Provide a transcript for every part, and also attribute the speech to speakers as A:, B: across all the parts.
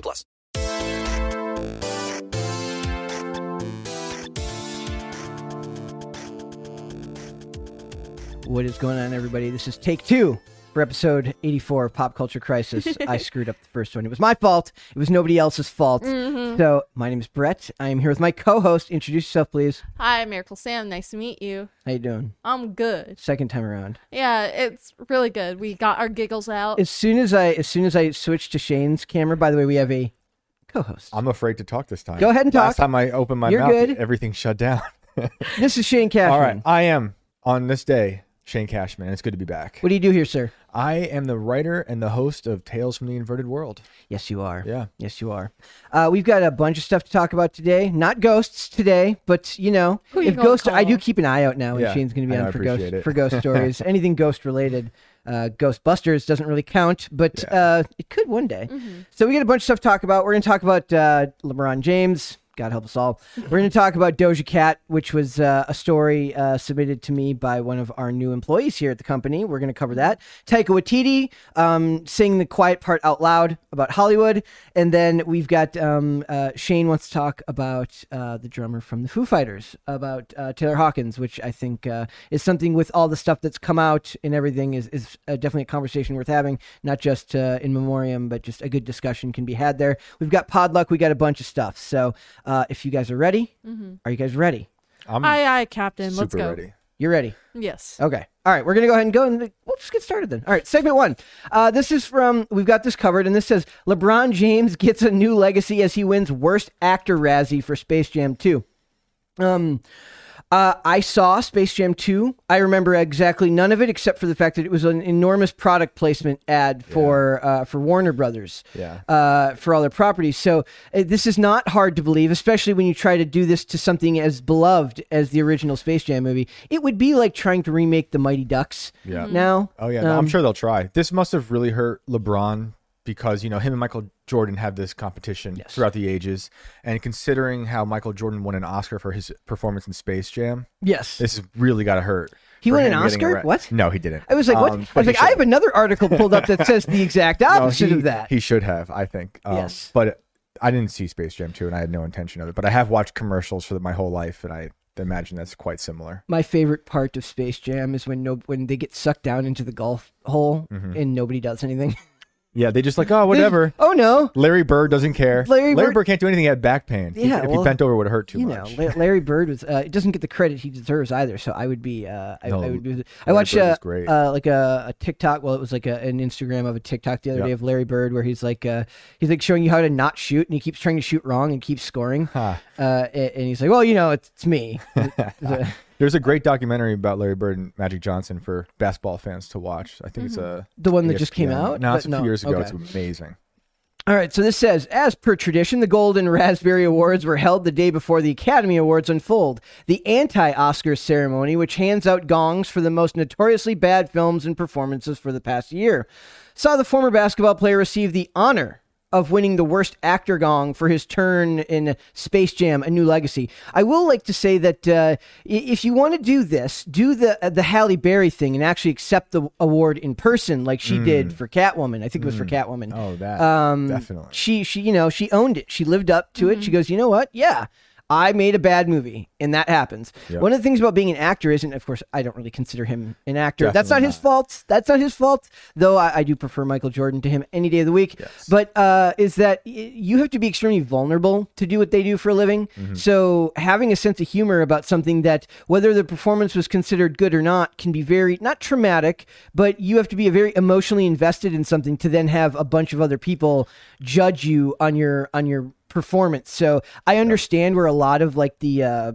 A: plus.
B: What is going on, everybody? This is take two for episode 84 of Pop Culture Crisis. I screwed up the first one. It was my fault. It was nobody else's fault.
C: Mm-hmm.
B: So, my name is Brett. I am here with my co host. Introduce yourself, please.
D: Hi, Miracle Sam. Nice to meet you.
B: How you doing?
D: I'm good.
B: Second time around.
D: Yeah, it's really good. We got our giggles out.
B: As soon as I as soon as I switch to Shane's camera, by the way, we have a co-host.
C: I'm afraid to talk this time.
B: Go ahead and
C: Last
B: talk.
C: time I opened my
B: You're
C: mouth,
B: good.
C: everything shut down.
B: This is Shane Cashman.
C: Oh. All right, I am on this day Shane Cashman. It's good to be back.
B: What do you do here, sir?
C: I am the writer and the host of Tales from the Inverted World.
B: Yes, you are.
C: Yeah.
B: Yes, you are. Uh, we've got a bunch of stuff to talk about today. Not ghosts today, but you know,
D: Who you
B: if
D: gonna
B: ghost, I do
D: call?
B: keep an eye out now. And
C: Yeah,
B: Shane's going to be
C: I
B: on
C: know, I
B: for ghost
C: appreciate it.
B: for ghost stories. Anything ghost related, uh, Ghostbusters doesn't really count, but uh, it could one day.
D: Mm-hmm.
B: So we got a bunch of stuff to talk about. We're going to talk about uh, LeBron James. God help us all. We're going to talk about Doja Cat, which was uh, a story uh, submitted to me by one of our new employees here at the company. We're going to cover that. Taika Waititi um, sing the quiet part out loud about Hollywood, and then we've got um, uh, Shane wants to talk about uh, the drummer from the Foo Fighters, about uh, Taylor Hawkins, which I think uh, is something with all the stuff that's come out and everything is is uh, definitely a conversation worth having. Not just uh, in memoriam, but just a good discussion can be had there. We've got Podluck, we got a bunch of stuff. So uh, if you guys are ready, are you guys ready?
C: I'm
D: aye, aye, Captain.
C: super
D: Let's go.
C: ready.
B: You're ready.
D: Yes.
B: Okay. All right. We're going to go ahead and go and we'll just get started then. All right. Segment one. Uh, this is from, we've got this covered, and this says LeBron James gets a new legacy as he wins Worst Actor Razzie for Space Jam 2. Um, uh, I saw Space Jam 2. I remember exactly none of it except for the fact that it was an enormous product placement ad for uh, for Warner Brothers
C: Yeah.
B: uh, for all their properties. So uh, this is not hard to believe, especially when you try to do this to something as beloved as the original Space Jam movie. It would be like trying to remake the Mighty Ducks.
C: Yeah.
B: Now,
C: Oh yeah, no,
B: Um,
C: I'm sure they'll try. This must have really hurt LeBron because you know him and Michael Jordan have this competition throughout the ages, and considering how Michael Jordan won an Oscar for his performance in Space Jam,
B: yes,
C: this has really got to hurt.
B: He
C: for
B: won
C: him
B: an
C: getting
B: Oscar?
C: arre-
B: What?
C: No, he didn't.
B: I was like, what?
C: Um,
B: I was
C: but he
B: like, I
C: should
B: have another article pulled up that says the exact
C: No,
B: opposite
C: he-
B: of that.
C: He should have, I think. Um,
B: Yes.
C: But I didn't see Space Jam 2 and I had no intention of it. But I have watched commercials for my whole life and I imagine that's quite similar.
B: my favorite part of Space Jam is when no when they get sucked down into the golf hole and nobody does anything.
C: Yeah, they just like, oh, Mm-hmm. whatever.
B: oh no,
C: Larry Bird doesn't care.
B: Larry Bird-
C: Bird, can't do anything. He had back pain. He-
B: Yeah,
C: if
B: well,
C: he bent over, it would hurt too
B: you know
C: much.
B: La- Larry Bird was uh, it doesn't get the credit he deserves either. So I would be uh, I,
C: No,
B: I would be, I
C: Larry
B: watched
C: Bird
B: uh,
C: was great.
B: uh, like a, a TikTok. Well, it was like a, an Instagram of a TikTok the other
C: Yeah.
B: day of Larry Bird where he's like uh, he's like showing you how to not shoot and he keeps trying to shoot wrong and keeps scoring.
C: Huh.
B: Uh, a- and he's like, well, you know, it's, it's me.
C: There's a great documentary about Larry Bird and Magic Johnson for basketball fans to watch. I think it's a.
B: Mm-hmm.
C: E
B: The one that just came
C: ESPN.
B: out?
C: No, it's
B: But
C: a
B: no,
C: few years ago.
B: okay.
C: It's amazing.
B: All right, so this says, as per tradition, the Gold and Raspberry Awards were held the day before the Academy Awards unfold, the anti Oscars ceremony, which hands out gongs for the most notoriously bad films and performances for the past year. Saw the former basketball player receive the honor of winning the worst actor gong for his turn in Space Jam: A New Legacy. I will like to say that uh, i- if you want to do this, do the uh, the Halle Berry thing and actually accept the award in person, like she did for Catwoman. I think it was for Catwoman.
C: Oh, that.
B: Um,
C: definitely.
B: She she you know she owned it. She lived up to it. She goes, you know what? Yeah. I made a bad movie, and that happens. One of the things about being an actor isn't, of course, I don't really consider him an actor. That's not, his fault. That's not his fault, though I, I do prefer Michael Jordan to him any day of the week. But uh, is that y- you have to be extremely vulnerable to do what they do for a living. So having a sense of humor about something that, whether the performance was considered good or not, can be very, not traumatic, but you have to be a very emotionally invested in something to then have a bunch of other people judge you on your on your performance. So I understand where a lot of like the uh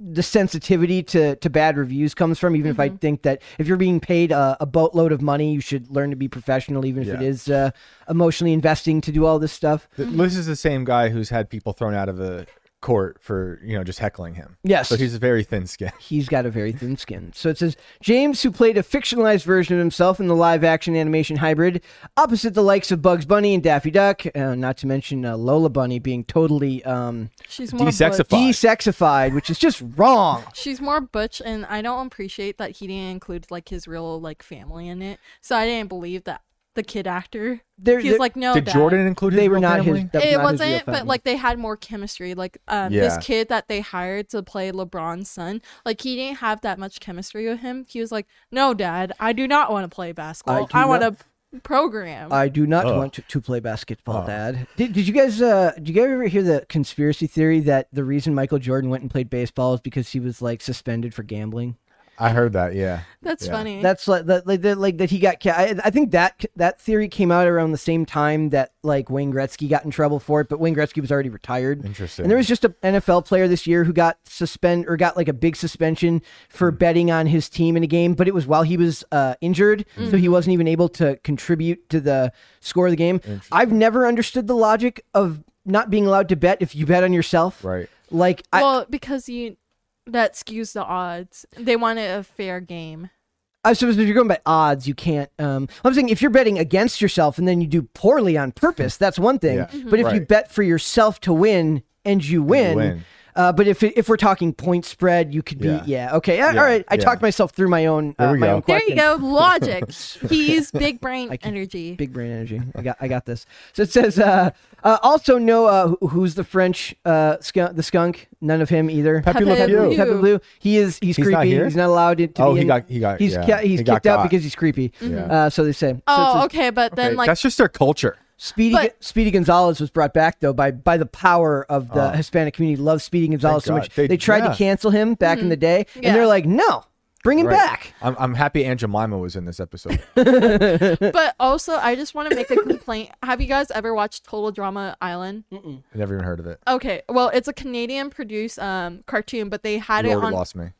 B: the sensitivity to to bad reviews comes from. Even if I think that if you're being paid a, a boatload of money, you should learn to be professional, even if it
C: Yeah.
B: is uh, emotionally investing to do all this stuff.
C: Th- This is the same guy who's had people thrown out of the court for you know just heckling him.
B: Yes.
C: so he's very thin skinned.
B: He's got a very thin skin. So it says James, who played a fictionalized version of himself in the live action animation hybrid, opposite the likes of Bugs Bunny and Daffy Duck, uh, not to mention uh, Lola Bunny being totally um,
D: She's more
C: Desexified.
D: butch.
B: desexified, which is just wrong.
D: She's more butch, and I don't appreciate that he didn't include like his real like family in it. So I didn't believe that the kid actor.
B: They're-
D: he's
B: they're-
D: like no.
C: Did
D: Dad.
C: Jordan include his
B: They were
C: real
B: not
C: family?
B: his. That was
D: it
B: not his
D: wasn't,
B: real
D: but
B: family.
D: like they had more chemistry. Like um,
C: Yeah.
D: this kid that they hired to play LeBron's son, like he didn't have that much chemistry with him. He was like, "No, Dad, I do not want to play basketball.
B: do
D: I, want
B: not-
D: to program."
B: I do not want to, to play basketball, Dad. Did, did you guys? Uh, did you guys ever hear the conspiracy theory that the reason Michael Jordan went and played baseball is because he was like suspended for gambling?
C: I heard that. Yeah,
D: That's
C: Yeah.
D: funny.
B: That's like that, like that, like that he got. ca- I, I think that that theory came out around the same time that like Wayne Gretzky got in trouble for it, but Wayne Gretzky was already retired.
C: Interesting.
B: And there was just an NFL player this year who got suspend or got like a big suspension for
C: Hmm.
B: betting on his team in a game, but it was while he was uh, injured, so he wasn't even able to contribute to the score of the game. I've never understood the logic of not being allowed to bet if you bet on yourself.
C: right.
B: Like I,
D: well, because you that skews the odds. They wanted a fair game.
B: I suppose if you're going by odds, you can't. Um, I'm saying if you're betting against yourself and then you do poorly on purpose, that's one thing.
C: Yeah,
B: But if you
C: right.
B: bet for yourself to win and you win,
C: win.
B: Uh, but if it, if we're talking point spread, you could be yeah,
C: Yeah.
B: okay a- all right. I
C: yeah.
B: talked myself through my own
C: There
B: uh,
C: we
B: my
C: go.
B: own
D: There
B: question.
D: you go, logic. he used big brain energy.
B: Big brain energy. I got I got this. So it says uh, uh, also no uh, who- who's the French uh, skunk, the skunk? None of him either.
C: Pepe Le
D: Pepe Le
C: Pew.
D: Pew.
B: Peppa Blue. He is. He's,
C: He's
B: creepy.
C: not here?
B: He's not allowed to.
C: Oh,
B: be
C: he
B: in-
C: got- he got-
B: He's
C: yeah,
B: he's
C: he got
B: kicked out
C: caught.
B: because he's creepy. Uh, so they say. So it's
D: oh,
B: a-
D: okay, but then
C: Okay,
D: like
C: that's just their culture.
B: Speedy
D: But-
B: Speedy Gonzalez was brought back though by by the power of the Hispanic community. Loves Speedy Gonzalez so
C: Oh. God.
B: much they,
C: They-
B: tried
C: yeah.
B: to cancel him back in the day,
D: Yeah.
B: and they're like, no, bring him
C: Right.
B: back.
C: I'm, I'm happy Aunt Jemima was in this episode.
D: But also, I just want to make a complaint. Have you guys ever watched Total Drama Island?
C: I never even heard of it.
D: Okay, well, it's a Canadian produced um cartoon, but they had
C: You
D: it
C: already
D: on.
C: lost me.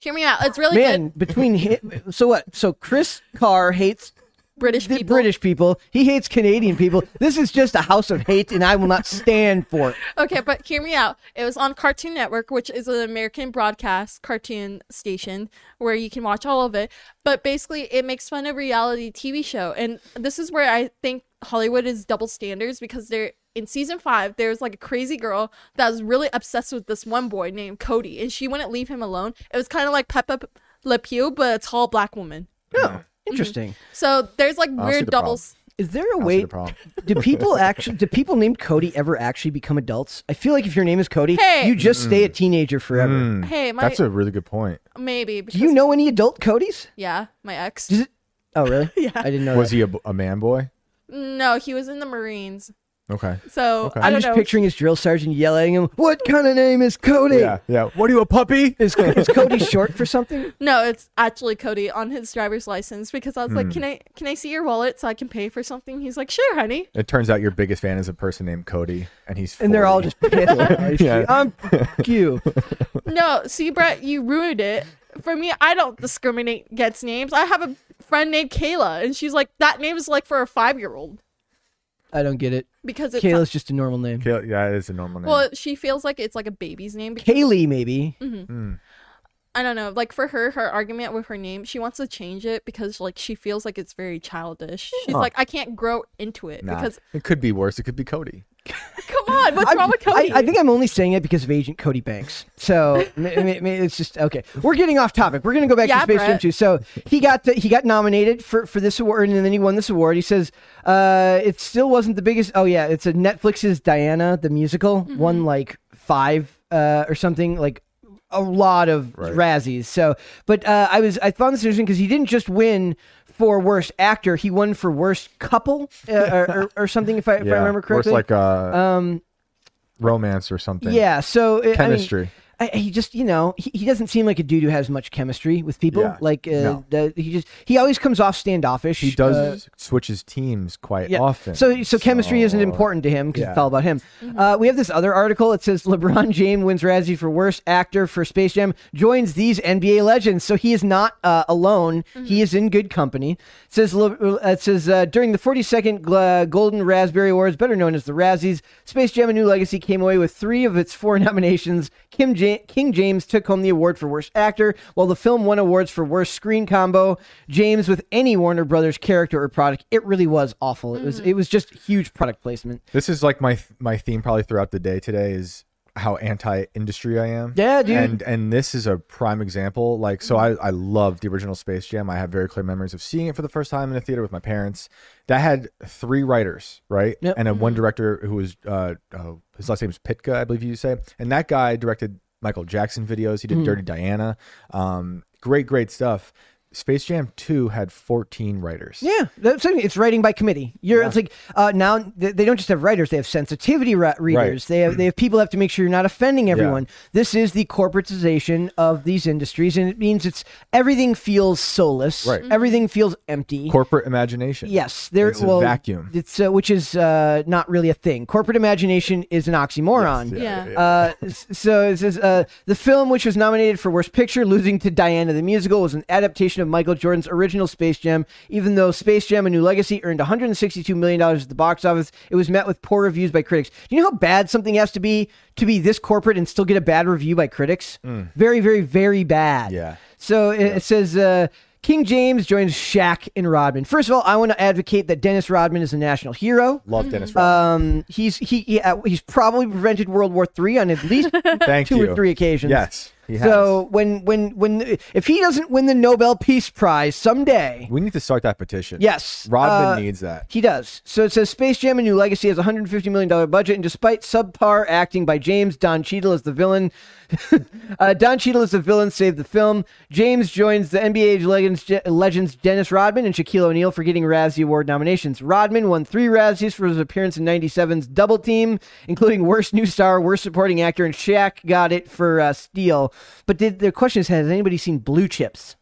D: Hear me out. It's really
B: Man, between hi- so what? So Chris Carr hates
D: good. British
B: the
D: people.
B: British people. He hates Canadian people. This is just a house of hate, and I will not stand for it.
D: Okay, but hear me out. It was on Cartoon Network, which is an American broadcast cartoon station where you can watch all of it. But basically, it makes fun of reality TV show, and this is where I think Hollywood is double standards because they're in season five. There's like a crazy girl that was really obsessed with this one boy named Cody, and she wouldn't leave him alone. It was kind of like Peppa Le Pew, but a tall black woman.
C: Mm-hmm.
B: No, interesting.
D: So there's like
C: see
D: weird
C: the
D: doubles.
B: Is there a
C: I
B: way?
C: see the problem.
B: Do people actually? Do people named Cody ever actually become adults? I feel like if your name is Cody,
D: Hey.
B: you just stay a
C: Mm.
B: teenager forever.
D: Hey, my
C: That's a really good point.
D: maybe
B: Do
D: because,
B: you know any adult Codys?
D: yeah, my ex.
B: Does it? Oh, really? yeah. I didn't know.
C: Was
B: that.
C: he a, a man boy?
D: No, he was in the Marines.
C: Okay.
D: So
C: Okay.
D: I
B: I'm
D: don't
B: just
D: know.
B: picturing his drill sergeant yelling at him, "What kind of name is Cody?
C: Yeah, yeah. What are you, a puppy?
B: Is, is Cody short for something?"
D: No, it's actually Cody on his driver's license because I was
B: Hmm.
D: like, "Can I can I see your wallet so I can pay for something?" He's like, "Sure, honey."
C: It turns out your biggest fan is a person named Cody, and he's 40.
B: And they're all just pissed. off. I'm fuck you.
D: No, see, Brett, you ruined it. For me, I don't discriminate against names. I have a friend named Kayla, and she's like, "That name is like for a five year old
B: I don't get it.
D: because it's
B: Kayla's just a normal name.
C: Kay- yeah, it is a normal name.
D: well, she feels like it's like a baby's name. Because,
B: Kaylee, maybe.
D: I don't know, like for her, her argument with her name, she wants to change it because like she feels like it's very childish. She's like, "I can't grow into it
C: Nah,
D: because
C: it could be worse. It could be Cody.
D: come on, what's wrong with
B: I,
D: Cody?"
B: I think I'm only saying it because of Agent Cody Banks. So m- m- m- it's just okay. We're getting off topic. We're gonna go back
D: Yeah,
B: to Space Jam
D: Brett.
B: 2. So he got the, he got nominated for, for this award, and then he won this award. He says uh, it still wasn't the biggest. Oh yeah, it's a Netflix's Diana the musical
D: Mm-hmm.
B: won like five uh, or something like a lot of Razzies. So, but uh, I was I found this interesting because he didn't just win. For worst actor, he won for worst couple uh, or, or, or something. If I, if I remember correctly,
C: Worse like a um, uh, romance or something.
B: yeah, so it, I mean,
C: Chemistry.
B: I, he just you know he, he doesn't seem like a dude who has much chemistry with people.
C: Yeah,
B: Like uh,
C: no.
B: the, he just he always comes off standoffish.
C: He
B: uh,
C: does switch his teams quite often.
B: So, so chemistry isn't
C: so-
B: important to him because it's
C: yeah.
B: all about him. Uh, we have this other article. It says LeBron James wins Razzie for worst actor for Space Jam, joins these NBA legends. So he is not uh, alone. He is in good company. It says Le- uh, it says uh, during the 42nd Gla- Golden Raspberry Awards, better known as the Razzies, Space Jam: A New Legacy came away with three of its four nominations. Kim ja- King James took home the award for worst actor, while the film won awards for worst screen combo. James with any Warner Brothers character or product, it really was awful. It was it was just huge product placement.
C: This is like my my theme probably throughout the day today is how anti-industry I am.
B: Yeah, dude.
C: And and this is a prime example. Like, so I I love the original Space Jam. I have very clear memories of seeing it for the first time in a theater with my parents. That had three writers, right,
B: Yep. Mm-hmm.
C: and a one director who was uh, uh his last name is Pitka, I believe you say, and that guy directed Michael Jackson videos. He
B: Mm-hmm.
C: did Dirty Diana. Um, great, great stuff. Space Jam Two had fourteen writers.
B: Yeah, that's what I mean. it's writing by committee. You're it's like uh, now th- they don't just have writers; they have sensitivity re- readers. They have they have people who have to make sure you're not offending everyone. This is the corporatization of these industries, and it means it's everything feels soulless.
C: Right.
B: Everything feels empty.
C: Corporate imagination.
B: Yes, there
C: It's a
B: well,
C: vacuum.
B: It's uh, which is uh, not really a thing. Corporate imagination is an oxymoron.
D: Yeah. yeah,
B: Uh, s- so it says uh, the film, which was nominated for Worst Picture, losing to Diana the Musical, was an adaptation of Michael Jordan's original Space Jam. Even though Space Jam: A New Legacy earned 162 million dollars at the box office, it was met with poor reviews by critics. Do you know how bad something has to be to be this corporate and still get a bad review by critics? Very, very, very bad.
C: Mm. Yeah.
B: So it, it says uh, King James joins Shaq and Rodman. First of all, I want to advocate that Dennis Rodman is a national hero.
C: Love Dennis Rodman.
B: Um, he's he, he uh, he's probably prevented World War Three on at least
C: Thank
B: two
C: you.
B: or three occasions.
C: Yes, he has.
B: So when when when if he doesn't win the Nobel Peace Prize someday,
C: We need to start that petition.
B: Yes,
C: Rodman
B: uh,
C: needs that.
B: he does. So it says Space Jam: A New Legacy has a 150 million dollar budget, and despite subpar acting by James, Don Cheadle as the villain. uh, Don Cheadle as the villain saved the film. James joins the NBA legends, legends Dennis Rodman and Shaquille O'Neal for getting Razzie Award nominations. Rodman won three Razzies for his appearance in '97's Double Team, including Worst New Star, Worst Supporting Actor, and Shaq got it for uh, Steel. But did, the question is, has anybody seen Blue Chips?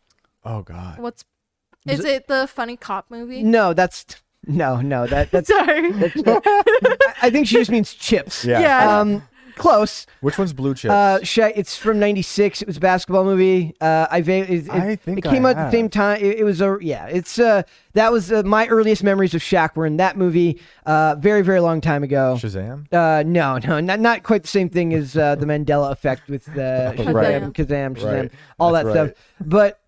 C: Oh God.
D: What's is it the funny cop movie?
B: No, that's no, no. That that's.
D: Sorry.
B: I think she just means chips.
C: Yeah.
D: yeah.
B: Um, close.
C: Which one's blue chips?
B: Uh, Sha it's from '96. It was a basketball movie. Uh, I, va- it, it,
C: I think
B: it came
C: I
B: out at
C: have.
B: the same time. It, it was a yeah. It's uh, that was uh, my earliest memories of Shaq were in that movie. Uh, very very long time ago.
C: Shazam.
B: Uh, no, no, not not quite the same thing as uh, the Mandela effect with uh, Shazam,
C: Right.
B: Kazam, Shazam,
C: Right.
B: all
C: That's
B: that stuff.
C: right.
B: But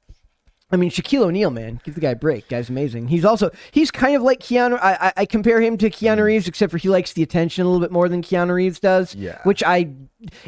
B: I mean, Shaquille O'Neal, man, give the guy a break. Guy's amazing. He's also he's kind of like Keanu. I, I, I compare him to
C: Mm.
B: Keanu Reeves, except for he likes the attention a little bit more than Keanu Reeves does.
C: Yeah.
B: Which I,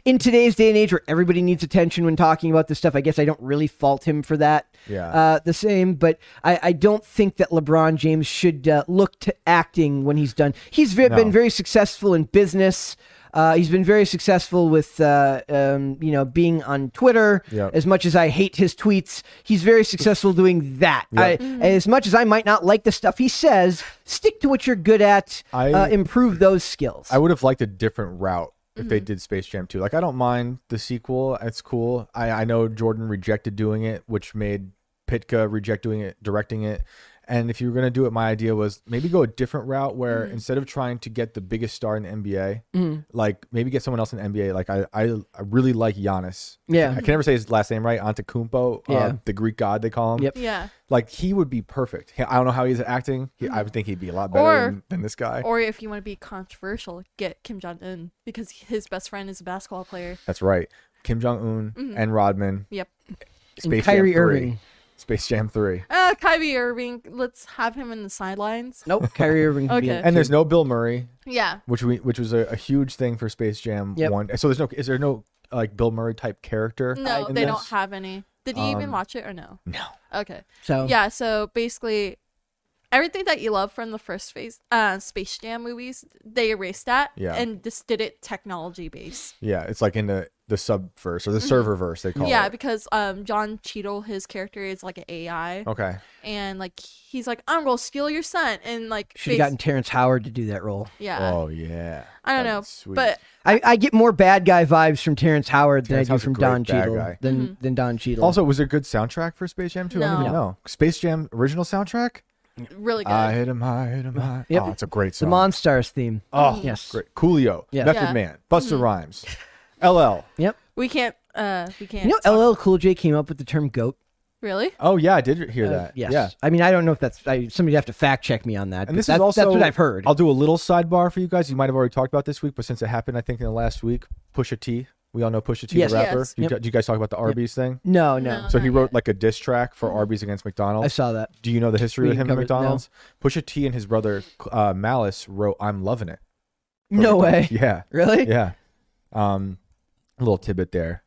B: in today's day and age, where everybody needs attention when talking about this stuff, I guess I don't really fault him for that.
C: Yeah.
B: Uh, the same, but I, I don't think that LeBron James should uh, look to acting when he's done. He's ve- been very successful in business. Uh, he's been very successful with, uh, um, you know, being on Twitter.
C: Yep.
B: As much as I hate his tweets, he's very successful doing that. I, As much as I might not like the stuff he says, stick to what you're good at.
C: I-
B: uh, improve those skills.
C: I would have liked a different route if
B: Mm-hmm.
C: they did Space Jam 2. Like I don't mind the sequel. It's cool. I, I know Jordan rejected doing it, which made Pitka reject doing it, directing it. And if you were gonna do it, my idea was maybe go a different route where
B: Mm-hmm.
C: instead of trying to get the biggest star in the NBA, like maybe get someone else in the NBA. Like I, I, I really like Giannis.
B: Yeah.
C: I can never say his last name right. Antetokounmpo,
B: Yeah.
C: uh, the Greek god they call him.
B: Yep.
D: yeah.
C: Like he would be perfect. He- I don't know how he's acting. He, I would think he'd be a lot better
D: Mm-hmm. Or-
C: than, than this guy.
D: Or if you want to be controversial, get Kim Jong Un because his best friend is a basketball player.
C: That's right. Kim Jong Un
D: Mm-hmm.
C: and Rodman.
D: Yep.
C: Space
B: Kyrie
C: Jam 3.
B: Irving.
C: Space Jam 3.
D: Uh, Kyrie Irving, let's have him in the sidelines.
B: nope, Kyrie Irving. could be
D: Okay.
B: in-
C: And there's no Bill Murray,
D: Yeah.
C: which we which was a, a huge thing for Space Jam
B: Yep.
C: 1. So there's no is there no like Bill Murray type character?
D: No,
C: in
D: they don't
C: this?
D: have any. Did you even watch it or no?
C: No.
D: Okay.
B: so
D: Yeah, so basically everything that you love from the first phase uh Space Jam movies, they erased that
C: Yeah.
D: and just did it technology based.
C: Yeah, it's like in the the subverse or the server verse they call
D: Mm-hmm. yeah,
C: it.
D: because um John Cheadle, his character is like an AI,
C: Okay.
D: and like he's like, "I'm gonna steal your son," and like,
B: Should have
D: bas-
B: gotten Terrence Howard to do that role.
D: yeah,
C: Oh yeah.
D: I don't
C: That'd be
D: know,
C: sweet.
D: but
B: I, I get more bad guy vibes from Terrence Howard
C: Terrence
B: than I do
C: Howard's a
B: from
C: great
B: Don
C: bad
B: Cheadle
C: guy.
B: than
D: Mm-hmm.
B: than Don Cheadle.
C: also was there good soundtrack for Space Jam too? I don't
D: No.
C: even know. Space Jam original soundtrack?
D: really good.
C: I hit him high, hit him high.
B: Yep.
C: Oh, it's a great
B: the
C: song.
B: Monstars theme.
C: oh,
D: Mm-hmm.
B: yes.
C: great. Coolio,
B: Yeah.
C: Method
D: Yeah.
C: Man, Buster Rhymes, LL.
B: Yep.
D: we can't, uh, we can't.
B: You know, LL Cool J came up with the term "goat."
D: really?
C: Oh yeah, I did hear that.
B: Uh, Yes.
C: Yeah.
B: I mean, I don't know if that's I, somebody have to fact check me on that.
C: And
B: but
C: this is
B: that's,
C: also
B: that's what I've heard.
C: I'll do a little sidebar for you guys. You might have already talked about this week, but since it happened, I think in the last week, Pusha T. We all know Pusha T,
B: Yes.
C: the rapper.
D: Yes.
C: You,
B: Yep.
C: do you guys talk about the Arby's thing?
B: no, no,
C: So he wrote like a diss track for Arby's against McDonald's.
B: I saw that.
C: Do you know the history
B: We
C: of
B: can
C: him at
B: cover it now.
C: McDonald's? Pusha T and his brother uh, Malice wrote "I'm loving it." for
B: No way.
C: McDonald's. Yeah,
B: Really?
C: yeah. Um, a little tidbit there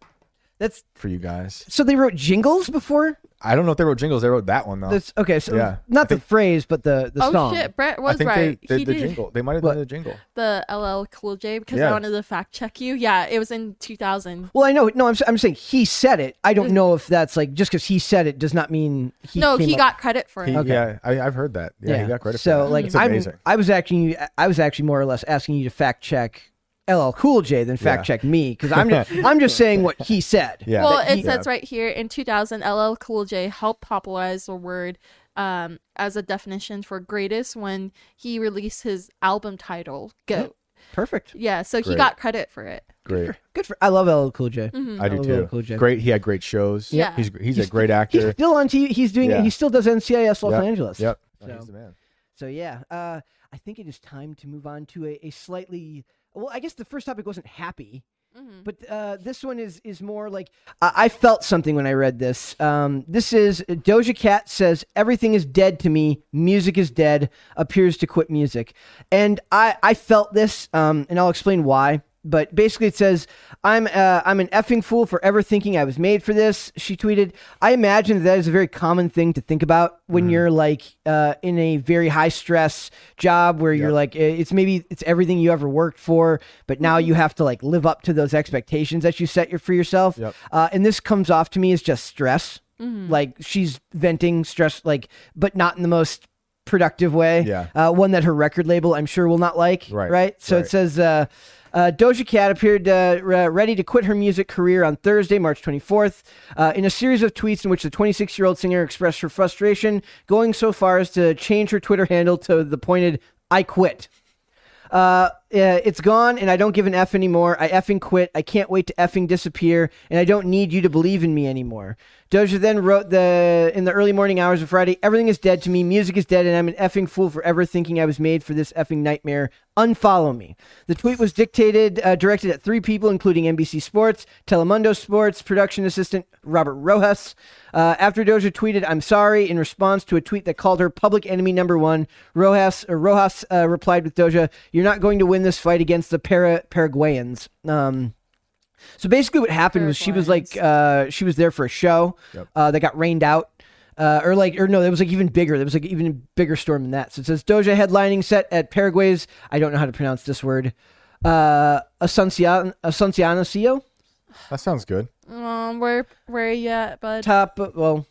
B: That's
C: for you guys.
B: so they wrote jingles before.
C: I don't know if they wrote jingles. They wrote that one though.
B: That's okay. So
C: Oh. Yeah.
B: not the phrase, but the the
D: oh
B: song.
D: shit, Brett
C: I
D: was
C: think
D: right.
C: they
D: he
C: did the
D: did
C: jingle. They might have
B: What?
C: done the jingle.
D: the LL Cool J because
C: Yeah.
D: I wanted to fact check you. Yeah, it was in 2000.
B: Well, I know. No, I'm, s- I'm saying he said it. I don't know if that's like just because he said it does not mean he.
D: Mm-hmm. no,
B: came
D: he
B: up-
D: got credit for
C: He-
D: it.
C: Yeah, I, I've heard that. Yeah, he got credit.
B: So
C: for that.
B: like,
C: it's
B: I'm,
C: amazing.
B: I was actually, you. I was actually more or less asking you to fact check LL Cool J than fact
C: Yeah.
B: check me because I'm just, I'm just saying what he uh, said.
C: yeah,
D: Well,
C: That
D: it
C: he-
D: says right here in 2000, LL Cool J helped popularize the word um, as a definition for greatest when he released his album title "Goat."
B: Perfect.
D: Yeah, so he
C: Great.
D: got credit for it.
C: great.
B: Good for. I love LL Cool J.
C: I do
B: love
C: too.
B: LL Cool J.
C: Great. He had great shows.
D: Hmm. Yeah.
C: he's he's a
B: He's-
C: great
B: He's
C: actor.
B: still on TV. He's doing.
C: Yeah.
B: He still does NCIS Los
C: Yep,
B: Angeles.
C: Yep. No,
B: So-
C: He's the man.
B: So yeah, uh, I think it is time to move on to a, a slightly well. I guess the first topic wasn't happy, but uh, this one is is more like I, I felt something when I read this. Um, this is Doja Cat says everything is dead to me. Music is dead. Appears to quit music, and I I felt this, um, and I'll explain why. But basically, it says, "I'm uh, I'm an effing fool for ever thinking I was made for this." She tweeted, "I imagine that is a very common thing to think about
C: Mm-hmm.
B: when you're like uh, in a very high stress job where you're like eh, it's maybe it's everything you ever worked for, but now
C: Mm-hmm.
B: you have to like live up to those expectations that you set your, for yourself."
C: Yep.
B: Uh, and this comes off to me as just stress. Like she's venting stress, like but not in the most productive way.
C: Yeah.
B: Uh, one that her record label, I'm sure, will not like.
C: Right,
B: So
C: right.
B: it says uh, uh, Doja Cat appeared uh, re- ready to quit her music career on Thursday, March 24th, uh, in a series of tweets in which the 26 year old singer expressed her frustration, going so far as to change her Twitter handle to the pointed "I quit." Uh, uh, it's gone, and I don't give an f anymore. I effing quit. I can't wait to effing disappear, and I don't need you to believe in me anymore. Doja then wrote the in the early morning hours of Friday. Everything is dead to me. Music is dead, and I'm an effing fool for ever thinking I was made for this effing nightmare. Unfollow me. The tweet was dictated uh, directed at three people, including NBC Sports, Telemundo Sports production assistant Robert Rojas. Uh, after Doja tweeted, "I'm sorry," in response to a tweet that called her public enemy number one, Rojas uh, Rojas uh, replied with Doja, "You're not going to win this fight against the Para- Paraguayans." Um, so basically, what happened was she was like, uh, she was there for a show uh, that got rained out. Uh, or like, or no, that was like even bigger. There was like even a bigger storm than that. So it says Doja headlining set at Paraguay's. I don't know how to pronounce this word. Uh, Asuncion, Asuncion,
C: That sounds good.
D: Um, where where are you at, bud?
B: top. Well,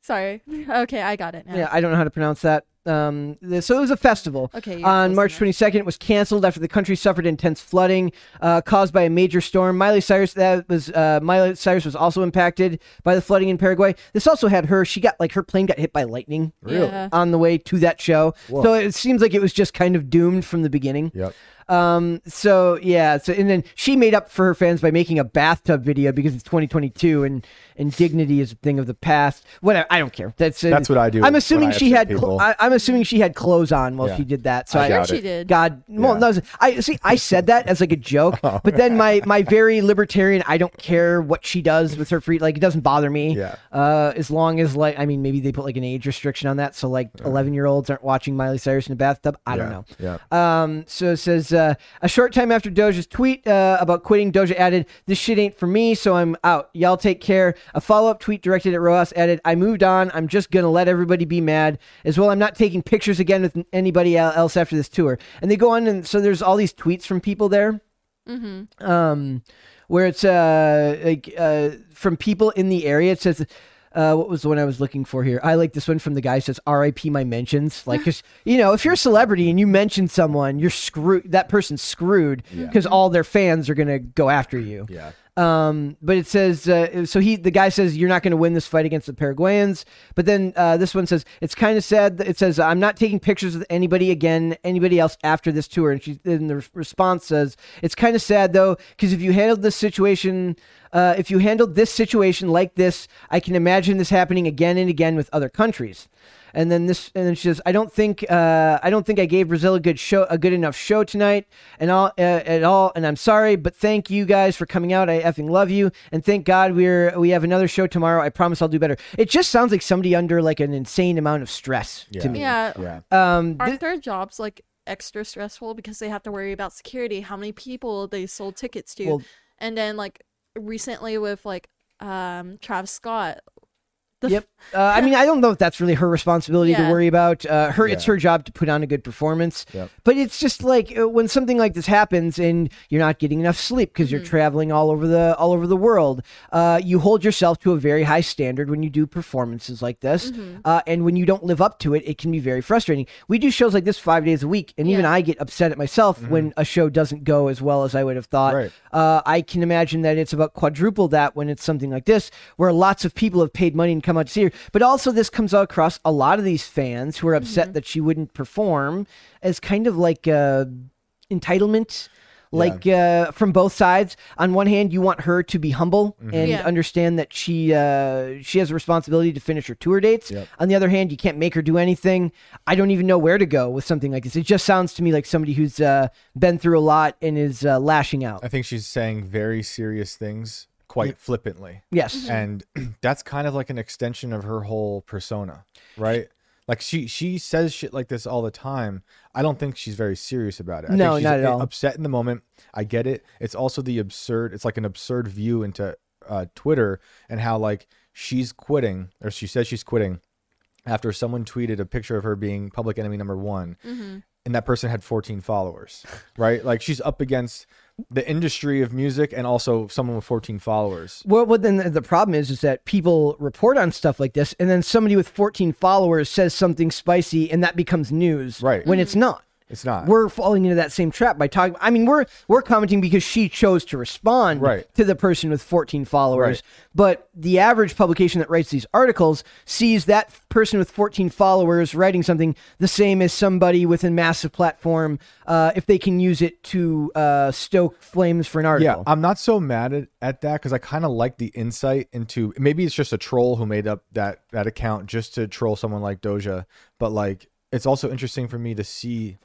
D: Sorry. Okay, I got it now.
B: Yeah, I don't know how to pronounce that. Um, the, so it was a festival.
D: Okay, you're
B: On
D: close
B: March
D: enough.
B: 22nd, it was canceled after the country suffered intense flooding uh, caused by a major storm. Miley Cyrus that was uh, Miley Cyrus was also impacted by the flooding in Paraguay. This also had her. She got like her plane got hit by lightning
C: Really?
D: Yeah.
B: on the way to that show. So it seems like it was just kind of doomed from the beginning.
C: Yep.
B: Um. So yeah. So and then she made up for her fans by making a bathtub video because it's 2022 and and dignity is a thing of the past. Whatever. I don't care. That's uh,
C: That's what I do
B: I'm
C: when
B: assuming
C: I
B: she
C: upset
B: had. Cl-
C: people.
B: I, I'm assuming she had clothes on while
C: Yeah.
B: she did that. So
C: I
B: I,
C: doubt
D: she
C: it.
D: did.
B: God, well,
C: Yeah. Oh,
B: no, I see. I said that as like a joke, but then my my very libertarian, I don't care what she does with her free, like it doesn't bother me.
C: Yeah.
B: Uh, as long as like, I mean, maybe they put like an age restriction on that, so like eleven year olds aren't watching Miley Cyrus in a bathtub. I
C: Yeah,
B: don't know. Uh,
C: yeah.
B: Um. So it says uh, a short time after Doja's tweet uh, about quitting, Doja added, "This shit ain't for me, so I'm out. Y'all take care." A follow-up tweet directed at Rojas added, "I moved on. I'm just gonna let everybody be mad. As well, I'm not taking pictures again with anybody el- else after this tour." And they go on, and so there's all these tweets from people there um, where it's uh, like, uh, from people in the area. It says, uh, what was the one I was looking for here? I like this one from the guy who says, "R.I.P. My mentions." Like, 'cause, you know, if you're a celebrity and you mention someone, you're screwed. That person's screwed because all their fans are gonna go after you.
C: Yeah.
B: Um, but it says uh, so he the guy says you're not going to win this fight against the Paraguayans. But then uh, this one says it's kind of sad. that- It says I'm not taking pictures with anybody again, anybody else after this tour. And she then the response says it's kind of sad though because if you handled this situation, uh, if you handled this situation like this, I can imagine this happening again and again with other countries. And then this, and then she says, "I don't think, uh, I don't think I gave Brazil a good show, a good enough show tonight, and all uh, at all. And I'm sorry, but thank you guys for coming out. I effing love you, and thank God we're we have another show tomorrow. I promise I'll do better. It just sounds like somebody under like an insane amount of stress to
C: Yeah.
B: me.
D: Yeah.
C: Yeah.
B: Um,
D: Aren't their jobs like extra stressful because they have to worry about security, how many people they sold tickets to,
B: Well-
D: and then like recently with like um Travis Scott, the
B: Yep. Uh, I mean, I don't know if that's really her responsibility to
D: Yeah.
B: worry about. Uh, her, it's
C: Yeah.
B: her job to put on a good performance.
C: Yep.
B: But it's just like uh, when something like this happens, and you're not getting enough sleep because
D: Mm-hmm.
B: you're traveling all over the all over the world. Uh, you hold yourself to a very high standard when you do performances like this,
D: Mm-hmm.
B: uh, and when you don't live up to it, it can be very frustrating. We do shows like this five days a week, and even
D: Yeah.
B: I get upset at myself when a show doesn't go as well as I would have thought.
C: Right.
B: Uh, I can imagine that it's about quadruple that when it's something like this, where lots of people have paid money and come out to see her. But also, this comes out across a lot of these fans who are upset that she wouldn't perform as kind of like uh, entitlement. Like uh, from both sides. On one hand, you want her to be humble and
D: Yeah.
B: understand that she uh, she has a responsibility to finish her tour dates. On the other hand, you can't make her do anything. I don't even know where to go with something like this. It just sounds to me like somebody who's uh, been through a lot and is uh, lashing out.
C: I think she's saying very serious things quite flippantly.
B: Yes.
C: and that's kind of like an extension of her whole persona right like she she says shit like this all the time i don't think she's very serious about it I
B: No,
C: think she's
B: not at
C: u-
B: all.
C: upset in the moment i get it it's also the absurd it's like an absurd view into uh, twitter and how like she's quitting or she says she's quitting after someone tweeted a picture of her being public enemy number one
B: Mm-hmm.
C: and that person had 14 followers right like she's up against the industry of music and also someone with 14 followers
B: Well, well, then the- the problem is, is that people report on stuff like this, and then somebody with 14 followers says something spicy, and that becomes news.
C: Right.
B: When it's not.
C: it's not
B: We're falling into that same trap by talking. I mean, we're we're commenting because she chose to respond
C: Right.
B: to the person with 14 followers.
C: Right.
B: But the average publication that writes these articles sees that person with 14 followers writing something the same as somebody with a massive platform, uh, if they can use it to uh, stoke flames for an
C: Yeah,
B: article.
C: I'm not so mad at, at that because I kind of like the insight into maybe it's just a troll who made up that that account just to troll someone like Doja, but like it's also interesting for me to see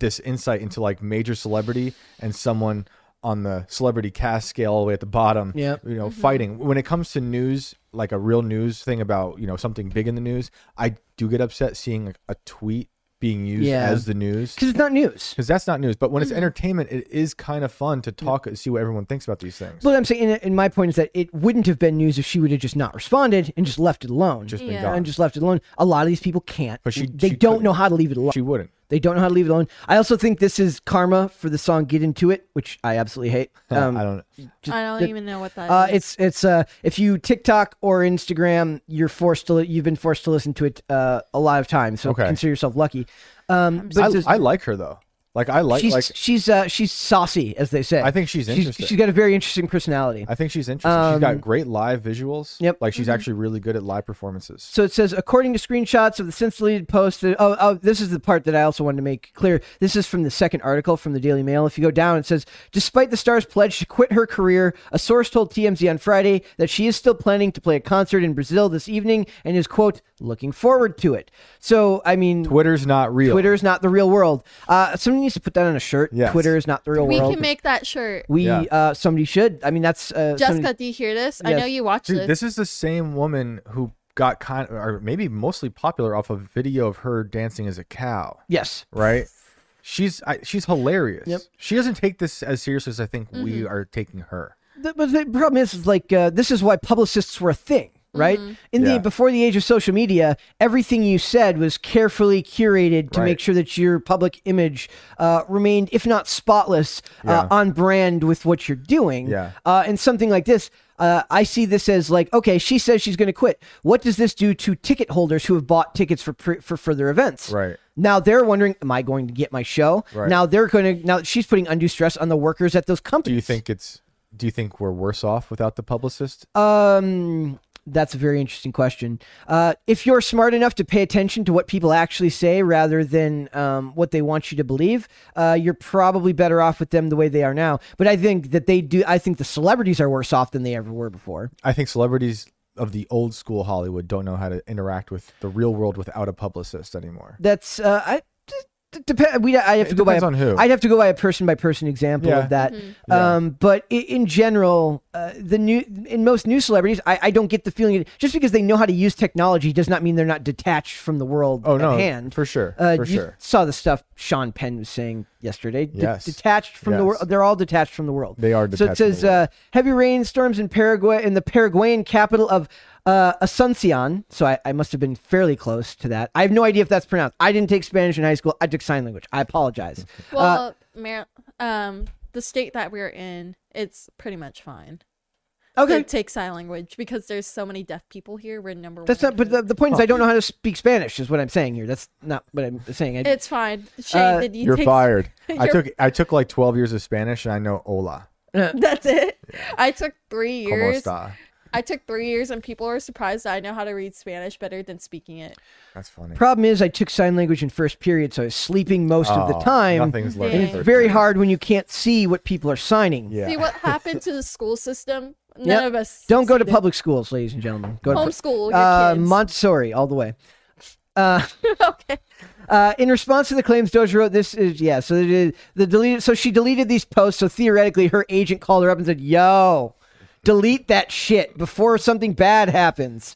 C: this insight into like major celebrity and someone on the celebrity cast scale all the way at the bottom
B: Yep.
C: you know fighting when it comes to news like a real news thing about you know something big in the news i do get upset seeing like, a tweet being used
B: Yeah.
C: as the news
B: Because it's not news.
C: because that's not news. But when it's
B: Mm.
C: entertainment, it is kind of fun to talk and see what everyone thinks about these things.
B: But I'm saying, and- and my point is that it wouldn't have been news if she would have just not responded and just left it alone.
C: Just been
D: Yeah.
C: gone.
B: and just left it alone. A lot of these people can't.
C: But she-
B: they
C: she
B: don't
C: couldn't.
B: know how to leave it alone.
C: she wouldn't.
B: they don't know how to leave it alone. I also think this is karma for the song "Get Into It," which I absolutely hate. Um,
C: I don't.
D: I don't even know what that is.
B: uh, it's it's uh, if you TikTok or Instagram, you're forced to li- you've been forced to listen to it uh, a lot of times. So
C: Okay.
B: consider yourself lucky. Um, but
C: I,
B: just-
C: I like her though. Like I like
B: she's
C: like
B: she's uh, she's saucy, as they say.
C: I think she's
B: she's,
C: interesting.
B: she's got a very interesting personality.
C: I think she's interesting. she's got great live visuals.
B: Um, Yep. Mm-hmm.
C: Like she's actually really good at live performances.
B: So it says, according to screenshots of the since deleted post, that, oh, oh, this is the part that I also wanted to make clear. This is from the second article from the Daily Mail. If you go down, it says, despite the star's pledge to quit her career, a source told TMZ on Friday that she is still planning to play a concert in Brazil this evening and is, quote, looking forward to it. So, I mean,
C: Twitter's not real.
B: Twitter is not the real world. Uh, somebody needs to put that on a shirt.
C: Yes.
B: Twitter is not the real
D: we
B: world.
D: can make that shirt.
B: we,
C: Yeah.
B: uh, somebody should. I mean, that's. Uh, somebody-
D: Jessica, do you hear this? I
B: Yes.
D: know you watch
C: Dude,
D: this.
C: this is the same woman who got kind or maybe mostly popular off a video of her dancing as a cow,
B: yes.
C: right? She's I, she's hilarious. Yep. She doesn't take this as seriously as I think we
B: Mm-hmm.
C: are taking her.
B: The, but the problem is, is like uh, this is why publicists were a thing, right? In
C: Yeah.
B: the before the age of social media, everything you said was carefully curated to make
C: Right.
B: sure that your public image uh, remained, if not spotless, uh, on brand with what you're doing.
C: Yeah.
B: Uh, and something like this, uh, I see this as like, okay, she says she's going to quit. What does this do to ticket holders who have bought tickets for pre- for further events?
C: Right.
B: Now they're wondering, am I going to get my show?
C: Right.
B: Now they're going to. Now she's putting undue stress on the workers at those companies.
C: Do you think it's do you think we're worse off without the publicist?
B: Um, that's a very interesting question. Uh, if you're smart enough to pay attention to what people actually say rather than um, what they want you to believe, uh, you're probably better off with them the way they are now. But I think that they do. I think the celebrities are worse off than they ever were before.
C: I think celebrities of the old school Hollywood don't know how to interact with the real world without a publicist anymore.
B: That's uh, I. d- d- Depend, we, I have to
C: It
B: go by
C: depends
B: a-
C: on who.
B: I'd have to go by a person by person example
C: Yeah.
B: of that.
C: Yeah.
B: Um, but i- in general, uh, the new in most new celebrities, I, I don't get the feeling just because they know how to use technology does not mean they're not detached from the world
C: Oh
B: at
C: no,
B: hand.
C: for sure,
B: Uh,
C: for
B: you
C: sure.
B: saw the stuff Sean Penn was saying yesterday. De-
C: Yes.
B: detached from the
C: Yes.
B: world. They're all detached from the world.
C: They are
B: So it
C: detached from the
B: says uh, heavy rainstorms in Paraguay in the Paraguayan capital of uh, Asuncion. So I, I must have been fairly close to that. I have no idea if that's pronounced. I didn't take Spanish in high school. I took sign language. I apologize. Uh,
D: Well, Mar- um, the state that we're in, it's pretty much fine.
B: Okay.
D: They take sign language because there's so many deaf people here. We're number
B: That's
D: one.
B: not. But the, the point is, I don't know how to speak Spanish. Is what I'm saying here. That's not what I'm saying. I,
D: it's fine. Shane,
B: Uh,
D: did you
C: You're
D: take-
C: fired. I
D: You're-
C: took I took like 12 years of Spanish and I know hola.
D: That's it. I took three
C: Como
D: years.
C: esta?
D: I took three years, and people are surprised that I know how to read Spanish better than speaking it.
C: That's funny.
B: problem is, I took sign language in first period, so I was sleeping most of the
C: Oh,
B: time.
C: Nothing's
D: And
C: learned.
B: And
C: in
B: it's
C: first
B: very
C: grade.
B: hard when you can't see what people are signing.
C: Yeah.
D: See what happened to the school system? None
B: Yep.
D: of us.
B: Don't go to
D: succeeded.
B: public schools, ladies and gentlemen. Go to
D: homeschool. Your
B: uh,
D: kids.
B: Montessori all the way.
D: okay.
B: Uh, in response to the claims Doja wrote, this is yeah. So the, the deleted, so she deleted these posts. So theoretically, her agent called her up and said, "Yo, delete that shit before something bad happens."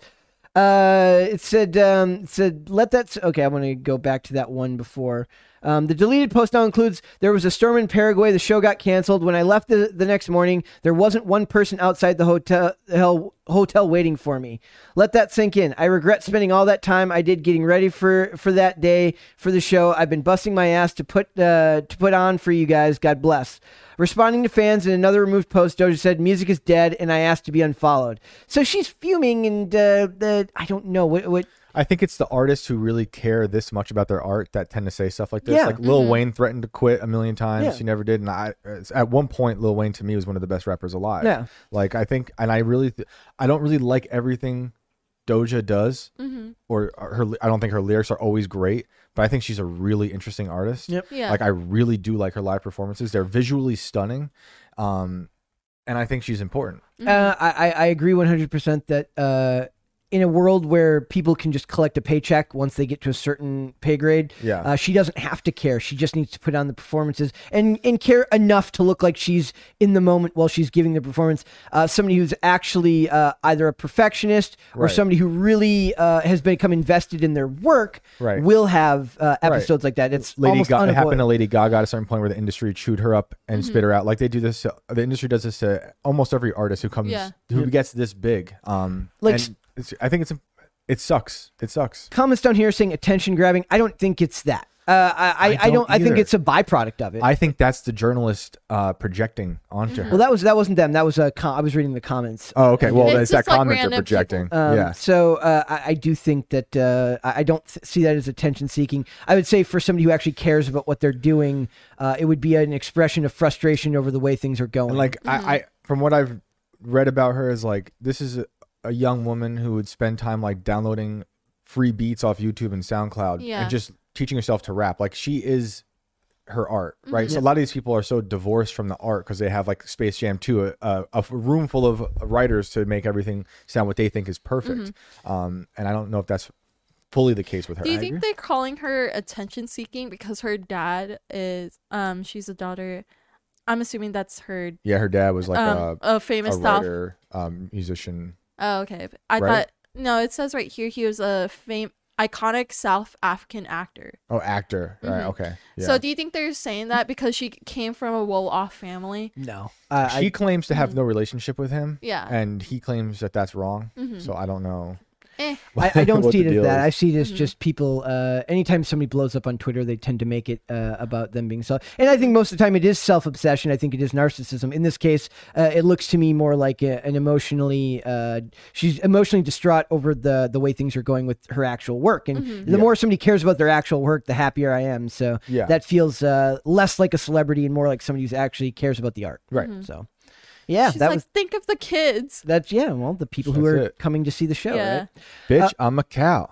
B: Uh, it said, um, it said, let that. s- Okay, I'm gonna go back to that one before. Um, the deleted post now includes there was a storm in Paraguay. The show got canceled. When I left the, the next morning, there wasn't one person outside the hotel hell, hotel waiting for me. Let that sink in. I regret spending all that time I did getting ready for for that day for the show. I've been busting my ass to put uh, to put on for you guys. God bless. Responding to fans in another removed post, Doja said, "Music is dead," and I asked to be unfollowed. So she's fuming, and uh, the I don't know what. what
C: I think it's the artists who really care this much about their art that tend to say stuff like this.
B: Yeah. mm-hmm.
C: Like Lil Wayne threatened to quit a million times.
B: Yeah.
C: He never did. And I, at one point, Lil Wayne to me was one of the best rappers alive.
B: Yeah.
C: Like I think, and I really, th- I don't really like everything Doja does,
B: Mm-hmm.
C: or, or her. I don't think her lyrics are always great, but I think she's a really interesting artist.
B: Yep.
D: Yeah.
C: Like I really do like her live performances. They're visually stunning, um, and I think she's important.
B: uh, I I I agree one hundred percent that. Uh, in a world where people can just collect a paycheck once they get to a certain pay grade,
C: Yeah.
B: uh, she doesn't have to care. She just needs to put on the performances and and care enough to look like she's in the moment while she's giving the performance. Uh, somebody who's actually uh, either a perfectionist or
C: Right.
B: somebody who really uh, has become invested in their work
C: Right.
B: will have uh, episodes like that. It's
C: Lady
B: almost
C: Gaga it happened to
B: unavoidable.
C: Lady Gaga at a certain point where the industry chewed her up and spit her out. Like they do this, to- the industry does this to almost every artist who comes
D: Yeah.
C: who gets this big. Um,
B: Like
C: like
B: s-
C: it's, I think it's it sucks. It sucks.
B: Comments down here saying attention grabbing. I don't think it's that. Uh, I, I, I don't. I,
C: don't
B: think
C: either.
B: it's a byproduct of it.
C: I think that's the journalist uh, projecting onto her.
B: well, that was that wasn't them. That was a. Com- I was reading the comments.
C: oh, okay. Well,
D: It's
C: that's that
D: just like
C: comment they're
D: random people.
C: projecting.
B: Um,
C: yeah.
B: So uh, I, I do think that uh, I I don't th- see that as attention seeking. I would say for somebody who actually cares about what they're doing, uh, it would be an expression of frustration over the way things are going.
C: And like
D: Mm-hmm.
C: I, I, from what I've read about her, is like this is a, a young woman who would spend time like downloading free beats off YouTube and SoundCloud
D: Yeah.
C: and just teaching herself to rap. Like she is her art, right?
D: Mm-hmm.
C: So a lot of these people are so divorced from the art because they have like Space Jam 2, a, a room full of writers to make everything sound what they think is perfect. Um, and I don't know if that's fully the case with her.
D: Mm-hmm. Do you
C: I
D: think
C: agree.
D: they're calling her attention seeking because her dad is um she's a daughter I'm assuming that's her
C: yeah, her dad was like
D: um,
C: a,
D: a,
C: Uh, a
D: famous author.
C: writer, um, musician.
D: Oh okay. I
C: Right?
D: thought no, it says right here he was a fame iconic South African actor.
C: Oh, actor. Right. Okay. Yeah.
D: Mm-hmm. So do you think they're saying that because she came from a well-off family?
B: No, uh,
C: she claims to have no relationship with him.
D: Yeah.
C: And he claims that that's wrong. So I don't know.
D: Eh.
B: I, I don't
C: what
B: see it
C: the
B: as
C: deal
B: that.
C: is.
B: I see it
D: Hmm.
B: as just people. Uh, anytime somebody blows up on Twitter, they tend to make it uh, about them being self. And I think most of the time it is self obsession. I think it is narcissism. In this case, uh, it looks to me more like a, an emotionally. Uh, she's emotionally distraught over the the way things are going with her actual work, and
D: Mm-hmm.
B: the more somebody cares about their actual work, the happier I am. So
C: Yeah.
B: that feels uh, less like a celebrity and more like somebody who actually cares about the art.
C: Right.
B: So, yeah,
D: Mm-hmm. She's
B: that
D: like,
B: was.
D: think of the kids.
B: That's yeah. Well, the people who
C: That's
B: are
C: it.
B: coming to see the show,
D: Yeah.
B: right?
C: Bitch, I'm a cow.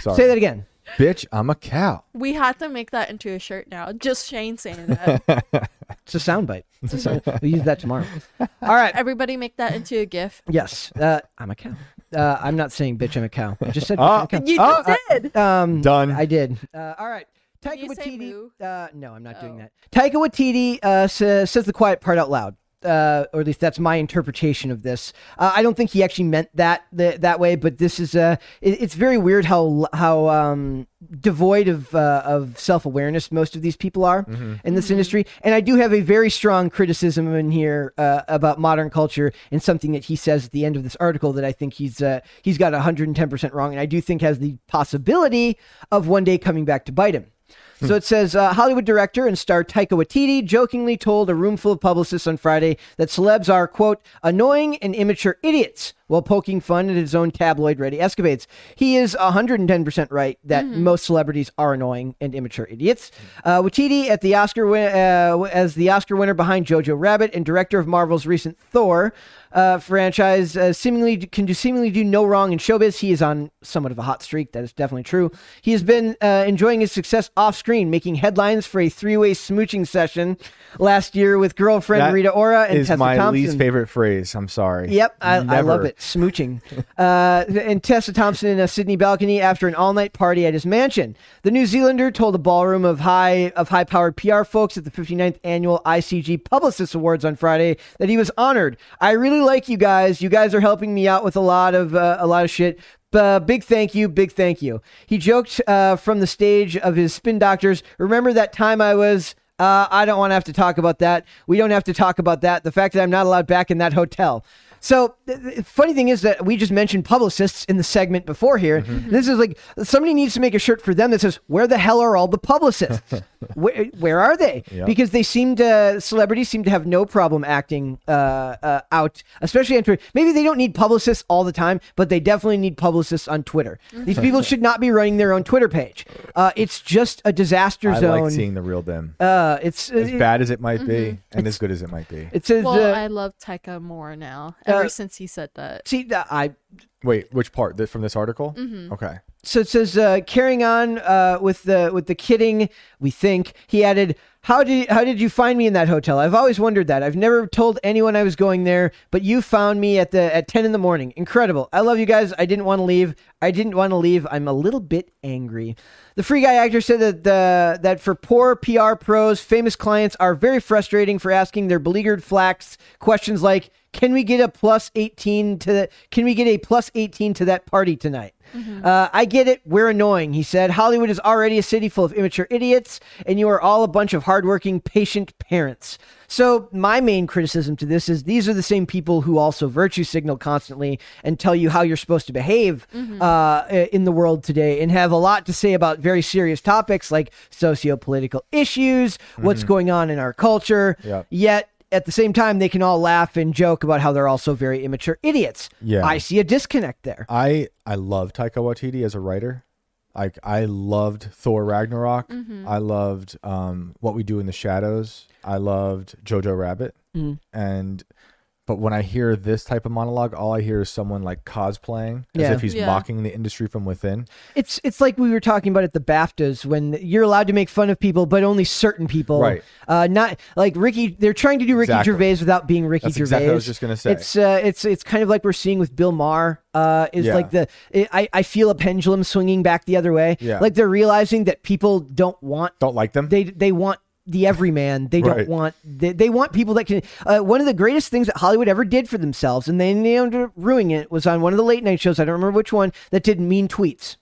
C: Sorry.
B: Say that again.
C: Bitch, I'm a cow.
D: We had to make that into a shirt now. Just Shane saying that.
B: It's a soundbite. It's a sound. we'll use that tomorrow. All right.
D: Everybody make that into a GIF.
B: Yes. Uh, I'm a cow. Uh, I'm not saying bitch. I'm a cow. I just said. bitch, I'm a cow.
D: You
C: Oh,
D: just did.
B: Um,
C: Done.
B: I did. Uh, all right. Taika
D: you say
B: Waititi.
D: moo?
B: Uh, no, I'm not doing
D: Oh.
B: that. Taika Waititi uh, sa- says the quiet part out loud. Uh, or at least that's my interpretation of this. Uh, I don't think he actually meant that th- that way, but this is uh, it- it's very weird how how um, devoid of uh, of self awareness most of these people are in
D: Mm-hmm.
B: this industry. And I do have a very strong criticism in here uh, about modern culture and something that he says at the end of this article that I think he's uh, he's got 110 percent wrong, and I do think has the possibility of one day coming back to bite him. So it says uh, Hollywood director and star Taika Waititi jokingly told a room full of publicists on Friday that celebs are, quote, annoying and immature idiots while poking fun at his own tabloid ready escapades. He is 110% right that most celebrities are annoying and immature idiots. Uh, Waititi at the Oscar win- uh, as the Oscar winner behind Jojo Rabbit and director of Marvel's recent Thor uh, franchise uh, seemingly can do seemingly do no wrong in showbiz. He is on somewhat of a hot streak. That is definitely true. He has been uh, enjoying his success off screen, making headlines for a three way smooching session last year with girlfriend
C: That
B: Rita Ora and
C: is
B: Tessa
C: my
B: Thompson.
C: least favorite phrase. I'm sorry.
B: Yep, I, I love
C: Never.
B: it. Smooching. Uh, and Tessa Thompson in a Sydney balcony after an all-night party at his mansion. The New Zealander told a ballroom of high of high-powered PR folks at the 59th annual ICG Publicist Awards on Friday that he was honored. I really like you guys. You guys are helping me out with a lot of uh, a lot of shit. Uh, big thank you, big thank you. He joked uh, from the stage of his spin doctors. Remember that time I was uh, I don't want to have to talk about that. We don't have to talk about that. The fact that I'm not allowed back in that hotel. So, th- th- funny thing is that we just mentioned publicists in the segment before here. This is like somebody needs to make a shirt for them that says, "Where the hell are all the publicists? where, where are they?" Because they seem to celebrities seem to have no problem acting uh, uh, out, especially on Twitter. Maybe they don't need publicists all the time, but they definitely need publicists on Twitter.
D: Mm-hmm.
B: These people should not be running their own Twitter page. Uh, it's just a disaster
C: I
B: zone.
C: like seeing the real them.
B: Uh, it's
C: as bad as it might be, and as good as it might be.
B: It says,
D: Well,
B: uh,
D: I love Taika more now. Ever since he said that.
B: see, uh, I.
C: Wait, which part? Th- from this article? Mm-hmm. Okay.
B: So it says, uh, carrying on uh, with the with the kidding. We think he added, "How did how did you find me in that hotel? I've always wondered that. I've never told anyone I was going there, but you found me at the at ten in the morning. Incredible. I love you guys. I didn't want to leave. I didn't want to leave. I'm a little bit angry." The free guy actor said that the that for poor PR pros, famous clients are very frustrating for asking their beleaguered flacks questions like, can we get a plus 18 to the, can we get a plus 18 to that party tonight uh, i get it we're annoying he said hollywood is already a city full of immature idiots and you are all a bunch of hardworking patient parents so my main criticism to this is these are the same people who also virtue signal constantly and tell you how you're supposed to behave uh, in the world today and have a lot to say about very serious topics like socio-political issues what's going on in our culture
C: Yep.
B: yet at the same time, they can all laugh and joke about how they're also very immature idiots.
C: Yeah.
B: I see a disconnect there.
C: I I love Taika Waititi as a writer. Like I loved Thor Ragnarok.
B: Mm-hmm.
C: I loved um, What We Do in the Shadows. I loved Jojo Rabbit.
B: Mm.
C: And but when I hear this type of monologue, all I hear is someone like cosplaying
B: Yeah.
C: as if he's
D: Yeah.
C: mocking the industry from within.
B: It's it's like we were talking about at the BAFTAs when you're allowed to make fun of people, but only certain people.
C: Right.
B: Uh, not like Ricky. They're trying to do Ricky
C: Exactly.
B: Gervais without being Ricky
C: That's
B: Gervais.
C: exactly what I was just gonna say.
B: It's uh, it's it's kind of like we're seeing with Bill Maher. Uh, is
C: Yeah.
B: like the I I feel a pendulum swinging back the other way.
C: Yeah.
B: Like they're realizing that people don't want
C: Don't like them.
B: they they want the everyman. They don't
C: Right.
B: want they, they want people that can. Uh, one of the greatest things that Hollywood ever did for themselves, and they ended up ruining it, was on one of the late night shows. I don't remember which one that did mean tweets.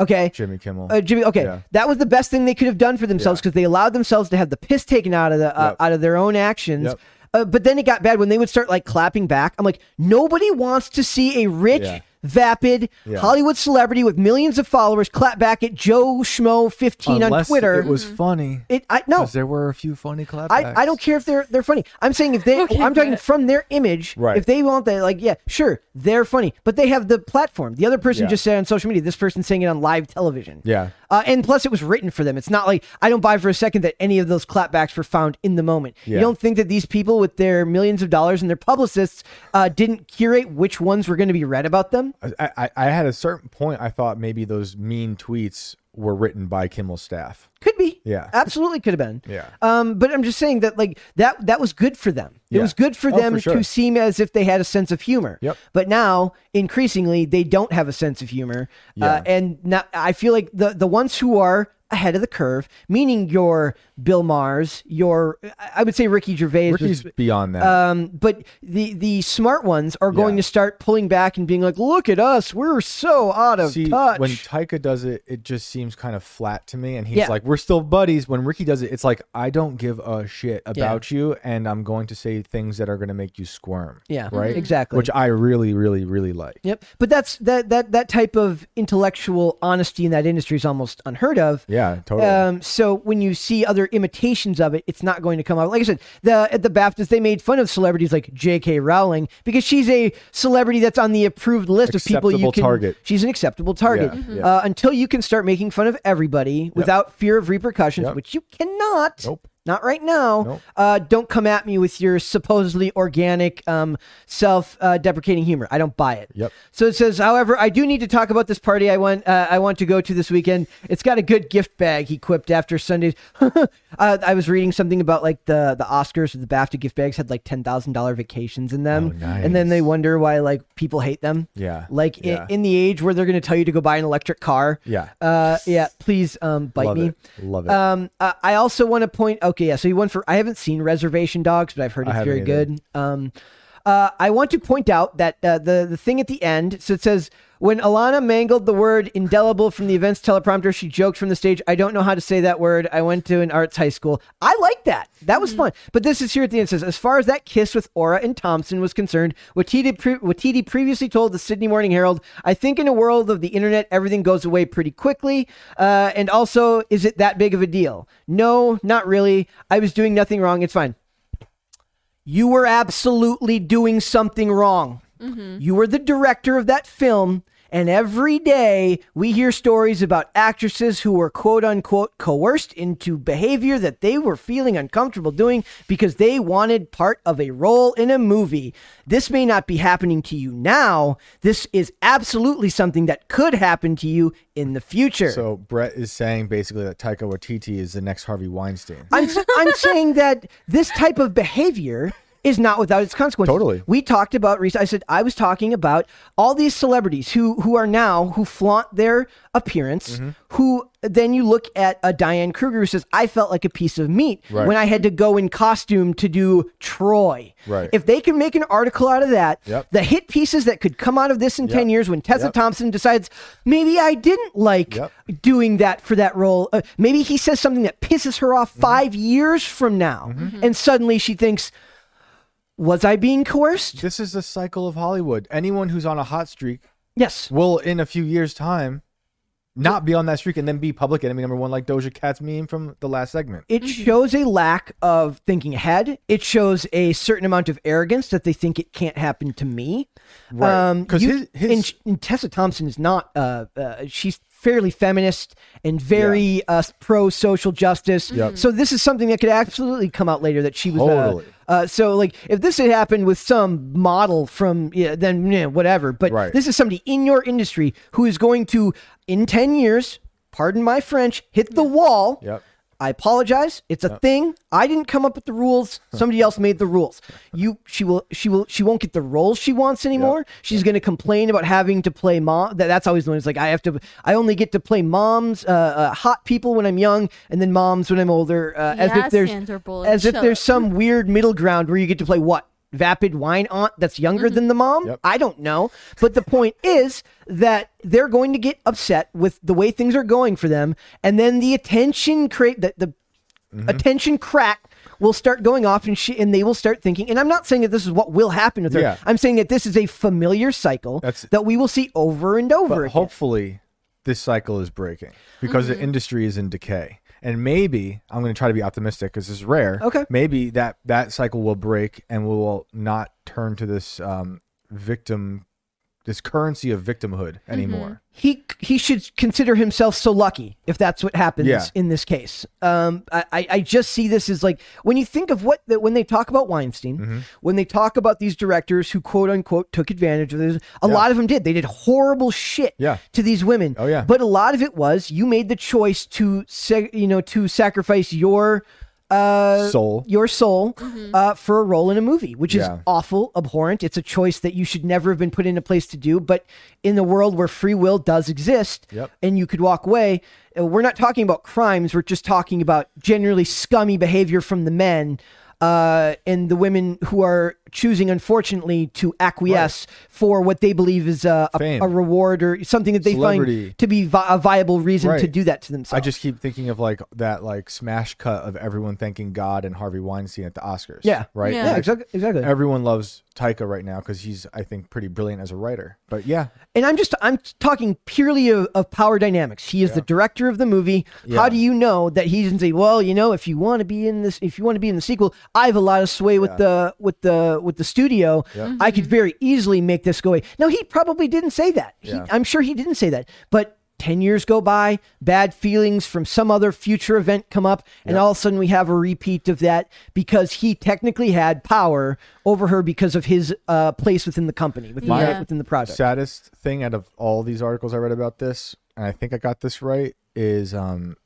B: Okay,
C: Jimmy Kimmel.
B: uh, Jimmy. Okay,
C: Yeah.
B: that was the best thing they could have done for themselves because they allowed themselves to have the piss taken out of the uh,
C: Yep.
B: out of their own actions.
C: Yep.
B: Uh, but then it got bad when they would start like clapping back. I'm like, nobody wants to see a rich,
C: Yeah.
B: vapid
C: Yeah.
B: Hollywood celebrity with millions of followers clap back at Joe Schmo 15 on
C: Unless
B: Twitter. Mm-hmm.
C: It was funny.
B: It- I no.
C: Because there were a few funny clapbacks.
B: I, I don't care if they're they're funny. I'm saying if they
D: Okay,
B: I'm talking
D: but-
B: from their image.
C: Right.
B: If they want that, like yeah, sure, they're funny, but they have the platform. The other person
C: Yeah.
B: just said on social media. This person saying it on live television.
C: Yeah.
B: Uh, and plus, it was written for them. It's not like I don't buy for a second that any of those clapbacks were found in the moment. You
C: Yeah.
B: don't think that these people with their millions of dollars and their publicists uh, didn't curate which ones were going to be read about them?
C: I, I, I had a certain point. I thought maybe those mean tweets were written by Kimmel's staff.
B: Could be.
C: Yeah.
B: Absolutely could have been.
C: Yeah.
B: Um, but I'm just saying that like that that was good for them. It
C: Yeah.
B: was good for
C: Oh,
B: them
C: for sure.
B: to seem as if they had a sense of humor.
C: Yep.
B: But now increasingly they don't have a sense of humor. Uh,
C: Yeah.
B: and now I feel like the the ones who are ahead of the curve, meaning your Bill Mars, your I would say Ricky Gervais was-
C: Ricky's beyond that.
B: um, but the the smart ones are going
C: Yeah.
B: to start pulling back and being like, "Look at us, we're so out of
C: See,
B: touch."
C: when Taika does it, it just seems kind of flat to me. And he's
B: Yeah.
C: like, "We're still buddies." When Ricky does it, it's like, "I don't give a shit about you, and I'm going to say things that are going to make you squirm."
B: yeah,
C: right.
B: exactly.
C: Which I really, really, really like.
B: Yep. But that's that that that type of intellectual honesty in that industry is almost unheard of.
C: Yeah, totally.
B: Um, so when you see other imitations of it, it's not going to come out. Like I said, the at the BAFTAs they made fun of celebrities like J.K. Rowling because she's a celebrity that's on the approved list of people you
C: Acceptable
B: can.
C: target.
B: She's an acceptable target.
C: Yeah, Mhm. yeah.
B: Uh, until you can start making fun of everybody without fear of repercussions,
C: Yep.
B: which you cannot.
C: Nope.
B: Not right now.
C: Nope.
B: Uh, don't come at me with your supposedly organic, um, self-deprecating humor. I don't buy it.
C: Yep.
B: So it says, however, I do need to talk about this party I want. Uh, I want to go to this weekend. It's got a good gift bag. He quipped after Sunday's. uh, I was reading something about like the the Oscars or the BAFTA gift bags had like ten thousand dollar vacations in them,
C: Oh, nice.
B: and then they wonder why like people hate them.
C: Yeah,
B: Like i-
C: yeah.
B: In, the age where they're going to tell you to go buy an electric car.
C: Yeah.
B: Uh, yeah. Please um, bite
C: Love
B: me.
C: it. Love it.
B: Um, uh, I also want to point. Okay, yeah. So you went for. I haven't seen Reservation Dogs, but I've heard it's
C: haven't
B: very
C: either.
B: good. Um, uh, I want to point out that uh, the the thing at the end. So it says when Alana mangled the word indelible from the events teleprompter, she joked from the stage, "I don't know how to say that word. I went to an arts high school. I like that. That was fun." But this is here at the end. It says as far as that kiss with Aura and Thompson was concerned, Watiti, pre- Watiti previously told the Sydney Morning Herald, "I think in a world of the internet, everything goes away pretty quickly. Uh, and also, is it that big of a deal? No, not really. I was doing nothing wrong. It's fine." you were absolutely doing something wrong. You were the director of that film. And every day we hear stories about actresses who were quote unquote coerced into behavior that they were feeling uncomfortable doing because they wanted part of a role in a movie. This may not be happening to you now. This is absolutely something that could happen to you in the future.
C: so Brett is saying basically that Taika Waititi is the next Harvey Weinstein.
B: I'm s- I'm saying that this type of behavior is not without its consequences.
C: Totally.
B: We talked about recent. I said I was talking about all these celebrities who who are now who flaunt their appearance.
C: Mm-hmm.
B: Who then you look at a Diane Kruger who says I felt like a piece of meat
C: Right.
B: when I had to go in costume to do Troy.
C: Right.
B: If they can make an article out of that,
C: Yep.
B: the hit pieces that could come out of this in ten
C: Yep.
B: years when Tessa
C: Yep.
B: Thompson decides maybe I didn't like
C: Yep.
B: doing that for that role. Uh, maybe he says something that pisses her off five years from now, and suddenly she thinks, "Was I being coerced?"
C: This is the cycle of Hollywood. Anyone who's on a hot streak
B: Yes.
C: will, in a few years' time, not be on that streak and then be public enemy number one, like Doja Cat's meme from the last segment.
B: It shows a lack of thinking ahead. It shows a certain amount of arrogance that they think it can't happen to me.
C: Right.
B: Um,
C: 'Cause
B: you-
C: his- his-
B: and, and Tessa Thompson is not. Uh, uh, she's fairly feminist and very uh, pro social justice.
C: Yep.
B: So this is something that could absolutely come out later that she was. uh,
C: Totally.
B: Uh, so like if this had happened with some model from yeah, then yeah, whatever. But
C: Right.
B: this is somebody in your industry who is going to in ten years. Pardon my French. Hit the wall
C: Yep.
B: I apologize. It's a thing. I didn't come up with the rules. Somebody else made the rules. You she will she will she won't get the roles she wants anymore. She's going to complain about having to play mom. That, that's always the one. It's like I have to. I only get to play moms, uh, uh, hot people when I'm young, and then moms when I'm older. Uh, as
D: Yeah,
B: if there's
D: Sandra Bullock,
B: as if
D: shut
B: there's
D: up.
B: some weird middle ground where you get to play what vapid wine aunt that's younger than the mom i don't know but the point is that they're going to get upset with the way things are going for them and then the attention create that the
C: Mm-hmm.
B: attention crack will start going off and she and they will start thinking and i'm not saying that this is what will happen with her
C: Yeah.
B: i'm saying that this is a familiar cycle
C: That's-
B: that we will see over and over
C: But
B: again.
C: hopefully, this cycle is breaking because
B: Mm-hmm.
C: the industry is in decay. And maybe I'm going to try to be optimistic because this is rare.
B: Okay.
C: Maybe that that cycle will break and we will not turn to this um, victim, this currency of victimhood
B: Mm-hmm.
C: anymore.
B: he he should consider himself so lucky if that's what happens
C: Yeah.
B: in this case. Um, I, I I just see this as like when you think of what that when they talk about Weinstein,
C: Mm-hmm.
B: when they talk about these directors who quote unquote took advantage of this, a lot of them did. They did horrible shit
C: Yeah.
B: to these women.
C: Oh, yeah.
B: but a lot of it was you made the choice to say you know to sacrifice your uh
C: Soul.
B: your soul uh, for a role in a movie, which
C: Yeah.
B: is awful, abhorrent. It's a choice that you should never have been put in a place to do. But in the world where free will does exist
C: Yep.
B: and you could walk away, uh, we're not talking about crimes. We're just talking about generally scummy behavior from the men uh, and the women who are choosing, unfortunately, to acquiesce for what they believe is a, a,
C: Fame.
B: a reward or something that they
C: Celebrity.
B: find to be vi- a viable reason to
C: Right.
B: do that to themselves.
C: I just keep thinking of like that like smash cut of everyone thanking God and Harvey Weinstein at the Oscars.
B: Yeah.
C: Right.
D: Yeah.
B: yeah,
C: Like,
B: exactly. exactly.
C: Everyone loves Taika right now because he's, I think, pretty brilliant as a writer. But yeah,
B: and I'm just I'm talking purely of, of power dynamics. He is the director of the movie. How
C: Yeah.
B: do you know that he didn't say, well, you know, if you want to be in this, if you want to be in the sequel, I have a lot of sway with the with the with the studio. I could very easily make this go away. Now he probably didn't say that. He, I'm sure he didn't say that, but. 10 years go by, bad feelings from some other future event come up, and all of a sudden we have a repeat of that because he technically had power over her because of his uh, place within the company, within,
D: My-
B: the, within the project.
C: saddest thing out of all these articles I read about this, and I think I got this right, is um,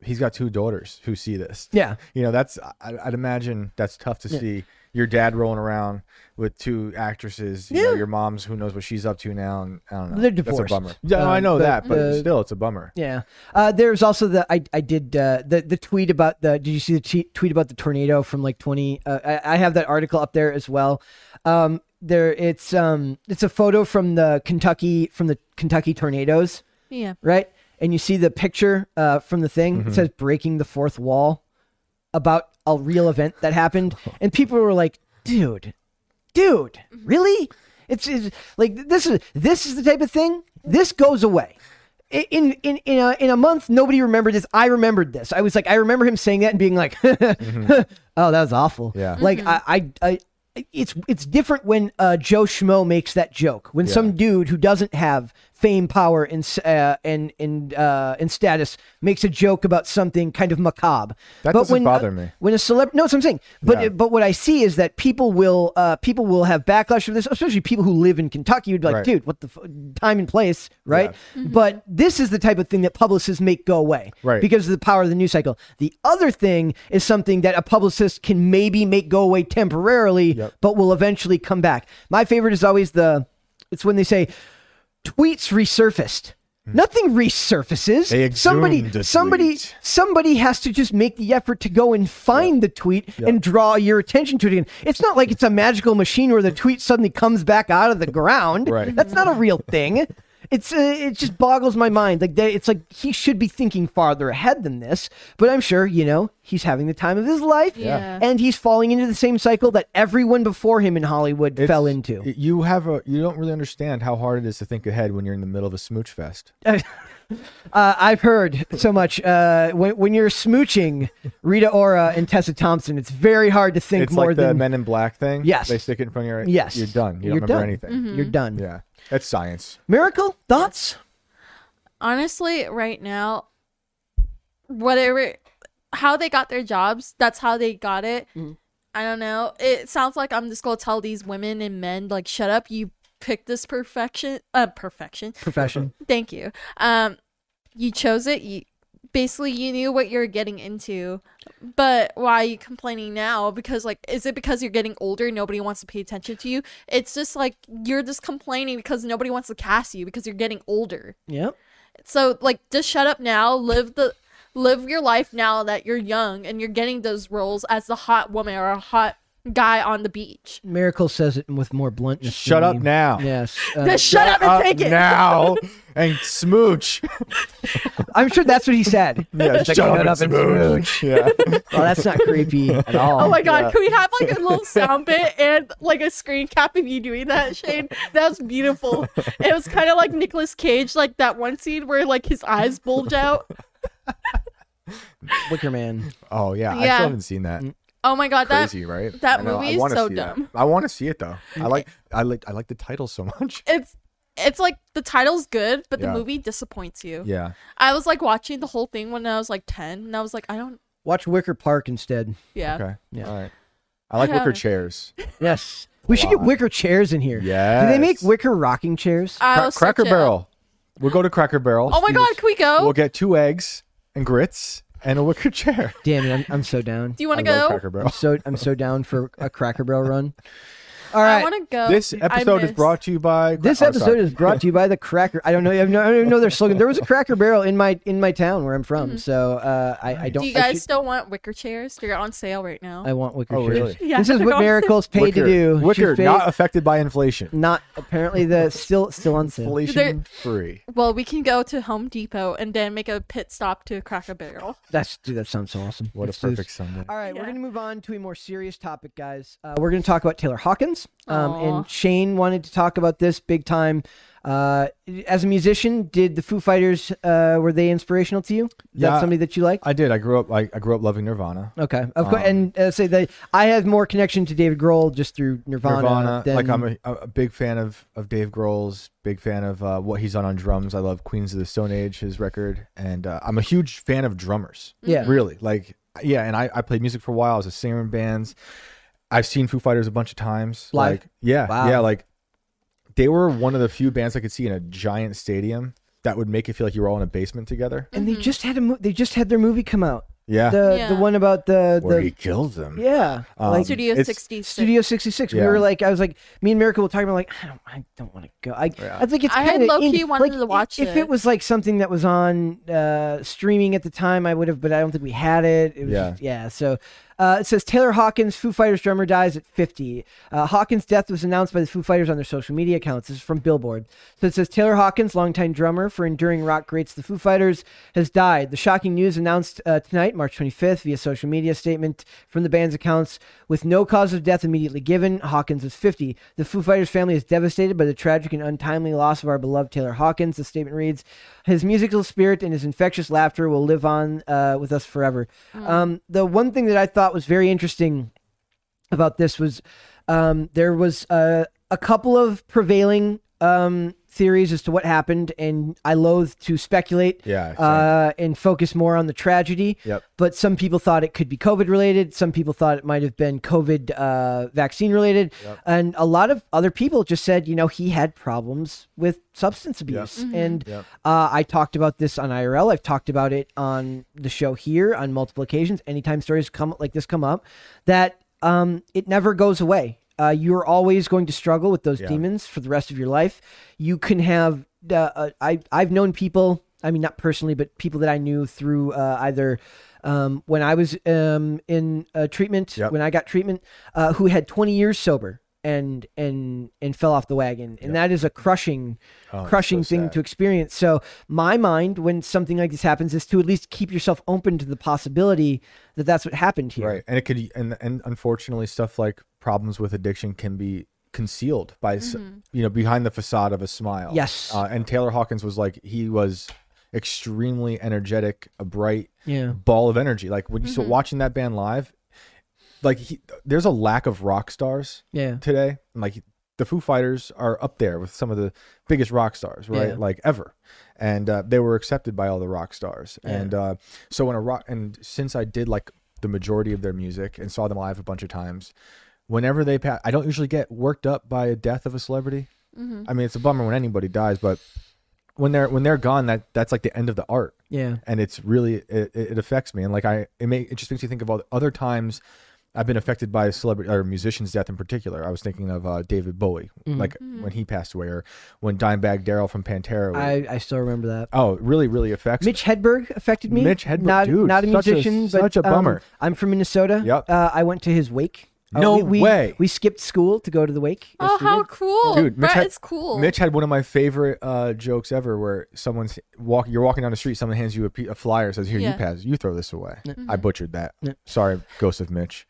C: he's got two daughters who see this.
B: Yeah.
C: You know, that's I, I'd imagine that's tough to see your dad rolling around with two actresses. You know, your mom's who knows what she's up to now, and I don't know.
B: They're
C: That's
B: divorced.
C: a bummer. Yeah, no, I
B: Um,
C: know
B: but,
C: that, but
B: uh,
C: still, it's a bummer.
B: Yeah. Uh, there's also the I, I did uh, the the tweet about the did you see the tweet tweet about the tornado from like 20 uh, I, I have that article up there as well. Um, there it's um it's a photo from the Kentucky from the Kentucky tornadoes,
D: Yeah.
B: right? And you see the picture uh, from the thing. It says breaking the fourth wall about a real event that happened and people were like, "Dude, dude, really?" It's, it's like this is this is the type of thing. This goes away in in in a, in a month nobody remembered this i remembered this i was like i remember him saying that and being like oh that was awful
C: Mm-hmm. Yeah.
B: like I, I i it's it's different when uh joe schmo makes that joke when some dude who doesn't have fame power and s- uh and and uh and status makes a joke about something kind of macabre
C: That
B: but
C: doesn't
B: when,
C: bother
B: uh,
C: me.
B: when a celebrity no that's what i'm saying but
C: Yeah.
B: but what i see is that people will uh people will have backlash for this especially people who live in kentucky would be like
C: Right.
B: dude what the f- time and place right but this is the type of thing that publicists make go away
C: Right.
B: because of the power of the news cycle the other thing is something that a publicist can maybe make go away temporarily but will eventually come back my favorite is always the it's when they say tweets resurfaced Nothing resurfaces.
C: Hmm. They
B: somebody,
C: exhumed the
B: somebody,
C: tweet.
B: somebody has to just make the effort to go and find the tweet and draw your attention to it again. It's not like it's a magical machine where the tweet suddenly comes back out of the ground.
C: Right.
B: That's not a real thing. It's uh, it just boggles my mind. Like they, it's like he should be thinking farther ahead than this. But I'm sure you know he's having the time of his life,
D: Yeah.
B: and he's falling into the same cycle that everyone before him in Hollywood fell
C: It's-
B: into.
C: You have a you don't really understand how hard it is to think ahead when you're in the middle of a smooch fest.
B: Uh, I've heard so much. Uh, when, when you're smooching Rita Ora and Tessa Thompson, it's very hard to think
C: It's
B: more
C: like the
B: than
C: Men in Black thing.
B: Yes.
C: they stick it in front of your
B: yes.
C: You're done. You don't
B: You're
C: remember
B: done.
C: anything.
B: You're done.
C: Yeah, that's science.
B: Miracle thoughts.
D: honestly, right now, whatever, how they got their jobs, that's how they got it. I don't know. It sounds like I'm just gonna tell these women and men, like, shut up. You picked this perfection, uh, perfection.
B: Profession.
D: Thank you. Um, you chose it. You basically you knew what you were getting into but why are you complaining now because like is it because you're getting older nobody wants to pay attention to you it's just like you're just complaining because nobody wants to cast you because you're getting older
B: Yep.
D: so like just shut up now live the live your life now that you're young and you're getting those roles as the hot woman or a hot guy on the beach
B: Miracle says it with more bluntness. than
C: Shut up
B: me.
C: now.
B: Yes. Uh,
D: Just shut up and
C: Up
D: take it
C: now and smooch.
B: I'm sure that's what he said.
C: Yeah,
B: It's like,
C: shut up and smooch. Yeah.
B: Well, Oh, that's not creepy at all.
D: Oh my god, can we have like a little sound bit and like a screen cap of you doing that, Shane? That was beautiful. It was kind of like Nicolas Cage, like that one scene where like his eyes bulge out.
B: Wicker Man.
C: Oh yeah, I
D: Yeah.
C: still haven't seen that.
D: Oh my god, that
C: Crazy, right?
D: that
C: I know,
D: movie
C: I
D: is
C: wanna
D: so
C: see that.
D: dumb.
C: I want to see it though. I like, I like, I like the title so much.
D: it's it's like the title's good, but
C: Yeah.
D: the movie disappoints you.
C: Yeah,
D: I was like watching the whole thing when I was like ten, and I was like, I don't.
B: Watch Wicker Park instead.
D: Yeah,
C: Okay.
B: Yeah.
C: All right. I like
D: Yeah.
C: wicker chairs.
B: Yes. We should get
C: Wow.
B: wicker chairs in here.
C: Yes.
B: Do they make wicker rocking chairs?
D: I
C: Cra-
D: was
C: Cracker
D: such a-
C: Barrel. We'll go to Cracker Barrel.
D: Oh my god, can we go?
C: We'll get two eggs and grits and a wicker chair.
B: Damn it, I'm, I'm so down.
D: Do you want to
C: I
D: go?
C: love Cracker
B: I'm
C: Barrel.
B: so I'm so down for a Cracker Barrel run. All
D: Oh, I
B: right.
D: want to go.
C: This episode is
D: miss-
C: brought to you by.
B: This
C: oh,
B: episode
C: sorry.
B: is brought to you by the Cracker. I don't know. I don't even know their slogan. There was a Cracker Barrel in my in my town where I'm from, so uh, I, I don't.
D: Mm-hmm. Do you
B: I
D: guys
B: should-
D: still want wicker chairs? They're on sale right now.
B: I want Wicker
C: Oh,
B: chairs.
C: really?
D: Yeah,
B: this is
D: I
B: what
D: know.
B: Miracle's paid to
C: wicker.
B: do. She's
C: Wicker,
B: paid-
C: not affected by inflation.
B: not apparently the still still on sale.
C: Inflation free.
D: Well, we can go to Home Depot and then make a pit stop to Cracker Barrel.
B: That's dude. That sounds so awesome.
C: What a
B: Let's do this.
C: perfect Sunday.
B: All right, we're
D: Yeah.
B: going to move on to a more serious topic, guys. Uh, we're going to talk about Taylor Hawkins. Um,
D: Aw.
B: and Shane wanted to talk about this big time. Uh, as a musician, did the Foo Fighters uh, were they inspirational to you? Is that
C: Yeah.
B: somebody that you liked?
C: I did. I grew up. I, I grew up loving Nirvana.
B: okay, of
C: Um,
B: course. And uh, say that I have more connection to David Grohl just through Nirvana.
C: Nirvana.
B: than-
C: Like I'm a, a big fan of of Dave Grohl's. Big fan of uh, what he's on on drums. I love Queens of the Stone Age, his record, and uh, I'm a huge fan of drummers.
B: Yeah.
C: really. Like yeah, and I I played music for a while. I was a singer in bands. I've seen Foo Fighters a bunch of times.
B: Live?
C: Like yeah,
B: Wow.
C: yeah. Like they were one of the few bands I could see in a giant stadium that would make it feel like you were all in a basement together.
B: and they just had a mo- they just had their movie come out.
C: Yeah,
B: The the
D: Yeah.
B: one about the,
C: where
B: the
C: he Um, kills them.
B: yeah like
D: Studio
C: it's-
D: 66.
B: Studio 66. We
C: Yeah.
B: were like, I was like, me and Miracle were talking about like, I don't, I don't want to go. I, I think it's
D: I had
B: kinda
D: low-key
B: indie-
D: wanted
B: like,
D: to watch
B: if, If it
D: it.
B: was like something that was on uh, streaming at the time, I would have, but I don't think we had it. it was
C: Yeah.
B: just- yeah. So uh, it says Taylor Hawkins, Foo Fighters drummer, dies at 50. Uh, Hawkins' death was announced by the Foo Fighters on their social media accounts. This is from Billboard. So it says Taylor Hawkins, longtime drummer for enduring rock greats the Foo Fighters, has died. The shocking news announced uh, tonight, March 25th, via social media statement from the band's accounts, with no cause of death immediately given. Hawkins is 50. The Foo Fighters family is devastated by the tragic and untimely loss of our beloved Taylor Hawkins. The statement reads, "His musical spirit and his infectious laughter will live on uh, with us forever." Um, the one thing that I thought was very interesting about this was um, there was uh, a couple of prevailing um, theories as to what happened, and I loathe to speculate.
C: Yeah, same.
B: Uh, and focus more on the tragedy.
C: Yep.
B: But some people thought it could be COVID related. Some people thought it might have been COVID uh, vaccine related, and a lot of other people just said, you know, he had problems with substance abuse. And uh, I talked about this on IRL. I've talked about it on the show here on multiple occasions. Anytime stories come like this come up, that um, it never goes away. Uh, you're always going to struggle with those demons for the rest of your life. You can have. Uh, uh, I I've known people. I mean, not personally, but people that I knew through uh, either um, when I was um, in uh, treatment,
C: Yep.
B: when I got treatment, uh, who had 20 years sober and and and fell off the wagon, and that is a crushing,
C: Oh,
B: crushing thing to experience. So my mind, when something like this happens, is to at least keep yourself open to the possibility that that's what happened here.
C: Right, and it could, and and unfortunately, stuff like problems with addiction can be concealed by, s you know, behind the facade of a smile.
B: Yes.
C: uh, and Taylor Hawkins was like he was extremely energetic, a bright
B: Yeah.
C: ball of energy. Like when you so watching that band live, like he, there's a lack of rock stars
B: Yeah.
C: today. And, Like the Foo Fighters are up there with some of the biggest rock stars, right?
B: Yeah.
C: Like ever, and uh, they were accepted by all the rock stars. And uh, so when a rock, and since I did like the majority of their music and saw them live a bunch of times, whenever they pass, I don't
B: Mm-hmm.
C: usually get worked up by a death of a celebrity. I mean, it's a bummer when anybody dies, but when they're when they're gone, that that's like the end of the art.
B: Yeah.
C: and it's really it, it it affects me, and like I it may it just makes me think of all the other times I've been affected by a celebrity or a musician's death in particular. I was thinking of uh, David Bowie,
B: Mm-hmm.
C: like when he passed away, or when Dimebag Daryl from Pantera. was-
B: I, I still remember that.
C: oh, it really really affects. me.
B: Mitch Hedberg affected me.
C: Mitch Hedberg,
B: not,
C: dude,
B: not a
C: such a-
B: musician, but
C: such a
B: um,
C: bummer.
B: I'm from Minnesota.
C: Yep.
B: Uh, I went to his wake. Uh,
C: No
B: we- we,
C: way.
B: We skipped school to go to the wake. Yes,
D: Oh,
B: we
D: how
B: did.
D: cool,
C: Dude, Mitch
D: Brett
C: had,
D: is cool.
C: Mitch had one of my favorite uh, jokes ever, where someone's walk, you're walking down the street, someone hands you a, pe- a flyer, says, "Here, you
D: Yeah.
C: pass, you throw this away."
B: Mm-hmm.
C: I butchered that. Sorry, ghost of Mitch.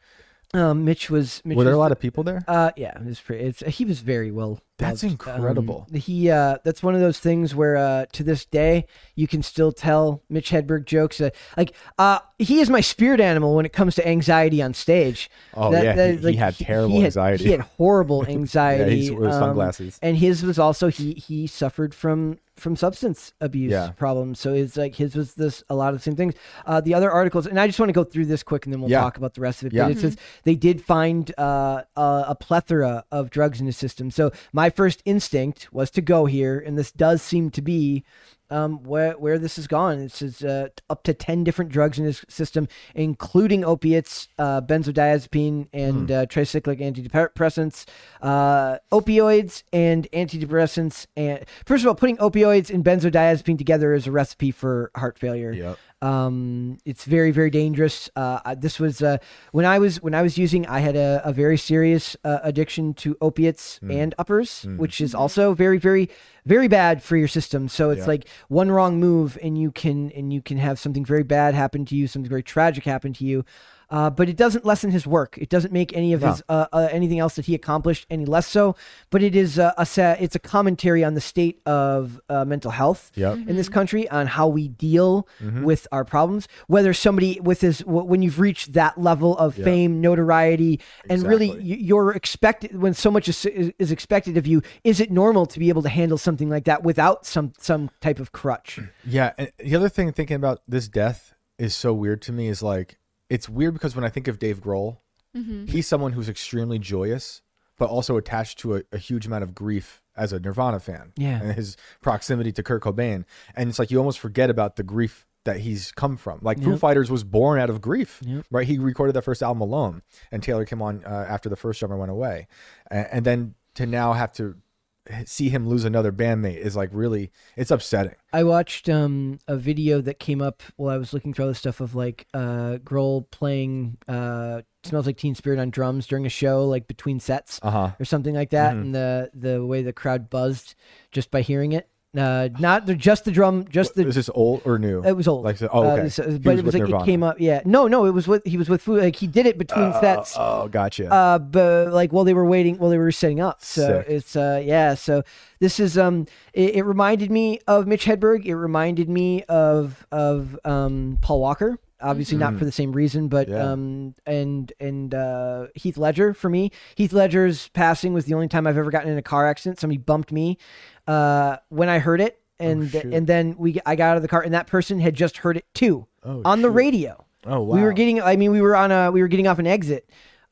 B: Um, Mitch was. Mitch
C: Were there
B: was
C: a lot
B: the-
C: of people there?
B: Uh, yeah, it was pretty, it's he was very well.
C: That's
B: loved.
C: incredible.
B: Um, he uh, that's one of those things where uh, to this day you can still tell Mitch Hedberg jokes. Uh, like uh, he is my spirit animal when it comes to anxiety on stage.
C: Oh, yeah, he- he had terrible
B: he had-
C: anxiety.
B: He had horrible anxiety. um,
C: he wears sunglasses.
B: And his was also he he suffered from from substance abuse
C: Yeah.
B: problems. So it's like his was this a lot of the same things. Uh, the other articles, and I just want to go through this quick, and then we'll
C: Yeah.
B: talk about the rest of it.
C: Yeah.
B: But it says they did find uh, a, a plethora of drugs in his system. So my first instinct was to go here, and this does seem to be um, where where this has gone. It says uh, up to ten different drugs in his system, including opiates, uh, benzodiazepine,
C: Hmm.
B: and uh, tricyclic antidepressants, uh, opioids, and antidepressants. And first of all, putting opioids and benzodiazepine together is a recipe for heart failure.
C: Yep.
B: Um, it's very, very dangerous. Uh, I- this was uh, when I was when I was using. I had a, a very serious uh, addiction to opiates and uppers, which is also very, very, very bad for your system. So it's like one wrong move, and you can and you can have something very bad happen to you, something very tragic happen to you. Uh, but it doesn't lessen his work. It doesn't make any of his uh, uh, anything else that he accomplished any less so. But it is uh, a sa- it's a commentary on the state of uh, mental health
C: Yep.
B: in this country on how we deal with our problems. Whether somebody with his wh- when you've reached that level of fame, notoriety, and really
C: Exactly.
B: y- you're expected when so much is, is is expected of you, is it normal to be able to handle something like that without some some type of crutch?
C: Yeah. And the other thing thinking about this death is so weird to me is like it's weird because when I think of Dave Grohl, he's someone who's extremely joyous, but also attached to a, a huge amount of grief as a Nirvana fan.
B: Yeah.
C: And his proximity to Kurt Cobain. And it's like you almost forget about the grief that he's come from. Like Foo Fighters was born out of grief, right? He recorded that first album alone, and Taylor came on uh, after the first drummer went away. A- and then to now have to see him lose another bandmate is like really, it's upsetting.
B: I watched um, a video that came up while I was looking through all this stuff of like uh, Grohl playing uh, "Smells Like Teen Spirit" on drums during a show, like between sets
C: Uh-huh.
B: or something like that, and the the way the crowd buzzed just by hearing it. Uh, not the, just the drum, just the
C: Is this old or new?
B: it was old.
C: Like, oh,
B: Uh,
C: okay.
B: this-
C: He
B: but
C: was
B: it was
C: with
B: like
C: Nirvana.
B: it came up. Yeah, no, no, it was with he was with Foo. Like he did it between sets
C: Oh, gotcha.
B: uh but like while they were waiting while they were setting up so
C: Sick.
B: it's uh yeah so this is um it, it reminded me of mitch hedberg it reminded me of of um paul walker obviously not for the same reason but
C: Mm-hmm. Yeah.
B: um and and uh heath ledger for me heath ledger's passing was the only time i've ever gotten in a car accident somebody bumped me uh when i heard it and
C: Oh, shoot.
B: and then we i got out of the car and that person had just heard it too on the radio
C: oh, wow.
B: we were getting. I mean, we were on a. We were getting off an exit,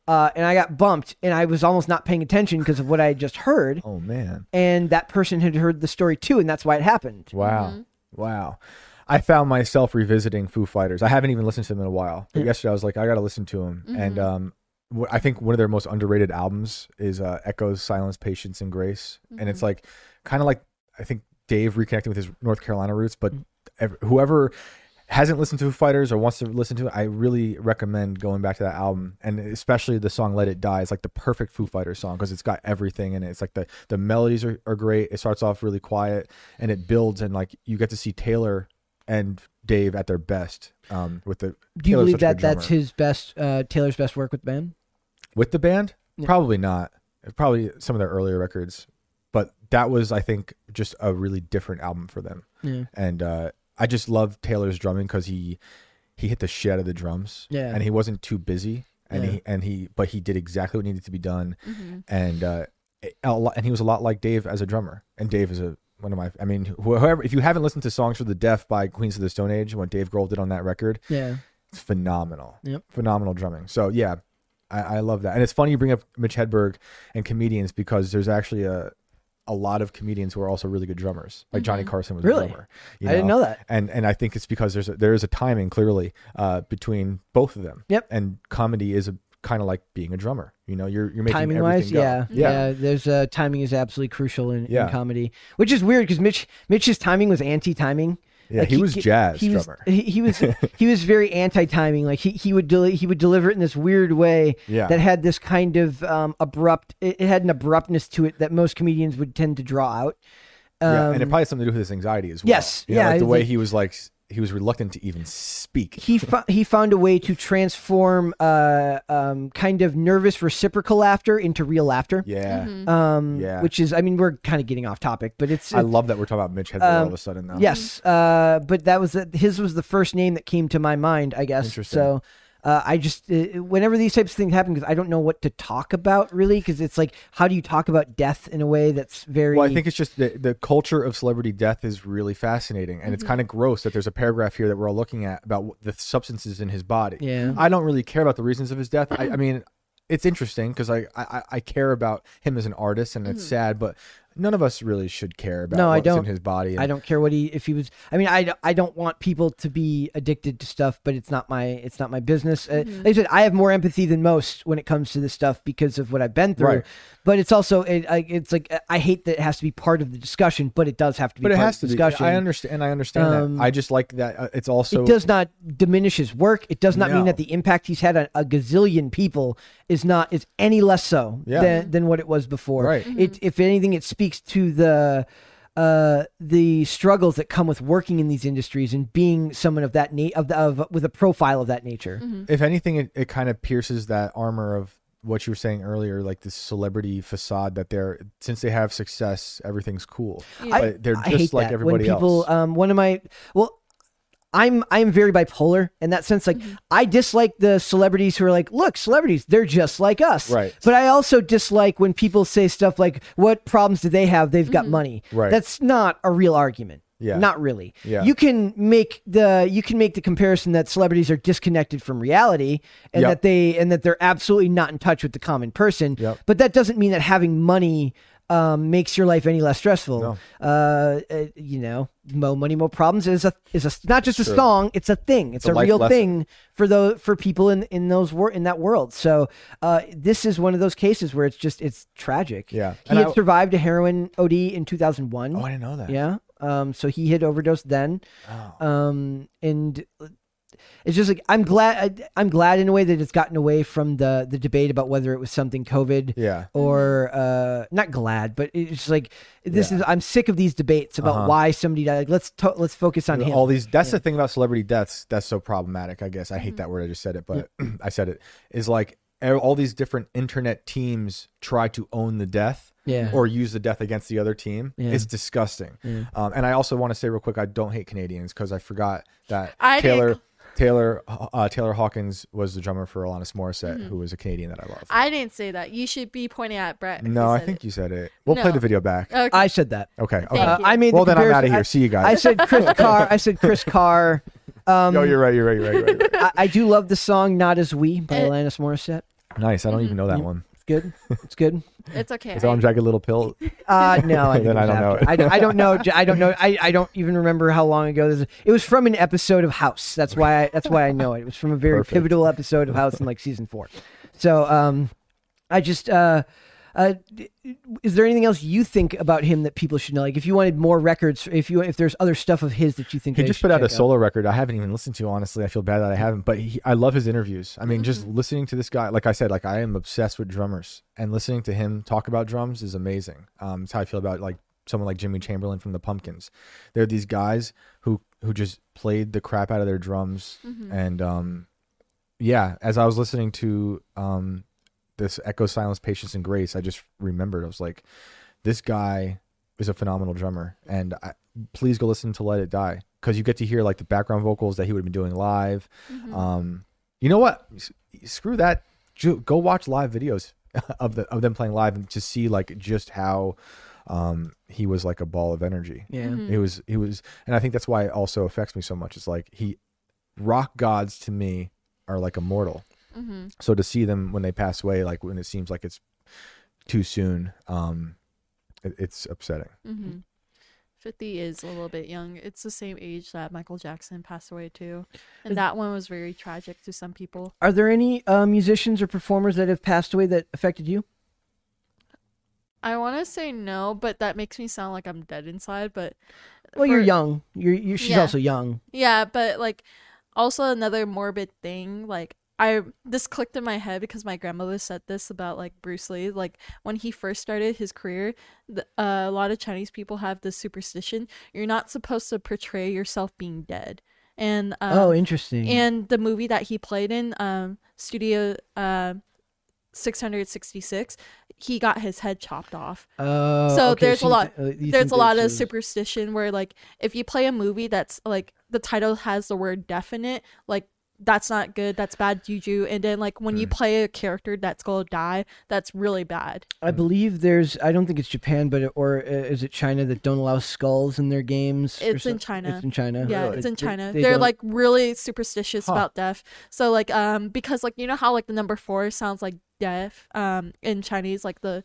B: uh, and I got bumped, and I was almost not paying attention because of what I had just heard.
C: Oh man.
B: And that person had heard the story too, and that's why it happened.
C: Wow. Wow. I found myself revisiting Foo Fighters. I haven't even listened to them in a while. But yesterday I was like, I got to listen to them. And um, wh- I think one of their most underrated albums is uh, Echoes, Silence, Patience, and Grace. And it's like, kind of like I think Dave reconnecting with his North Carolina roots. But ev- whoever hasn't listened to Foo Fighters or wants to listen to it, I really recommend going back to that album. And especially the song Let It Die is like the perfect Foo Fighters song because it's got everything in it. It's like the, the melodies are, are great. It starts off really quiet and it builds and like you get to see Taylor and Dave at their best. Um, with the
B: Do you
C: Taylor's
B: believe
C: such a
B: that
C: good
B: that's
C: drummer.
B: his best, uh, Taylor's best work with the band?
C: with the band? Probably not. Probably some of their earlier records, but that was, I think, just a really different album for them. And uh, I just love Taylor's drumming because he he hit the shit out of the drums.
B: Yeah.
C: and he wasn't too busy, and
B: Yeah. Mm-hmm.
C: he and he but he did exactly what needed to be done, and uh, it- a lot, and he was a lot like Dave as a drummer, and Dave is a one of my, I mean, wh- whoever, if you haven't listened to Songs for the Deaf by Queens of the Stone Age, what Dave Grohl did on that record,
B: Yeah.
C: it's phenomenal.
B: Yep.
C: Phenomenal drumming. So yeah, I, I love that. And it's funny you bring up Mitch Hedberg and comedians because there's actually a a lot of comedians who are also really good drummers. Like Johnny Carson was
B: Mm-hmm. Really?
C: a drummer. you
B: I didn't know that.
C: And and I think it's because there's a, there is a timing clearly uh, between both of them.
B: Yep.
C: And comedy is a kind of like being a drummer. You know, you're you're making
B: timing
C: everything
B: wise,
C: go.
B: yeah,
C: yeah,
B: There's uh, timing is absolutely crucial in,
C: Yeah.
B: in comedy, which is weird because Mitch Mitch's timing was anti-timing.
C: Yeah, he was jazz
B: he
C: drummer.
B: Was, he, he was he was very anti-timing. Like he he would deli- he would deliver it in this weird way
C: Yeah.
B: that had this kind of um, abrupt. It, it had an abruptness to it that most comedians would tend to draw out.
C: yeah. And it probably has something to do with his anxiety as well.
B: um, yes,
C: You know,
B: yeah,
C: like the
B: it's
C: way
B: like-
C: he was like s- he was reluctant to even speak.
B: he fo- he found a way to transform uh, um, kind of nervous reciprocal laughter into real laughter.
C: Yeah.
B: Um,
C: Yeah.
B: which is, I mean, we're kind of getting off topic, but it's,
C: I
B: it's-
C: love that we're talking about Mitch Hedberg all of a sudden now.
B: Um, Yes, uh, but that was the, his was the first name that came to my mind, I guess.
C: Interesting.
B: So uh, I just uh, whenever these types of things happen, because I don't know what to talk about really, because it's like how do you talk about death in a way that's very
C: Well, I think it's just the, the culture of celebrity death is really fascinating, and it's
B: Mm-hmm.
C: kind of gross that there's a paragraph here that we're all looking at about what the substances in his body.
B: Yeah.
C: I don't really care about the reasons of his death. I, I mean, it's interesting because I, I I- I care about him as an artist, and it's sad, but none of us really should care about
B: Mm. No, I
C: what's in
B: don't.
C: his body. and-
B: I don't care what he if he was. I mean, I, d- I don't want people to be addicted to stuff, but it's not my it's not my business. Uh, Like I said, I have more empathy than most when it comes to this stuff because of what I've been through.
C: Right.
B: But it's also it, I, it's like I hate that it has to be part of the discussion, but it does have to be.
C: But it
B: part
C: has
B: of
C: to
B: the
C: be.
B: discussion.
C: I understand. And I understand
B: Um,
C: that. I just like that. uh, It's also
B: it does not diminish his work. It does not mean
C: No.
B: that the impact he's had on a gazillion people is not is any less so
C: Yeah.
B: than, than what it was before.
C: Right.
B: It, if anything, it speaks to the uh, the struggles that come with working in these industries and being someone of that na- of, the, of with a profile of that nature.
C: if anything, it, it kind of pierces that armor of what you were saying earlier, like this celebrity facade that they're since they have success, everything's cool.
B: I-
C: But they're
B: I hate
C: just like
B: that.
C: everybody
B: when people,
C: else.
B: Um, one of my well, I'm I'm very bipolar in that sense. Like I dislike the celebrities who are like, look, celebrities, they're just like us.
C: Right.
B: But I also dislike when people say stuff like, what problems do they have? They've got money.
C: Right.
B: That's not a real argument.
C: Yeah.
B: Not really.
C: Yeah.
B: You can make the you can make the comparison that celebrities are disconnected from reality and
C: Yep.
B: that they and that they're absolutely not in touch with the common person.
C: Yep.
B: But that doesn't mean that having money um, makes your life any less stressful uh, uh, you know, mo money, mo problems is a is a not just a song. It's a thing. It's,
C: a
B: a,
C: life
B: real
C: lesson.
B: thing for those for people in in those wor- in that world. So uh, this is one of those cases where it's just it's tragic.
C: Yeah.
B: he
C: And
B: had
C: I-
B: survived a heroin OD in two thousand one.
C: oh, I didn't know that. Oh.
B: Yeah. Um. So he had overdosed then. Um. And it's just like I'm glad I, I'm glad in a way that it's gotten away from the the debate about whether it was something COVID
C: Yeah.
B: or uh not glad but it's just like this
C: Yeah. Uh-huh.
B: is i'm sick of these debates about why somebody died like let's to- let's focus on him
C: All these. That's the thing about celebrity deaths. That's so problematic. I guess I
D: Mm-hmm.
C: hate that word. I just said it, but I said it is like e- all these different internet teams try to own the death.
B: Yeah.
C: Or use the death against the other team. It's disgusting. Um, and I also want to say real quick, I don't hate Canadians because I forgot that
D: I did-
C: Taylor Taylor uh, Taylor Hawkins was the drummer for Alanis Morissette, who was a Canadian that I love.
D: Mm-hmm. I didn't say that. You should be pointing at Brett. if
C: no,
D: he
C: I
D: said
C: think
D: it.
C: you said it. We'll play
D: No.
C: the video back.
D: Okay.
B: i said that
C: okay. Okay.
D: Thank
B: uh, i made
C: well,
B: the
C: then I'm
B: comparison-
C: out of here.
B: I-
C: See you guys.
B: i said chris carr i said chris carr um
C: oh, you're right. You're right. You're right. You're right, you're right.
B: I, I do love the song not as we by
D: Uh,
B: alanis morissette
C: nice. I don't even
D: Mm-hmm.
C: know that one.
B: it's good it's good
D: it's okay.
C: Is that on
D: I-
C: Jagged Little Pill?
B: uh no I think
C: Then
B: it
C: I
B: was
C: don't know
B: after.
C: it.
B: I, don't, I don't know i don't know I, I don't even remember how long ago this is. it was from an episode of house that's why i that's why i know it it was from a very
C: Perfect.
B: pivotal episode of house in like season four so um I just uh, uh, is there anything else you think about him that people should know? Like, if you wanted more records, if you if there's other stuff of his that you think
C: He
B: they
C: just
B: should
C: put out a
B: check
C: solo record. I haven't even listened to. Honestly, I feel bad that I haven't. But he, I love his interviews. I mean,
B: Mm-hmm.
C: just listening to this guy. Like I said, like I am obsessed with drummers, and listening to him talk about drums is amazing. Um, it's how I feel about like someone like Jimmy Chamberlain from the Pumpkins. There are these guys who who just played the crap out of their drums,
B: Mm-hmm.
C: and um, yeah. As I was listening to um, this Echo Silence, Patience, and Grace, I just remembered. I was like, this guy is a phenomenal drummer, and I, please go listen to Let It Die because you get to hear like the background vocals that he would have been doing live. Um, you know what? S- screw that. Ju- Go watch live videos of the of them playing live and to see like just how um, he was like a ball of energy.
B: Yeah.
D: Mm.
B: Mhm.
C: it was it was, and I think that's why it also affects me so much. It's like he rock gods to me are like immortal.
D: Mm-hmm.
C: So to see them when they pass away, like when it seems like it's too soon, um, it, it's upsetting.
D: 50 is a little bit young. It's the same age that Michael Jackson passed away too. And that one was very tragic to some people.
B: Are there any uh, musicians or performers that have passed away that affected you?
D: I want to say no, but that makes me sound like I'm dead inside, but
B: Well, you're
D: for-
B: young. You're, you're she's
D: Yeah.
B: also young.
D: Yeah, but like also another morbid thing, like I this clicked in my head because my grandmother said this about like Bruce Lee, like when he first started his career, the, uh, a lot of Chinese people have this superstition, you're not supposed to portray yourself being dead. And um,
B: oh, interesting.
D: and the movie that he played in um Studio uh, 666, he got his head chopped off
B: Oh,
D: so
B: okay,
D: there's a
B: you
D: lot
B: thi- uh, you
D: there's
B: think
D: a lot of
B: there's-
D: superstition where like if you play a movie that's like the title has the word death in it like that's not good that's bad juju and then like
B: Mm.
D: when you play a character that's gonna die that's really bad
B: I believe there's. I don't think it's Japan, but it- or uh, is it China that don't allow skulls in their games? or
D: It's in
B: some-
D: China.
B: It's in China.
D: yeah
B: They-
D: it's in
B: Uh-huh. they-
D: china
B: they
D: they are
B: don't-
D: like really superstitious about death so like um because like you know how like the number four sounds like death um in chinese like the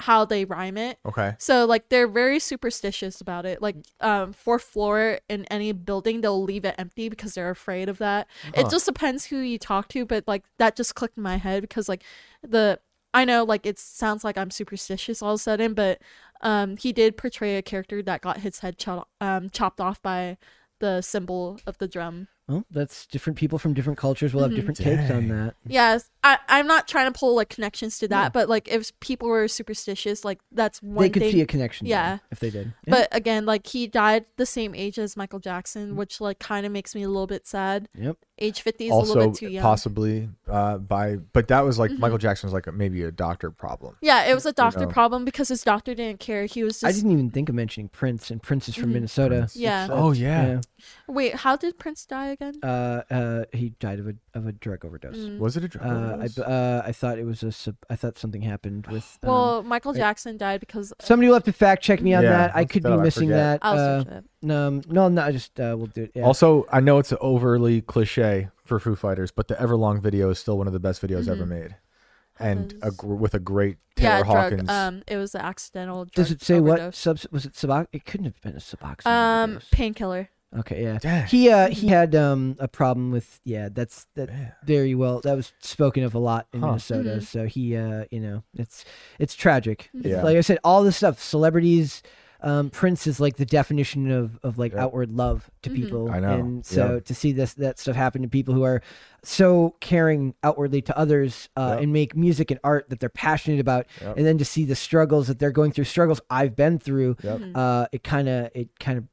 D: how they rhyme it
C: Okay.
D: So like they're very superstitious about it. Like um fourth floor in any building they'll leave it empty because they're afraid of that. It just depends who you talk to, but like that just clicked in my head because like the I know like it sounds like I'm superstitious all of a sudden, but um he did portray a character that got his head chop um chopped off by the symbol of the drum.
B: Well, Oh, that's different people from different cultures
D: Mm-hmm.
B: will have different takes on that.
D: Yes. I, I'm not trying to pull like connections to that, but like if people were superstitious, like that's one
B: they could
D: thing
B: see a connection. there
D: Yeah.
B: if they did. Yeah.
D: But again, like he died the same age as Michael
B: Mm-hmm.
D: Jackson, which like kind of makes me a little bit sad.
B: yep.
D: Age fifty is a little
C: Also,
D: bit too young. Mm-hmm.
C: possibly uh, by, but that was like Michael Jackson was like a, maybe a doctor problem.
D: Yeah, it was a doctor
C: know.
D: problem because his doctor didn't care. He was
B: I
D: just Mm-hmm.
B: didn't even think of mentioning Prince, and Prince is from Minnesota.
D: Yeah.
B: It's- uh,
C: Oh,
B: it's-
C: yeah.
D: wait. How did Prince die again?
B: yeah. Uh, uh, he died of a of a drug overdose.
D: Mm.
C: Was it a drug?
B: Uh, I,
C: overdose?
B: b- uh, I thought it was a. Sub- I thought something happened with. um,
D: well, Michael Jackson died because
B: somebody will have to fact check me on
C: Yeah,
B: that. I
C: let's
B: could be
C: do it. I
B: missing that.
C: forget.
D: I'll
B: Uh,
D: search it.
B: no, um, no, no. I just uh, we'll do it. Yeah.
C: Also, I know it's overly cliche for Foo Fighters, but the Everlong video is still one of the best videos ever made, and a, gr- with a great Taylor
D: Mm-hmm. yeah,
C: Hawkins.
D: drug. Um, it was the accidental. Drug
B: Does it say what
D: overdose.
B: subs was it subox? It couldn't have been a suboxone.
D: Um,
B: overdose.
D: painkiller.
B: okay, yeah.
C: Dang.
B: He uh he had um a problem with yeah. That's that
C: Man.
B: very well. That was spoken of a lot in
C: Huh.
B: Minnesota. So he uh you know it's it's tragic. It's-
C: Yeah.
B: like I said, all this stuff, celebrities. Um, Prince is like the definition of, of like
C: Yeah.
B: outward love to people,
C: I know.
B: and so
C: Yeah.
B: to see this that stuff happen to people who are so caring outwardly to others uh,
C: Yeah.
B: and make music and art that they're passionate about, and then to see the struggles that they're going through, struggles I've been through,
D: Mm-hmm.
B: uh, it kind of it kind of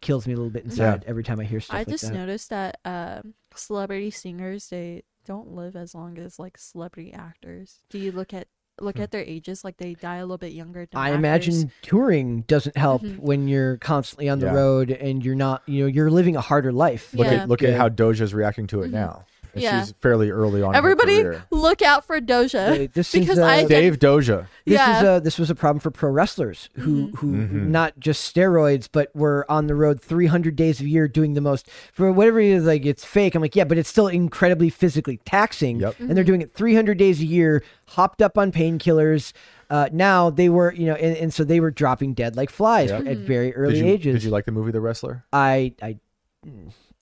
B: kills me a little bit inside every time I hear stuff
D: I
B: like
D: just
B: that.
D: noticed that um, celebrity singers they don't live as long as like celebrity actors. Do you look at look at their ages? Like they die a little bit younger. Than
B: Hmm. I
D: actors.
B: imagine touring doesn't help
D: Mm-hmm.
B: when you're constantly on the
C: Yeah.
B: road and you're not, you know, you're living a harder life.
C: look
D: Yeah. Mm-hmm.
C: at look at how Doja's reacting to it now. And
D: Yeah.
C: She's fairly early on. in her
D: Everybody,
C: career.
D: look out for Doja
B: Wait, this is,
D: because
B: uh,
D: I
C: Dave Doja.
B: This
D: Yeah.
B: is a this was a problem for pro wrestlers who who
C: Mm-hmm.
B: not just steroids but were on the road 300 days a year doing the most for whatever it is like it's fake. I'm like yeah, but it's still incredibly physically taxing.
C: Yep.
B: And they're doing it 300 days a year, hopped up on painkillers. Uh, now they were you know and, and so they were dropping dead like flies at very early
C: Did you,
B: ages.
C: did you like the movie The Wrestler?
B: I I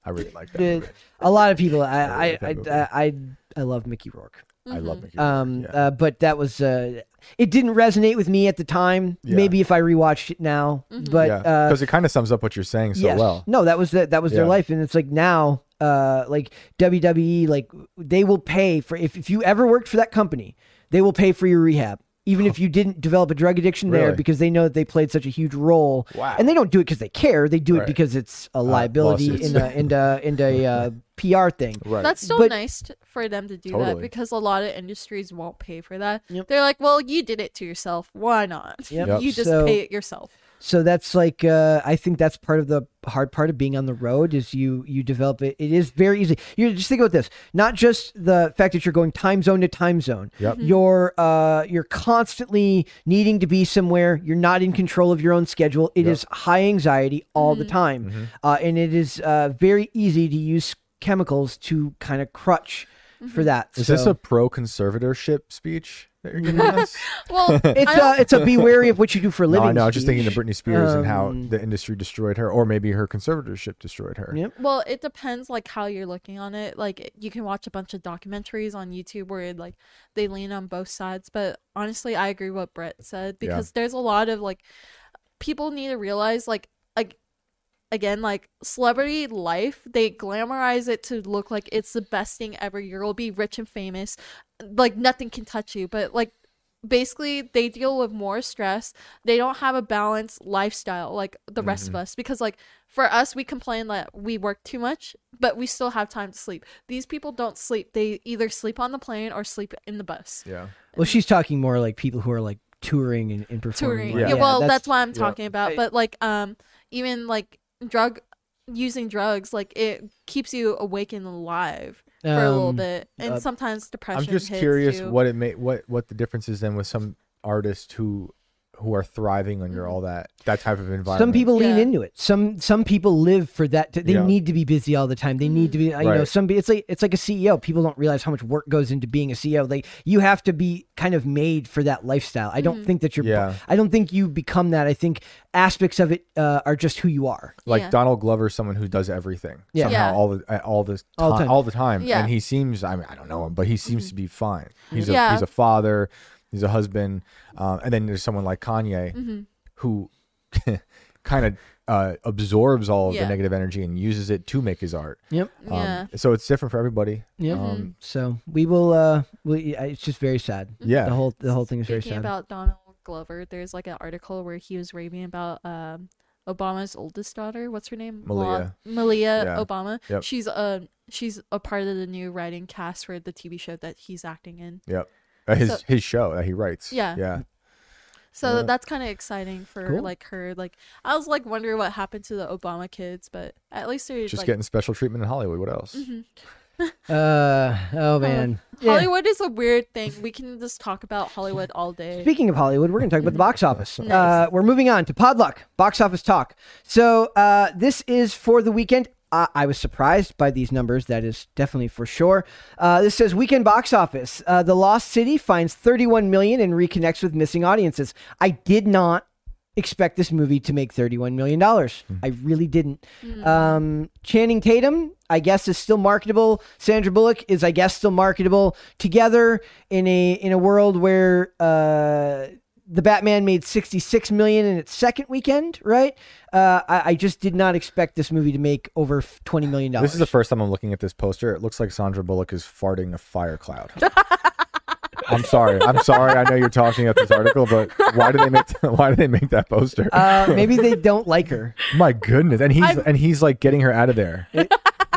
C: I really liked that.
B: did
C: movie.
B: a lot of people. I I
C: like
B: I,
C: that movie.
B: I, I I love Mickey Rourke.
C: I
D: Mm-hmm.
C: love Mickey.
B: Um,
C: Rourke, yeah.
B: uh, but that was uh, it didn't resonate with me at the time.
C: Yeah.
B: Maybe if I rewatched it now, but
C: yeah,
B: uh,
C: because it kind of sums up what you're saying so
B: yes.
C: well.
B: no, that was the, that was their
C: Yeah.
B: life, and it's like now, uh, like WWE, like they will pay for if if you ever worked for that company, they will pay for your rehab. Even if you didn't develop a drug addiction there,
C: Really?
B: because they know that they played such a huge role,
C: Wow.
B: and they don't do it because they care. They do it
C: Right. Uh,
B: because it's a liability
C: lawsuits.
B: and a and a, and a uh, PR thing.
C: Right.
D: That's still
B: But-
D: nice t- for them to do that
C: Totally.
D: because a lot of industries won't pay for that. They're like, well, you did it to yourself. Why not?
B: Yep.
D: You just
B: So-
D: pay it yourself.
B: so that's like uh, I think that's part of the hard part of being on the road is you you develop it. It is very easy. You just think about this: not just the fact that you're going time zone to time zone.
C: Yep. Mm-hmm.
B: You're uh, you're constantly needing to be somewhere. You're not in control of your own schedule. It is high anxiety all the time,
C: Mm-hmm.
B: uh, and it is uh, very easy to use chemicals to kind of crutch for that.
C: Is
B: so.
C: this a pro conservatorship speech that you're giving us?
D: Well,
B: It's
D: I
B: a
D: don't-
B: it's a be wary of what you do for a
C: no,
B: living.
C: I know. I was just thinking of
B: speech.
C: Britney Spears and how
B: Um,
C: the industry destroyed her, or maybe her conservatorship destroyed her.
B: Yep.
D: Well, it depends like how you're looking on it. Like it- you can watch a bunch of documentaries on YouTube where like they lean on both sides, but honestly, I agree what Brett said
C: Yeah.
D: because there's a lot of like people need to realize like ag- again like celebrity life they glamorize it to look like it's the best thing ever you'll be rich and famous like nothing can touch you but like basically they deal with more stress they don't have a balanced lifestyle like the rest of us because like for us we complain that we work too much but we still have time to sleep these people don't sleep they either sleep on the plane or sleep in the bus
C: Yeah.
B: Well, she's talking more like people who are like touring and, and performing.
D: touring
C: Yeah.
D: yeah,
B: like-
D: well that's, what i'm
C: yeah.
D: talking about
B: I-
D: but like um even like drug using drugs like it keeps you awake and alive for a little
B: Um,
D: bit and
B: uh,
D: sometimes depression
C: I'm just
D: hits
C: curious
D: you.
C: what it may what what the difference is then with some artists who who are thriving under
D: Mm-hmm.
C: all that that type of environment.
B: Some people lean
D: Yeah.
B: into it. Some some people live for that. They
C: Yeah.
B: need to be busy all the time. They need to be. You know,
C: Right.
B: some be- it's like it's like a CEO. People don't realize how much work goes into being a CEO. Like you have to be kind of made for that lifestyle. I
D: Mm-hmm.
B: don't think that you're.
C: Yeah.
B: I don't think you become that. I think aspects of it uh, are just who you are.
C: like
D: Yeah.
C: Donald Glover, someone who does everything
B: Yeah.
C: somehow
D: Yeah.
C: all the uh, all this
B: All the
C: ti-
B: time.
C: all the time,
D: Yeah. Mm-hmm.
C: and he seems I mean I don't know him, but he seems to be fine. He's a
D: Yeah.
C: he's a father, he's a husband, um, and then there's someone like Kanye
D: Mm-hmm.
C: who kind of uh, absorbs all of
D: Yeah.
C: the negative energy and uses it to make his art.
B: Yep.
C: Um,
D: Yeah. Mm-hmm.
C: So it's different for everybody.
B: Yep.
C: Um,
B: so we will. Uh, we, I- it's just very sad.
C: Yeah.
B: The whole the whole thing is very
D: Speaking
B: sad.
D: about Donald Glover, there's like an article where he was raving about um, Obama's oldest daughter. What's her name?
C: Malia.
D: Mal- Malia
C: Yeah.
D: Obama.
C: Yep.
D: She's a she's a part of the new writing cast for the TV show that he's acting in.
C: Yep. Uh, his
D: So-
C: his show that he writes.
D: Yeah.
C: Yeah.
D: So that's kind of exciting for
B: Cool.
D: like her. Like I was like wondering what happened to the Obama kids, but at least they're
C: Just
D: like Mm-hmm.
C: getting special treatment in Hollywood. What else?
B: Uh, oh man. Yeah.
D: Hollywood is a weird thing. We can just talk about Hollywood all day.
B: Speaking of Hollywood, we're going to talk about the box office. Uh, we're moving on to Podluck, box office talk. So uh, this is for the weekend. Uh, I was surprised by these numbers. That is definitely for sure. Uh, this says weekend box office. Uh, the Lost City finds 31 million and reconnects with missing audiences. I did not expect this movie to make 31 million dollars.
C: Hmm.
B: I really didn't. Um, Channing Tatum, I guess, is still marketable. Sandra Bullock is, I guess, still marketable. Together in a in a world where uh, the Batman made 66 million in its second weekend, right? Uh, I, I just did not expect this movie to make over f- 20 million dollars.
C: This is the first time I'm looking at this poster. It looks like Sandra Bullock is farting a fire cloud. I'm sorry. I'm sorry. I know you're talking about this article, but why do they make why do they make that poster?
B: uh, maybe they don't like her.
C: My goodness. And he's and he's like getting her out of there.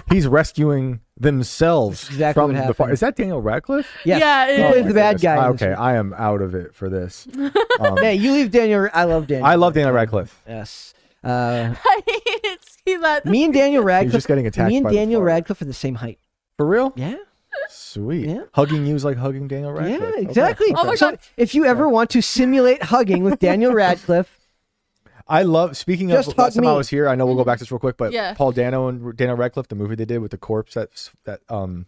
C: he's rescuing themselves
B: exactly
C: from
B: what
C: the fire.
B: happened.
C: Is that Daniel Radcliffe?
B: Yes.
D: Yeah, it
B: he
D: is.
B: plays
C: my
B: the bad
C: goodness.
B: guy.
C: Ah,
B: in this
C: okay,
B: movie.
C: I am out of it for this.
B: Hey, you leave Daniel. I love Daniel.
C: I love Daniel Radcliffe.
B: yes. Uh,
D: I didn't see that.
B: Me and Daniel Radcliffe.
C: just getting attacked
B: Me and
C: by the
B: Daniel
C: fart.
B: Radcliffe are the same height.
C: For real?
B: Yeah.
C: Sweet.
B: Yeah.
C: Hugging you is like hugging Daniel Radcliffe.
B: Yeah,
C: Okay,
B: exactly.
D: Oh my
B: so
D: God.
B: if you ever want to simulate hugging with Daniel Radcliffe,
C: I love speaking
B: Just
C: of
B: hug
C: last time I
B: me. Mm-hmm.
C: was here. I know we'll go back to this real quick, but
D: Yeah.
C: Paul Dano and Daniel Radcliffe, the movie they did with the corpse that s- that um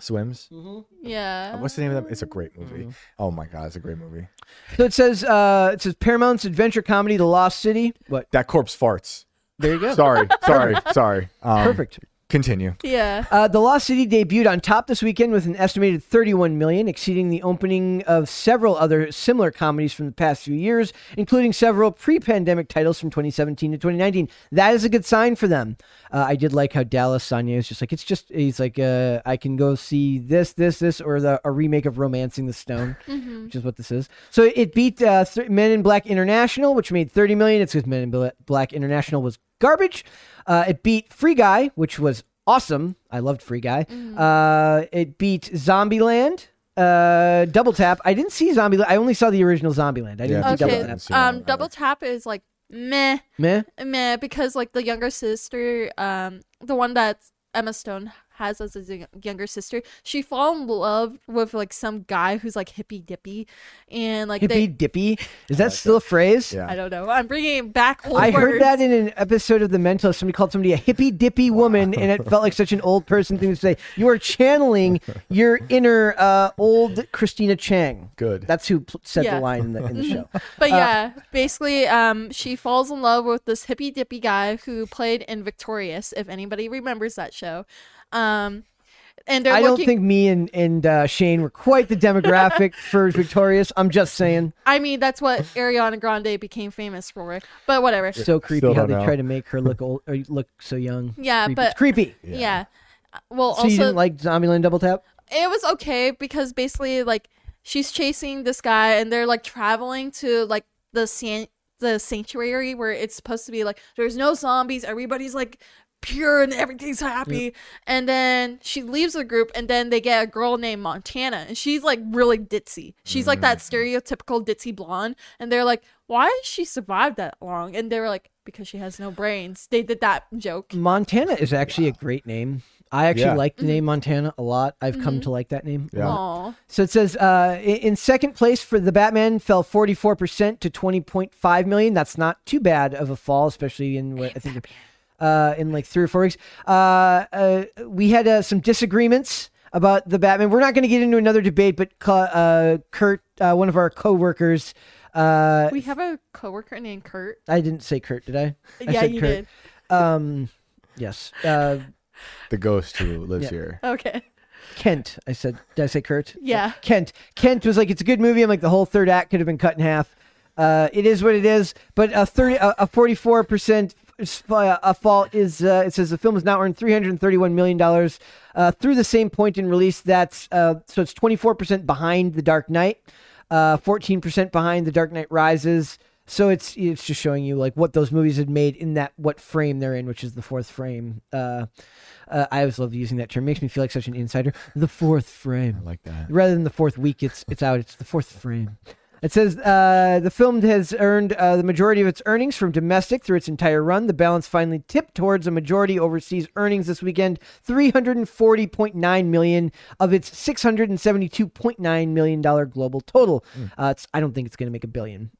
C: swims.
D: Mm-hmm.
C: Uh,
D: Yeah.
C: What's the name of that? It's a great movie.
B: Mm-hmm.
C: Oh my god, it's a great movie.
B: so it says uh, it says Paramount's adventure comedy The Lost City. What?
C: That corpse farts.
B: There you go.
C: Sorry, sorry, sorry. Um,
B: Perfect.
C: Continue.
D: Yeah.
B: Uh, the Lost City debuted on top this weekend with an estimated 31 million, exceeding the opening of several other similar comedies from the past few years, including several pre-pandemic titles from 2017 to 2019. That is a good sign for them. Uh, I did like how Dallas Sonya is just like it's just he's like uh, I can go see this, this, this, or the a remake of Romancing the Stone, which is what this is. So it beat uh, th- Men in Black International, which made 30 million. It's because Men in Bla- Black International was garbage. Uh, it beat Free Guy, which was awesome. I loved Free Guy.
D: Mm-hmm.
B: Uh, it beat Zombieland. Uh, Double Tap. I didn't see Zombieland. I only saw the original Zombieland. I didn't
C: Yeah,
B: see
C: think
B: Double
D: Okay.
C: I
B: Tap.
C: haven't seen that
D: Um,
C: one
D: double tap is like meh,
B: Meh.
D: meh, because like the younger sister, um, the one that Emma Stone has as his y- younger sister. She fall in love with like some guy who's like hippy dippy, and like
B: Hippy
D: they.
B: dippy. Is that still a phrase?
C: Yeah.
D: I don't know. I'm bringing it back. Old
B: I heard
D: words.
B: that in an episode of The Mentalist. Somebody called somebody a hippy dippy woman, and it felt like such an old person thing to say. You are channeling your inner uh, old Christina Chang.
C: Good.
B: That's who pl- said
D: Yeah.
B: the line in the, in the show.
D: But yeah, basically, um, she falls in love with this hippy dippy guy who played in Victorious, if anybody remembers that show. Um, and they're
B: I
D: looking.
B: don't think me and and uh, Shane were quite the demographic for Victorious. I'm just saying,
D: I mean, that's what Ariana Grande became famous for. But whatever.
B: so creepy
C: Still
B: how
C: don't
B: they
C: know.
B: try to make her look old or look so young.
D: Yeah,
B: creepy.
D: but-
B: It's creepy.
D: Yeah. Uh, Well,
B: So
D: also
B: you didn't like Zombieland Double Tap?
D: it was okay because basically like she's chasing this guy and they're like traveling to like the san- the sanctuary where it's supposed to be like there's no zombies everybody's like pure and everything's happy and then she leaves the group and then they get a girl named montana and she's like really ditzy she's like that
B: Mm-hmm.
D: stereotypical ditzy blonde and they're like why has she survived that long and they were like because she has no brains they did that joke
B: Montana is actually a great name. I actually
C: Yeah.
B: like the
D: Mm-hmm.
B: name Montana a lot. I've come to like that name. a
C: Yeah.
B: lot.
D: Aw.
B: So it says uh, i- in second place for the Batman fell 44% to 20.5 million. That's not too bad of a fall, especially in what I think uh, in like three or four weeks. Uh, uh, we had uh, some disagreements about the Batman. We're not going to get into another debate, but Cu- uh, Kurt, uh, one of our coworkers, uh,
D: we have a coworker named kurt
B: I didn't say Kurt, did I? I
D: yeah
B: said
D: you
B: Kurt.
D: did
B: Um, yes, uh,
C: The ghost who lives here.
D: okay
B: Kent. I said, did I say Kurt?
D: Yeah.
B: Kent. Kent was like, it's a good movie. I'm like, the whole third act could have been cut in half. Uh, it is what it is. But a thirty, a a forty-four percent a fall is. Uh, it says the film has now earned three hundred thirty-one million dollars uh, through the same point in release. That's uh, so it's twenty-four percent behind The Dark Knight, uh, fourteen percent behind The Dark Knight Rises. So it's it's just showing you like what those movies had made in that what frame they're in, which is the fourth frame. Uh, uh, I always love using that term; makes me feel like such an insider. The fourth frame
C: I like that.
B: rather than the fourth week it's it's out it's the fourth frame it says uh, the film has earned uh, the majority of its earnings from domestic through its entire run. The balance finally tipped towards a majority overseas earnings this weekend. 340.9 million of its 672.9 million dollar global total.
C: Hmm.
B: Uh, it's, I don't think it's going to make a billion.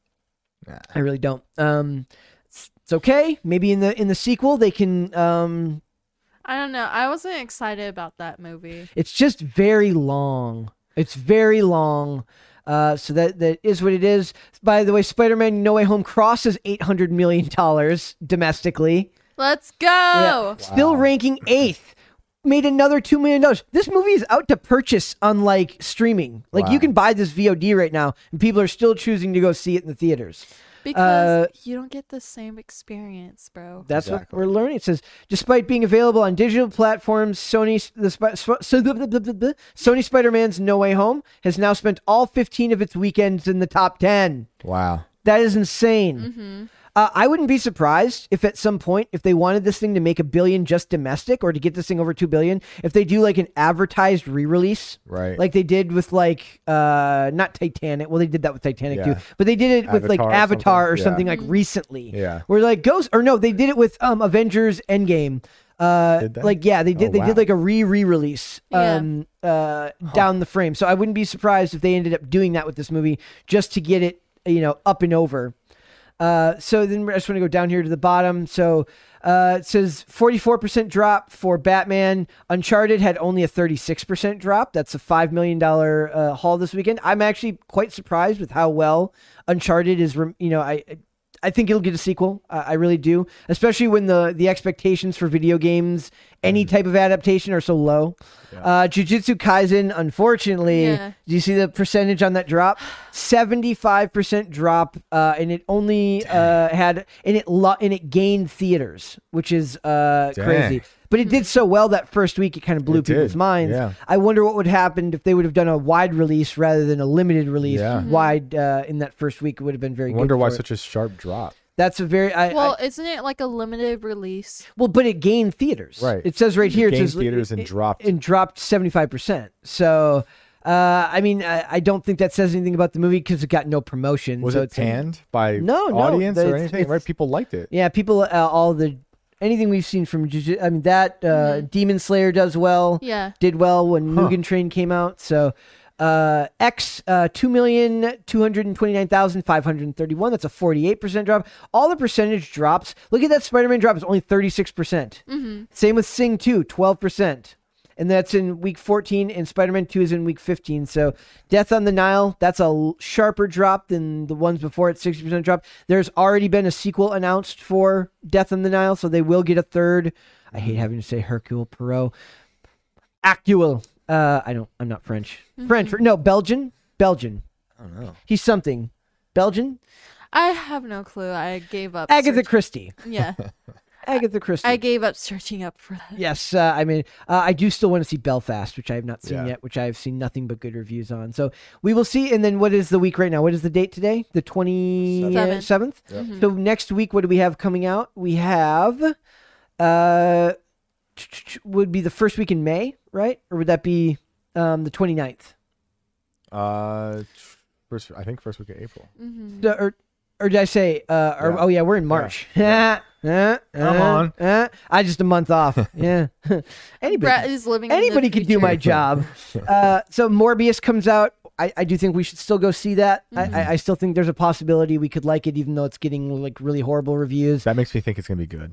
B: I really don't. Um, it's, it's okay. Maybe in the in the sequel they can um,
D: I don't know. I wasn't excited about that movie.
B: it's just very long. It's very long. Uh, so that that is what it is. By the way, Spider-Man: No Way Home crosses eight hundred million dollars domestically,
D: Let's go. Oh.
B: still ranking eighth. Made another two million dollars. This movie is out to purchase on like streaming. Like you can buy this VOD right now, and people are still choosing to go see it in the theaters. Uh,
D: Because you don't get the same experience, bro.
B: That's
C: Exactly.
B: what we're learning. It says, despite being available on digital platforms, Sony the Spi- Sp- so the- the- the- the- the- Sony Spider-Man's No Way Home has now spent all 15 of its weekends in the top 10.
C: Wow.
B: That is insane. Uh, I wouldn't be surprised if at some point, if they wanted this thing to make a billion just domestic or to get this thing over two billion, if they do like an advertised re-release,
C: Right.
B: Like they did with like uh not Titanic. Well, they did that with Titanic
C: Yeah.
B: too, but they did it with like
C: Avatar or
B: Avatar or
C: something. Yeah.
B: something like recently.
C: Yeah.
B: where like Ghost or no, they did it with um Avengers Endgame. Uh,
C: Did they?
B: like yeah, they did.
C: Oh,
B: they
C: wow.
B: did like a re re release.
D: Yeah.
B: Um, uh, down the frame. So I wouldn't be surprised if they ended up doing that with this movie just to get it, you know, up and over. Uh, so then I just want to go down here to the bottom. So uh, it says 44% drop for Batman. Uncharted had only a 36% drop. That's a $5 million uh, haul this weekend. I'm actually quite surprised with how well Uncharted is, rem- you know, I. I think it'll get a sequel. I I really do, especially when the the expectations for video games, any type of adaptation, are so low. Uh, Jujutsu Kaisen, unfortunately,
D: Yeah.
B: do you see the percentage on that drop? Seventy five percent drop, uh, and it only uh, had and it lo- and it gained theaters, which is uh,
C: Dang.
B: crazy. But it did so well that first week, it kind of blew
C: It
B: people's
C: did,
B: minds.
C: yeah.
B: I wonder what would happen if they would have done a wide release rather than a limited release.
C: Yeah. Mhm.
B: Wide uh, in that first week it would have been very.
C: wonder
B: good
C: why
B: for it.
C: such a sharp drop.
B: That's a very. I, well,
D: well, isn't it like a limited release?
B: well, but it gained theaters.
C: Right.
B: It says right here. it
C: Gained
B: says,
C: theaters and
B: it-
C: dropped.
B: and dropped 75%. So, uh, I mean, I, I don't think that says anything about the movie because it got no promotion.
C: Was
B: so
C: it
B: it's a-
C: panned by
B: No, no,
C: audience
B: it's-
C: or anything?
B: it's-
C: Right? People liked it.
B: yeah, people, uh, all the anything we've seen from Jujutsu, I mean that uh, Demon Slayer does well.
D: Yeah.
B: did well when Mugen Train came out. So uh, X uh, two million two hundred twenty nine thousand five hundred thirty one. That's a forty eight percent drop. All the percentage drops. Look at that Spider Man drop. It's only thirty six percent. Same with Sing 2, 12 percent. And that's in week 14, and Spider Man 2 is in week 15. So, Death on the Nile, that's a l- sharper drop than the ones before at 60% drop. There's already been a sequel announced for Death on the Nile, so they will get a third. I hate having to say Hercule Perot. Actual. Uh, I don't. I'm not French. French. No, Belgian. Belgian.
C: I don't know.
B: He's something. Belgian.
D: I have no clue. I gave up.
B: Agatha
D: search-
B: Christie.
D: Yeah.
B: Agatha Christie.
D: I gave up searching up for that.
B: yes. Uh, I mean, uh, I do still want to see Belfast, which I have not seen
C: Yeah.
B: yet, which I have seen nothing but good reviews on. So we will see. And then what is the week right now? What is the date today? The 27th. So next week, what do we have coming out? We have, uh, would be the first week in May, right? Or would that be um, the 29th?
C: Uh, first, I think first week of April.
D: Mm.
B: The- or or did I say? Uh, or,
C: Yeah.
B: Oh yeah, we're in March. Uh,
C: Come
B: uh,
C: on.
B: uh, I just a month off. yeah.
D: Brett
B: anybody
D: is living. in the
B: anybody could do my
D: future.
B: job. Uh, so Morbius comes out. I, I do think we should still go see that. I
D: Mm-hmm.
B: I, I still think there's a possibility we could like it, even though it's getting like really horrible reviews.
C: That makes me think it's gonna be good.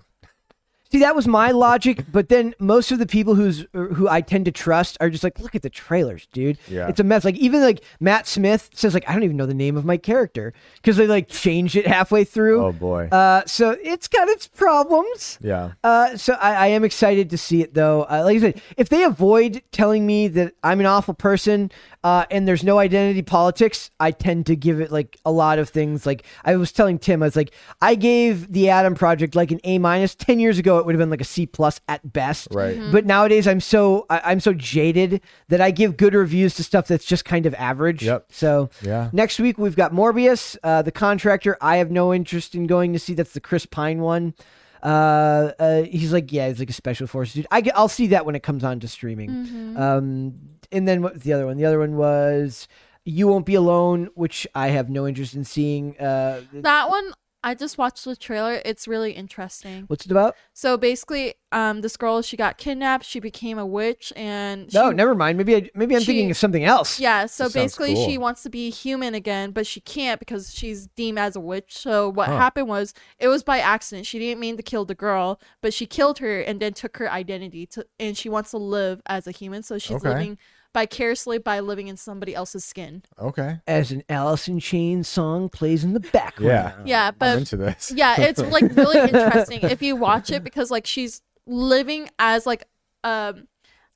B: See, that was my logic, but then most of the people who's uh, who I tend to trust are just like, look at the trailers, dude.
C: Yeah.
B: It's a mess. Like even like Matt Smith says, like, I don't even know the name of my character. Because they like changed it halfway through.
C: Oh boy.
B: Uh, so it's got its problems.
C: yeah.
B: Uh, so I, I am excited to see it though. Uh, like I said, if they avoid telling me that I'm an awful person uh, and there's no identity politics, I tend to give it like a lot of things. Like I was telling Tim, I was like, I gave the Adam Project like an A minus. Ten years ago, it would have been like a C plus at best.
C: Right. Mhm.
B: But nowadays, I'm so I, I'm so jaded that I give good reviews to stuff that's just kind of average.
C: Yep.
B: So
C: Yeah.
B: Next week we've got Morbius, uh, the contractor. I have no interest in going to see. That's the Chris Pine one. Uh, uh, he's like, yeah, he's like a special forces dude. I will see that when it comes on to streaming.
D: Mm-hmm.
B: Um, and then what was the other one? The other one was You Won't Be Alone, which I have no interest in seeing. Uh,
D: That one, I just watched the trailer. It's really interesting.
B: what's it about?
D: So basically, um, this girl she got kidnapped. She became a witch, and she,
B: no, never mind. Maybe I, maybe I'm
D: she-
B: thinking of something else.
D: Yeah, so
C: That sounds
D: basically she
C: cool.
D: wants to be human again, but she can't because she's deemed as a witch. So what happened was it was by accident. She didn't mean to kill the girl, but she killed her and then took her identity to and she wants to live as a human, so she's
C: Okay.
D: living vicariously by living in somebody else's skin.
C: Okay.
B: As an Alice in Chains song plays in the background.
C: Yeah.
D: Yeah,
C: I'm
D: but
C: into this.
D: yeah, it's like really interesting if you watch it because like she's living as like um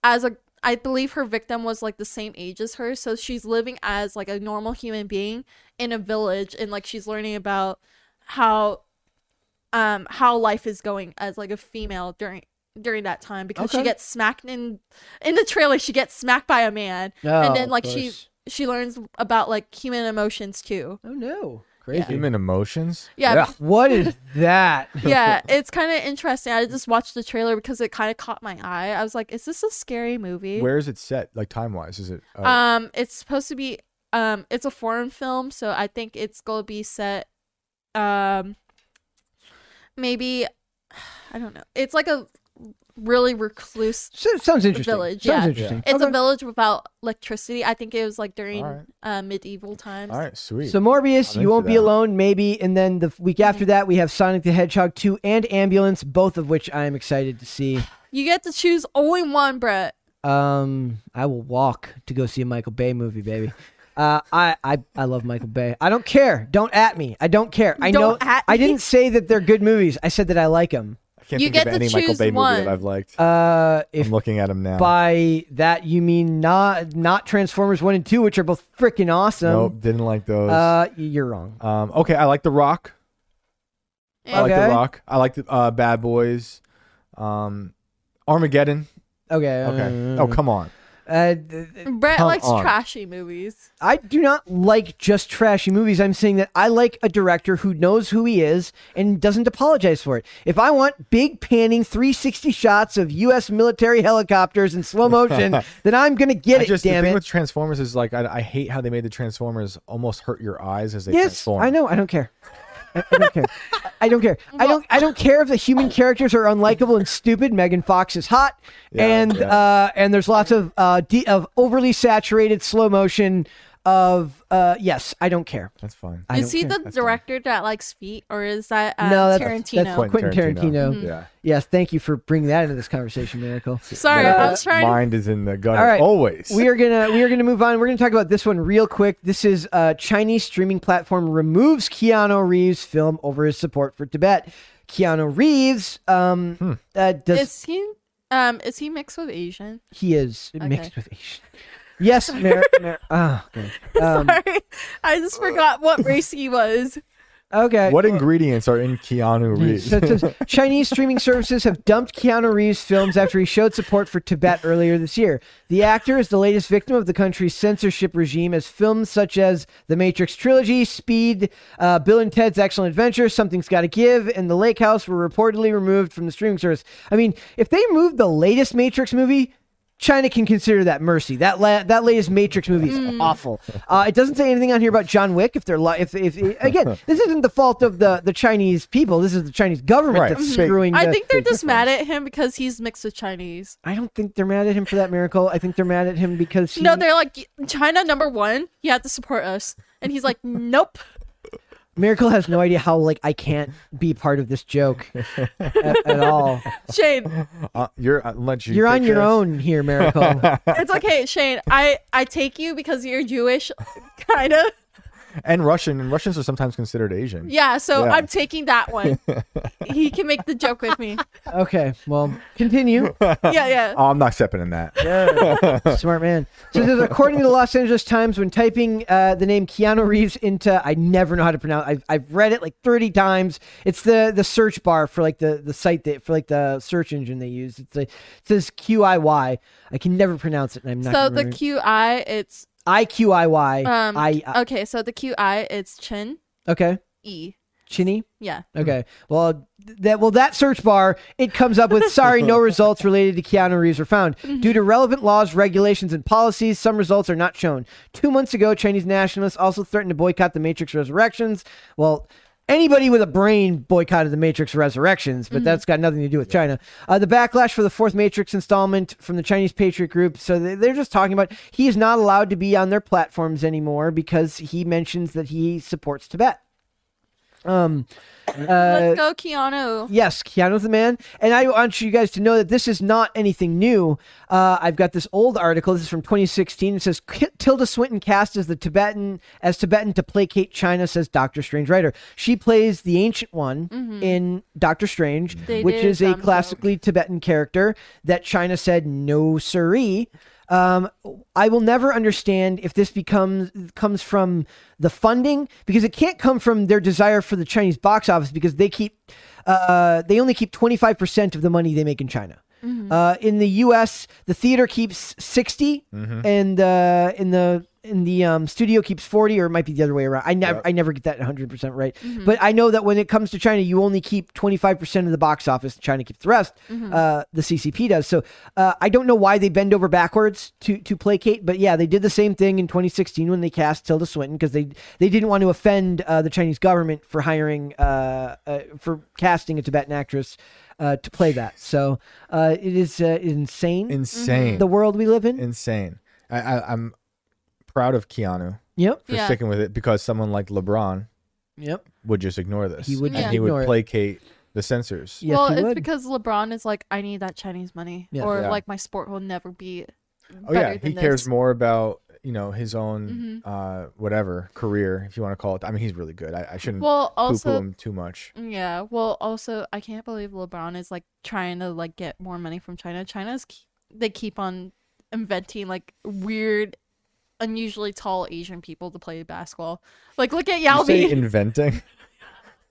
D: as a I believe her victim was like the same age as her, so she's living as like a normal human being in a village and like she's learning about how um how life is going as like a female during during that time because she
C: Okay.
D: gets smacked in in the trailer she gets smacked by a man
B: Oh,
D: and then
B: of
D: like she
B: course.
D: she learns about like human emotions too
B: Oh no. Crazy.
C: Human emotions.
D: yeah,
B: Ugh, what is that?
D: yeah, it's kind of interesting. I just watched the trailer because it kind of caught my eye. I was like, "Is this a scary movie?"
C: Where is it set? Like time wise, is it? Uh,
D: Um, it's supposed to be um, it's a foreign film, so I think it's gonna be set, um, maybe, I don't know. It's like a really recluse.
B: So, sounds interesting.
D: Village,
B: sounds
D: yeah.
B: interesting.
D: It's a
B: Okay.
D: village without electricity. I think it was like during
C: Alright.
D: uh, medieval times.
C: all right. Sweet.
B: So Morbius,
C: I'm
B: you
C: into
B: won't be
C: that.
B: alone, maybe, and then the week
D: Mm-hmm.
B: after that we have Sonic the Hedgehog two and Ambulance, both of which I am excited to see.
D: You get to choose only one, Brett.
B: Um, I will walk to go see a Michael Bay movie, baby. Uh, I, I I love Michael Bay. I don't care. Don't at me. I don't care. I
D: Don't
B: know.
D: at
B: I
D: me.
B: didn't say that they're good movies. I said that I like them.
C: I can't
D: you
C: think
D: get
C: of
D: to
C: any Michael
D: choose
C: Bay movie
D: one.
C: that I've liked.
B: Uh, if
C: I'm looking at him now.
B: by that you mean not not Transformers one and two, which are both freaking awesome.
C: Nope, didn't like those.
B: Uh, you're wrong.
C: um, okay, I like The Rock. I like
B: Okay.
C: The Rock. I like the uh, Bad Boys. Um, Armageddon.
B: Okay.
C: Okay.
B: uh,
C: oh come on.
B: Uh, th- th-
D: Brett
C: Come
D: likes
C: on.
D: trashy movies.
B: I do not like just trashy movies. I'm saying that I like a director who knows who he is and doesn't apologize for it. If I want big panning 360 shots of U.S. military helicopters in slow motion, then I'm going to get
C: I
B: it,
C: just the
B: damn
C: thing
B: it.
C: with Transformers is like I, I hate how they made the Transformers almost hurt your eyes as they
B: yes,
C: transform.
B: I know. I don't care. I, I don't care. I don't care. I don't. I don't care if the human characters are unlikable and stupid. Megan Fox is hot, and
C: yeah.
B: uh, and there's lots of uh, de- of overly saturated slow motion of uh, yes. I don't care.
C: That's fine.
B: I
D: Is
B: don't
D: he the director that likes feet, or is that uh,
B: No, that's- that's
D: Tarantino? Mm-hmm.
B: quite- Quentin Tarantino.
C: Yeah.
B: Yes, thank you for bringing that into this conversation, Miracle.
D: Sorry, I was trying.
C: Mind is in the gutter
B: All right.
C: always.
B: We are gonna we are gonna move on. We're gonna talk about this one real quick. This is uh, Chinese streaming platform removes Keanu Reeves film over his support for Tibet. Keanu Reeves um, uh, does
D: Is he? Um, is he mixed with Asian?
B: he is mixed with Asian. Yes, Mer- Mer- oh, okay. Um,
D: Sorry, I just forgot what race he was.
B: okay.
C: what ingredients are in Keanu Reeves?
B: So it says, Chinese streaming services have dumped Keanu Reeves' films after he showed support for Tibet earlier this year. The actor is the latest victim of the country's censorship regime, as films such as The Matrix trilogy, Speed, uh, Bill and Ted's Excellent Adventure, Something's Gotta Give, and The Lake House were reportedly removed from the streaming service. I mean, if they moved the latest Matrix movie, China can consider that mercy. That la- that latest Matrix movie is
D: Mm.
B: awful. Uh, it doesn't say anything on here about John Wick. If they're li- if, if again, this isn't the fault of the, the Chinese people. This is the Chinese government
C: Right.
B: that's
C: Mhm.
B: screwing.
D: Mm-hmm. I
B: the-
D: think they're
B: the-
D: just mad at him because he's mixed with Chinese.
B: I don't think they're mad at him for that miracle. I think they're mad at him because he,
D: No, they're like China number one. You have to support us, and he's like, nope.
B: miracle has no idea how like I can't be part of this joke at, at all.
D: Shane,
C: Uh, you're I'll let you.
B: You're
C: take
B: on your
C: this.
B: own here, miracle.
D: it's okay, Shane. I I take you because you're Jewish, kind of.
C: And Russian and Russians are sometimes considered Asian.
D: Yeah, so
C: Yeah.
D: I'm taking that one. he can make the joke with me.
B: okay, well, continue.
D: Yeah, yeah.
C: Oh, I'm not stepping in that.
B: Smart man. So this is according to the Los Angeles Times, when typing uh, the name Keanu Reeves into, I never know how to pronounce. I've, I've read it like thirty times. It's the the search bar for like the the site that for like the search engine they use. It's like it says Q I Y. I can never pronounce it, and I'm not.
D: So
B: gonna
D: the
B: remember.
D: QI, it's
B: I Q I Y.
D: um.
B: I uh, I-
D: okay, so the QI, it's Chin
B: okay.
D: E.
B: Chinny.
D: Yeah.
B: Okay. Well, th- that well that search bar it comes up with sorry no results related to Keanu Reeves were found due to relevant laws, regulations, and policies. Some results are not shown. Two months ago, Chinese nationalists also threatened to boycott The Matrix Resurrections. Well. Anybody with a brain boycotted The Matrix Resurrections, but that's got nothing to do with China. Uh, the backlash for the fourth Matrix installment from the Chinese Patriot Group. So they- they're just talking about he is not allowed to be on their platforms anymore because he mentions that he supports Tibet. Um,
D: Let's go, Keanu.
B: Yes, Keanu's the man. And I want you guys to know that this is not anything new. Uh, I've got this old article. This is from 2016. It says "K- Tilda Swinton cast as the Tibetan as Tibetan to placate China, says Doctor Strange writer. She plays the Ancient One in Doctor Strange,
D: Mm-hmm. They
B: which
D: did
B: is a
D: thumbs up.
B: classically Tibetan character that China said no siree. Um, I will never understand if this becomes comes from the funding because it can't come from their desire for the Chinese box office because they keep uh, they only keep twenty five percent of the money they make in China. Uh, in the U.S., the theater keeps 60 and uh, in the in the um, studio keeps forty, or it might be the other way around. I never I never get that one hundred percent right.
D: Mm-hmm.
B: But I know that when it comes to China, you only keep twenty five percent of the box office. China keeps the rest.
D: Mm-hmm.
B: Uh, the CCP does. So uh, I don't know why they bend over backwards to to placate. But yeah, they did the same thing in 2016 when they cast Tilda Swinton because they they didn't want to offend uh, the Chinese government for hiring uh, uh, for casting a Tibetan actress. Uh, to play that, so uh, it is uh, insane
C: Insane.
D: Mm-hmm.
B: the world we live in.
C: Insane. I, I, I'm proud of Keanu
B: yep.
C: for
D: Yeah.
C: sticking with it because someone like LeBron
B: Yep.
C: would just ignore this.
B: He would
C: and
D: just
C: he
B: ignore
C: would
B: it.
C: placate the censors.
B: Yes,
D: well,
B: he
D: it's
B: would.
D: because LeBron is like, I need that Chinese money,
B: Yeah.
D: or
C: Yeah.
D: like my sport will never be.
C: Oh
D: better
C: yeah,
D: than
C: he cares
D: this. Mm-hmm.
C: more about you know his own uh whatever career if you want to call it. I mean, he's really good. I, I shouldn't
D: Well,
C: poo-poo
D: also
C: him too much.
D: Yeah. Well, also, I can't believe LeBron is like trying to like get more money from China. China's ke- they keep on inventing like weird, unusually tall Asian people to play basketball. Like, look at Yao
C: You say
D: Ming.
C: inventing.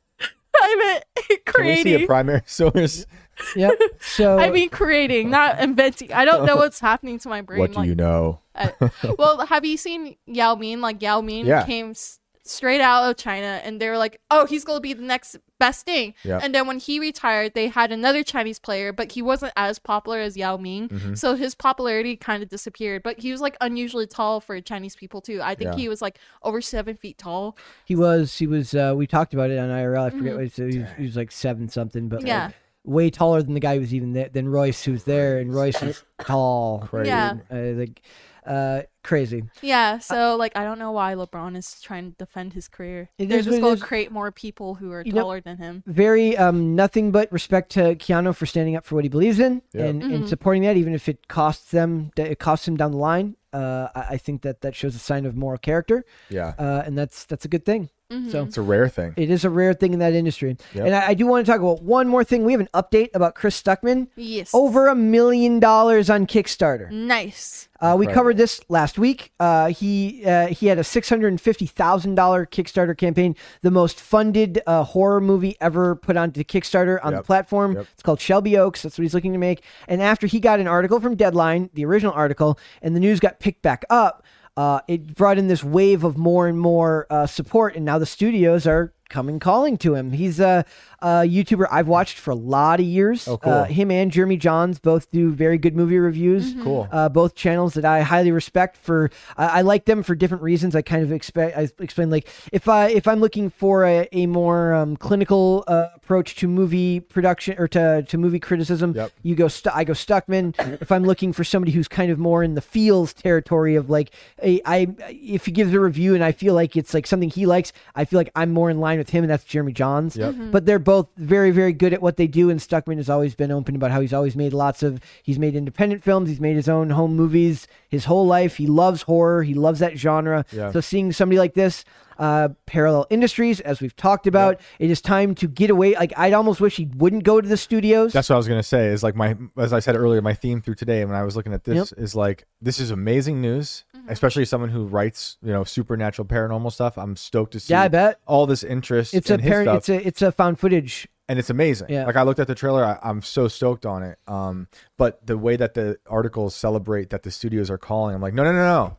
D: I meant
C: Can we see
D: creating.
C: a primary source?
B: Yep. So
D: I mean, creating, not inventing. I don't know what's happening to my brain.
C: What do
D: like,
C: you know?
D: I- well, have you seen Yao Ming? Like Yao Ming
C: Yeah.
D: came s- straight out of China, and they were like, "Oh, he's gonna be the next best thing."
C: Yeah.
D: And then when he retired, they had another Chinese player, but he wasn't as popular as Yao Ming,
C: Mm-hmm.
D: so his popularity kind of disappeared. But he was like unusually tall for Chinese people too. I think
C: Yeah.
D: he was like over seven feet tall.
B: He was. He was. Uh, we talked about it on IRL. I forget what he was, he was- he was like seven something, but like,
D: Mm-hmm. Yeah.
B: way taller than the guy who was even there, than Royce, who's there, and Royce is tall.
C: Crazy.
D: Yeah.
B: Uh, like uh, crazy.
D: Yeah, so like I don't know why LeBron is trying to defend his career.
B: It
D: They're
B: is what
D: just
B: it
D: gonna
B: is.
D: create more people who are
B: You know-
D: taller than him.
B: Very um, nothing but respect to Keanu for standing up for what he believes in
C: Yeah.
B: and,
D: Mm-hmm.
B: and supporting that, even if it costs them, it costs him down the line. Uh, I, I think that that shows a sign of moral character,
C: Yeah.
B: uh, and that's that's a good thing.
D: Mm-hmm.
B: So
C: It's a rare thing.
B: it is a rare thing in that industry.
C: Yep.
B: And I, I do want to talk about one more thing. We have an update about Chris Stuckman.
D: Yes.
B: Over a million dollars on Kickstarter.
D: Nice.
B: Uh, we
C: Incredible.
B: covered this last week. Uh, he uh, he had a six hundred and fifty thousand dollar Kickstarter campaign, the most funded uh, horror movie ever put onto Kickstarter on the
C: Yep.
B: platform.
C: Yep.
B: It's called Shelby Oaks. That's what he's looking to make. And after he got an article from Deadline, the original article, and the news got picked back up, uh, it brought in this wave of more and more uh, support, and now the studios are coming calling to him. He's a, a YouTuber I've watched for a lot of years.
C: Oh, cool.
B: Uh, him and Jeremy Johns both do very good movie reviews.
C: Cool.
B: Uh, both channels that I highly respect for. I I like them for different reasons. I kind of expect. I explain like if I if I'm looking for a, a more um, clinical uh, approach to movie production or to, to movie criticism,
C: Yep.
B: you go. Stu- I go Stuckman. if I'm looking for somebody who's kind of more in the feels territory of like a, I if he gives a review and I feel like it's like something he likes, I feel like I'm more in line with him, and that's Jeremy Johns.
C: Yep.
B: But they're both very very good at what they do, and Stuckman has always been open about how he's always made lots of. He's made independent films. He's made his own home movies his whole life. He loves horror. He loves that genre.
C: Yeah.
B: So seeing somebody like this. Uh, parallel industries, as we've talked about, it is time to get away. Like I'd almost wish he wouldn't go to the studios.
C: That's what I was gonna say. Is like my as I said earlier, my theme through today when I was looking at this is like this is amazing news, especially someone who writes you know supernatural paranormal stuff. I'm stoked to see.
B: Yeah, I bet.
C: all this interest.
B: it's a
C: in his
B: parent.
C: stuff.
B: It's a it's a found footage.
C: and it's amazing.
B: Yeah.
C: Like I looked at the trailer, I, I'm so stoked on it. Um, but the way that the articles celebrate that the studios are calling, I'm like, no, no, no, no,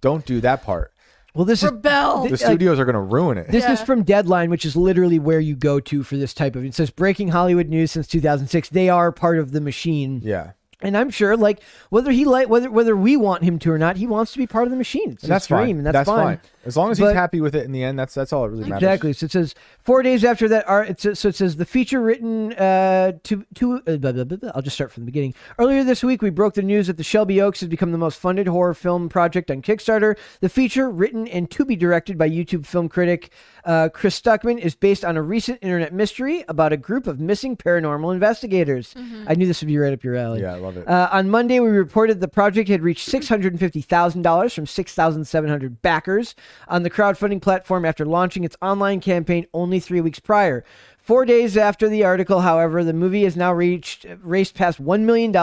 C: don't do that part.
B: Well, this is
D: Rebel.
C: The studios are gonna ruin it.
B: This is
D: Yeah.
B: from Deadline, which is literally where you go to for this type of. It says breaking Hollywood news since 2006. They are part of the machine,
C: yeah,
B: and I'm sure, like whether he like whether whether we want him to or not, he wants to be part of the machine. It's
C: and that's
B: his dream, and
C: fine.
B: that's, fine.
C: As long as
B: But-
C: he's happy with it in the end, that's that's all it really matters.
B: Exactly. So it says four days after that. Art, it says, so it says the feature written uh, to to. Uh, blah, blah, blah, blah. I'll just start from the beginning. Earlier this week, we broke the news that the Shelby Oaks has become the most funded horror film project on Kickstarter. The feature, written and to be directed by YouTube film critic uh, Chris Stuckman, is based on a recent internet mystery about a group of missing paranormal investigators. I knew this would be right up your alley.
C: Yeah, I love it.
B: Uh, on Monday, we reported the project had reached $650,000 from 6,700 backers on the crowdfunding platform after launching its online campaign only three weeks prior. Four days after the article, however, the movie has now reached raced past $1 million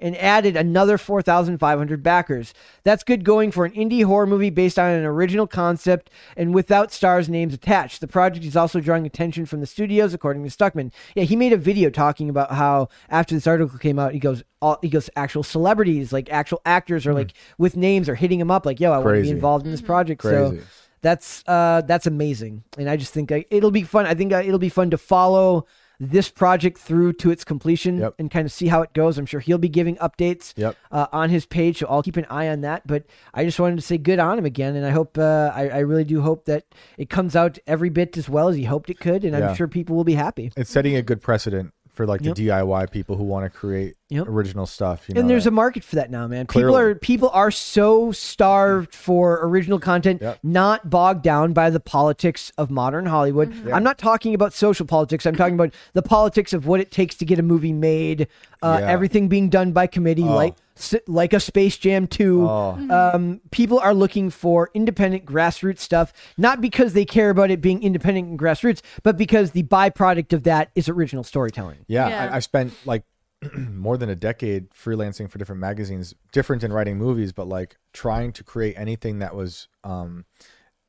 B: and added another 4,500 backers. That's good going for an indie horror movie based on an original concept and without stars' names attached. The project is also drawing attention from the studios, according to Stuckman. Yeah, he made a video talking about how after this article came out, he goes, all, he goes, actual celebrities, like actual actors, or like with names, are hitting him up, like, "Yo, I want to be
C: Hmm. Crazy.
B: involved in this project." So
C: Crazy.
B: that's uh, that's amazing, and I just think uh, it'll be fun. I think uh, it'll be fun to follow this project through to its completion
C: Yep.
B: and kind of see how it goes. I'm sure he'll be giving updates
C: Yep.
B: uh, on his page, so I'll keep an eye on that. But I just wanted to say good on him again, and I hope uh, I, I really do hope that it comes out every bit as well as he hoped it could, and
C: Yeah.
B: I'm sure people will be happy.
C: It's setting a good precedent for like
B: Yep.
C: the DIY people who want to create
B: Yep.
C: original stuff. You know,
B: and there's
C: that-
B: a market for that now, man. People
C: Clearly.
B: are people are so starved for original content,
C: Yep.
B: not bogged down by the politics of modern Hollywood.
C: Mm-hmm.
B: I'm not talking about social politics. I'm talking about the politics of what it takes to get a movie made. Uh,
C: Yeah. Oh.
B: Everything being done by committee, like s- like a Space Jam two. Um, people are looking for independent grassroots stuff, not because they care about it being independent and grassroots, but because the byproduct of that is original storytelling.
C: Yeah,
D: Yeah.
C: I, I spent like more than a decade freelancing for different magazines, different in writing movies, but like trying to create anything that was um,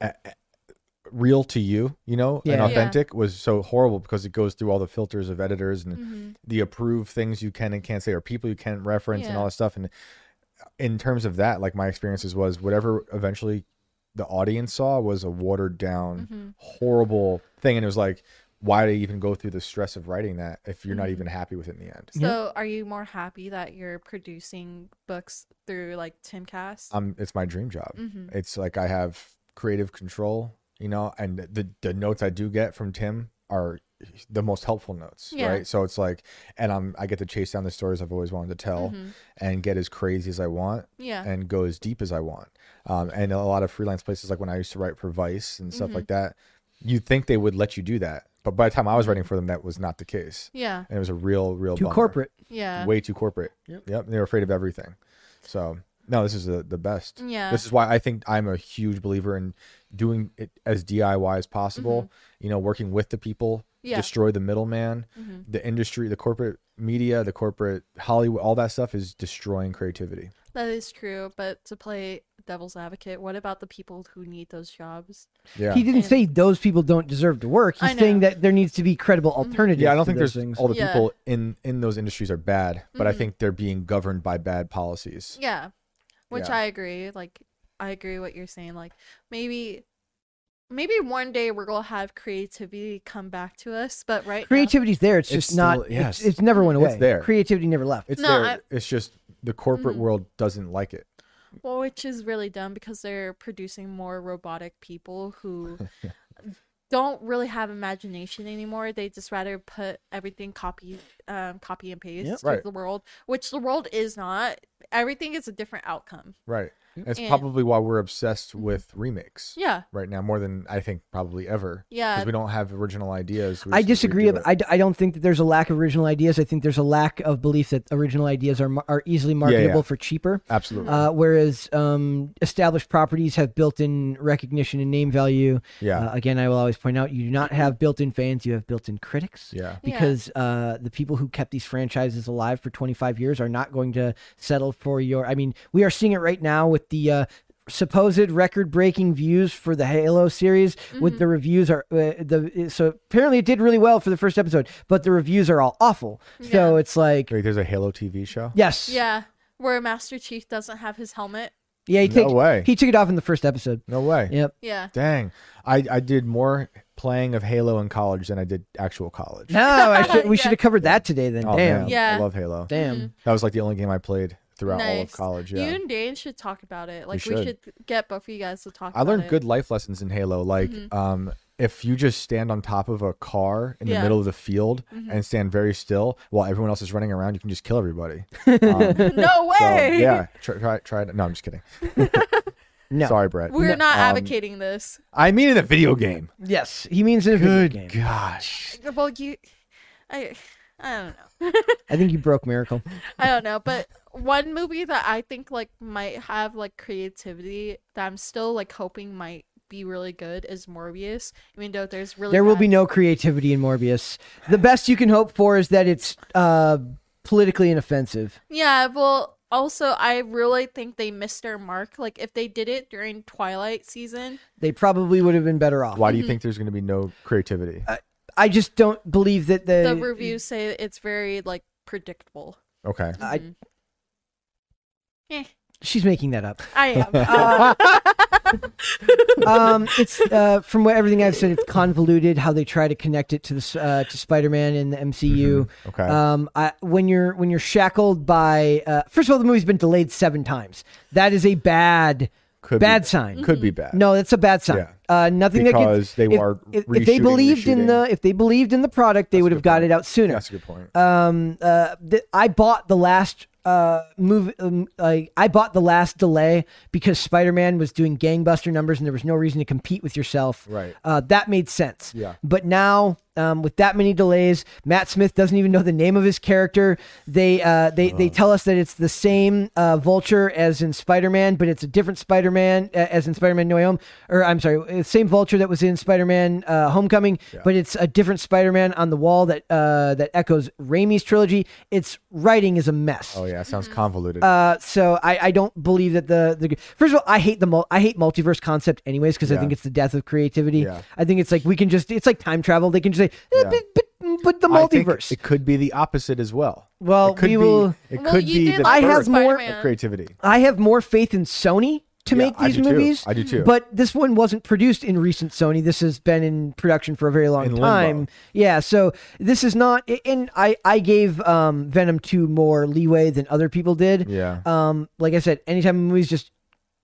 C: a- a- real to you, you know, and
B: Yeah.
D: Yeah.
C: authentic was so horrible because it goes through all the filters of editors and
D: Mm-hmm.
C: the approved things you can and can't say or people you can reference and
D: Yeah.
C: all that stuff. And in terms of that, like my experiences was whatever eventually the audience saw was a watered down, horrible thing, and it was like, why do you even go through the stress of writing that if you're not even happy with it in the end?
D: So, are you more happy that you're producing books through like Timcast?
C: um it's my dream job it's like i have creative control you know and the the notes i do get from tim are the most helpful notes
D: Yeah.
C: right so it's like and i'm i get to chase down the stories i've always wanted to tell and get as crazy as i want
D: Yeah.
C: and go as deep as i want um and a lot of freelance places like when i used to write for vice and
D: Mm-hmm.
C: stuff like that you'd think they would let you do that but by the time i was writing for them that was not the case
D: Mm-hmm. yeah,
C: and it was a real real
B: Too
C: bummer
B: corporate.
D: yeah.
C: way too corporate. Yep. and They're afraid of everything. So no, this is the, the best.
D: Yeah.
C: This is why I think I'm a huge believer in doing it as DIY as possible. You know, working with the people,
D: Mm-hmm. Yeah. Mm-hmm.
C: destroy the middleman, the industry, the corporate media, the corporate Hollywood, all that stuff is destroying creativity.
D: That is true. But to play devil's advocate, what about the people who need those jobs?
C: Yeah.
B: He didn't say those people don't deserve to work.
D: I
B: He's saying
D: know. Mm-hmm.
B: that there needs to be credible alternatives.
C: yeah, I don't
B: to
C: think
B: those
C: there's
B: things.
C: all the
D: Yeah. Mm-hmm.
C: people in in those industries are bad, but I think they're being governed by bad policies.
D: Yeah, which
C: Yeah.
D: I agree. Like, I agree what you're saying. Like, maybe, maybe one day we're gonna have creativity come back to us. But right now,
B: Creativity's there. It's,
C: It's
B: just not.
C: still- yes.
B: It's, it's never went
C: It's
B: away.
C: there.
B: Creativity never left.
C: It's
D: No,
C: there.
D: I- Mm-hmm.
C: it's just the corporate world doesn't like it.
D: well, which is really dumb because they're producing more robotic people who. Don't really have imagination anymore. They just rather put everything copy, um, copy and paste to
C: Right.
D: the world, which the world is not. Everything is a different outcome.
C: Right. That's
D: Mm-hmm. And- Mm-hmm.
C: probably why we're obsessed with remakes.
D: Yeah,
C: Right now, more than I think probably ever.
D: Yeah.
C: Because we don't have original ideas. we
B: I
C: just
B: disagree.
C: redo
B: ab-
C: it.
B: I, d- I don't think that there's a lack of original ideas. I think there's a lack of belief that original ideas are mar- are easily marketable for cheaper.
C: Absolutely.
B: Uh, whereas um, established properties have built-in recognition and name value.
C: Yeah.
B: Uh, again, I will always point out you do not have built-in fans; you have built-in critics.
C: Yeah.
D: Yeah.
B: Because uh, the people who kept these franchises alive for 25 years are not going to settle for your. I mean, we are seeing it right now with the. Uh, supposed record-breaking views for the Halo series with the reviews are uh, the so apparently it did really well for the first episode but the reviews are all awful so it's
D: Mm-hmm.
B: like
C: Wait, there's a Halo TV show?
B: yes
D: yeah. Where Master Chief doesn't have his helmet.
B: yeah he
C: No
B: took
C: way.
B: he took it off in the first episode
C: No way.
B: yep
D: Yeah.
C: Dang. I, I did more playing of Halo in college than I did actual college.
B: No, I should, we should have covered that today then. Damn.
C: Oh, man, Mm-hmm.
D: Yeah.
C: I love Halo.
B: Damn.
C: That was like the only game I played throughout all of
D: Nice.
C: college. Yeah.
D: You and Dan should talk about it. Like we should,
C: should.
D: get both of you guys to talk.
C: I
D: about
C: learned
D: it. Mm-hmm.
C: good life lessons in Halo. Like, um, if you just stand on top of a car in
D: Yeah. Mm-hmm.
C: the middle of the field and stand very still while everyone else is running around, you can just kill everybody. Um,
D: No
C: So,
D: way.
C: yeah, try, try, try it. No, I'm just kidding.
B: No.
C: Sorry, Brett.
D: We're not
C: Um,
D: advocating this.
C: I mean, in a video game.
B: Yes, he means in a video game.
C: Good gosh.
D: Well, you, I, I don't know.
B: I think you broke Miracle.
D: I don't know. But one movie that I think like might have like creativity that I'm still like hoping might be really good is Morbius. Even though there's really
B: There will
D: bad-
B: be no creativity in Morbius. The best you can hope for is that it's uh, politically inoffensive.
D: Yeah, well, also I really think they missed their mark. Like if they did it during Twilight season,
B: They probably would have been better off.
C: Why do you
D: Mm-hmm.
C: think there's going to be no creativity?
B: I just don't believe that the.
D: the reviews say it's very like predictable.
C: Okay.
B: I,
D: Eh,
B: she's making that up.
D: I am. Uh,
B: um, it's uh, from what everything I've said, it's convoluted how they try to connect it to the s- uh, to Spider-Man in the MCU.
C: Mm-hmm. Okay.
B: Um, I, when you're when you're shackled by uh, first of all, the movie's been delayed seven times. That is a bad
C: Could be
B: bad
C: bad.
B: sign.
C: Could
D: Mm-hmm.
C: be bad.
B: No, that's a bad sign.
C: Yeah.
B: Uh, nothing
C: Because
B: that
C: they
B: gets, if-
C: are
B: if, if they
C: reshooting,
B: believed in the if they believed in the product, they would have got it out sooner
C: That's a good point.
B: um uh th- i bought the last uh move um, like i bought the last delay because spider-man was doing gangbuster numbers and there was no reason to compete with yourself
C: Right.
B: uh that made sense
C: Yeah.
B: but now um with that many delays matt smith doesn't even know the name of his character they uh they they tell us that it's the same uh vulture as in spider-man but it's a different spider-man uh, as in spider-man no way home or i'm sorry uh, same vulture that was in spider-man uh homecoming but it's a different spider-man on the wall that uh that echoes raimi's trilogy its writing is a mess
C: oh, yeah. It
D: Mm-hmm.
C: sounds convoluted.
B: uh, so I, I don't believe that the, the first of all I hate the mul- I hate multiverse concept anyways because I
C: Yeah.
B: think it's the death of creativity.
C: Yeah.
B: I think it's like we can just it's like time travel. They can just say eh,
C: Yeah.
B: but, but, but the
C: I think
B: multiverse.
C: It could be the opposite as well.
B: Well,
C: it could
B: we
C: be,
B: will-
C: It
D: Well,
C: could
D: you
C: be
D: did
C: the
D: like
B: I have
C: birth
B: more-
C: of
D: Spider-Man.
C: creativity.
B: I have more faith in Sony to
C: Yeah,
B: make
C: I
B: these
C: do too.
B: movies.
C: I do too.
B: But this one wasn't produced in recent Sony. This has been in production for a very long
C: In limbo.
B: time. Yeah, so this is not. And I I gave um, Venom two more leeway than other people did.
C: Yeah.
B: Um, like I said, anytime a movie's just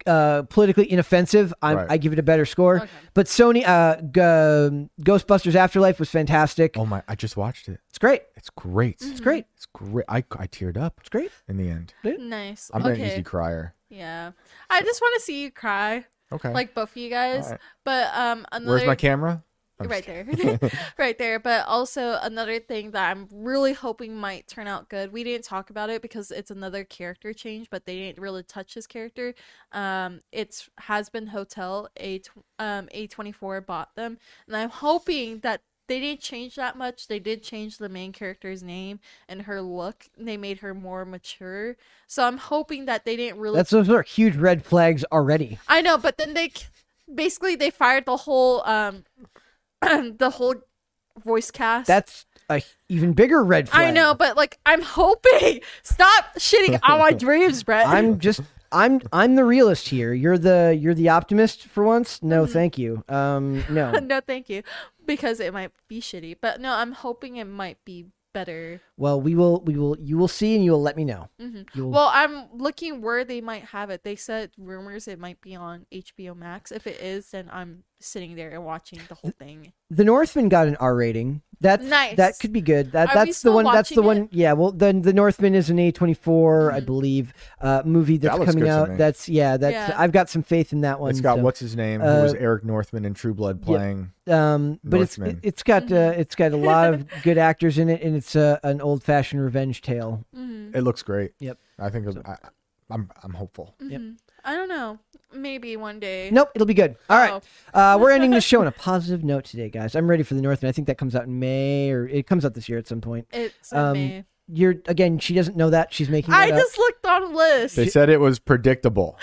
B: uh, politically inoffensive, I'm,
C: Right.
B: I give it a better score. But Sony, uh, g- um, Ghostbusters Afterlife was fantastic.
C: oh my! I just watched it.
B: It's great.
C: It's great.
B: It's
D: Mm-hmm.
B: great.
C: It's great. I I teared up. It's
B: great.
C: in the end.
D: Nice.
C: I'm not an
D: okay.
C: easy crier.
D: yeah. I just want to see you cry,
C: Okay.
D: like both of you guys.
C: Alright.
D: But um, another
C: where's my camera? I'm
D: right
C: just
D: there right there but also another thing that i'm really hoping might turn out good we didn't talk about it because it's another character change but they didn't really touch his character um it's has been hotel a tw- um a24 bought them and i'm hoping that they didn't change that much they did change the main character's name and her look they made her more mature so i'm hoping that they didn't really
B: That's those are huge red flags already.
D: I know, but then they c- basically they fired the whole um the whole voice cast.
B: That's a h- even bigger red flag.
D: I know, but like I'm hoping stop shitting on my dreams, Brett.
B: I'm just I'm I'm the realist here. You're the you're the optimist for once. No,
D: Mm-hmm.
B: thank you. Um, no.
D: no, thank you, because it might be shitty. But no, I'm hoping it might be better. Mm-hmm.
B: Well, we will we will you will see and you will let me know. You'll-
D: Well, I'm looking where they might have it. They said rumors it might be on HBO Max. If it is, then I'm sitting there and watching the whole thing.
B: The Northman got an R rating. That's
D: Nice.
B: That could be good. That
D: Are we
B: that's the
D: still
B: one. That's the
D: watching Mm-hmm.
B: one. Yeah. Well, then the Northman is an A twenty four, I believe, uh, movie that's
C: looks
B: coming
C: good to
B: out.
C: me.
B: That's yeah. That's
D: Yeah.
B: I've got some faith in that one.
C: It's got
B: so,
C: what's his name? who
B: uh,
C: was Eric Northman in True Blood playing?
B: um, but it's
C: Northman.
B: it's got
D: Mm-hmm.
B: uh, it's got a lot of good actors in it, and it's uh, an old fashioned revenge tale.
D: Mm. Mm-hmm.
C: It looks great.
B: Yep.
C: I think I, I, I'm I'm hopeful.
D: Mm-hmm. I don't know. Maybe one day.
B: Nope, it'll be good. All right.
D: Oh.
B: Uh, we're ending the show on a positive note today, guys. I'm ready for the Northman. I think that comes out in May or it comes out this year at some point.
D: It's in
B: Um,
D: May.
B: You're again, she doesn't know that. She's making
D: I
B: that up.
D: just looked on list.
C: They said it was predictable.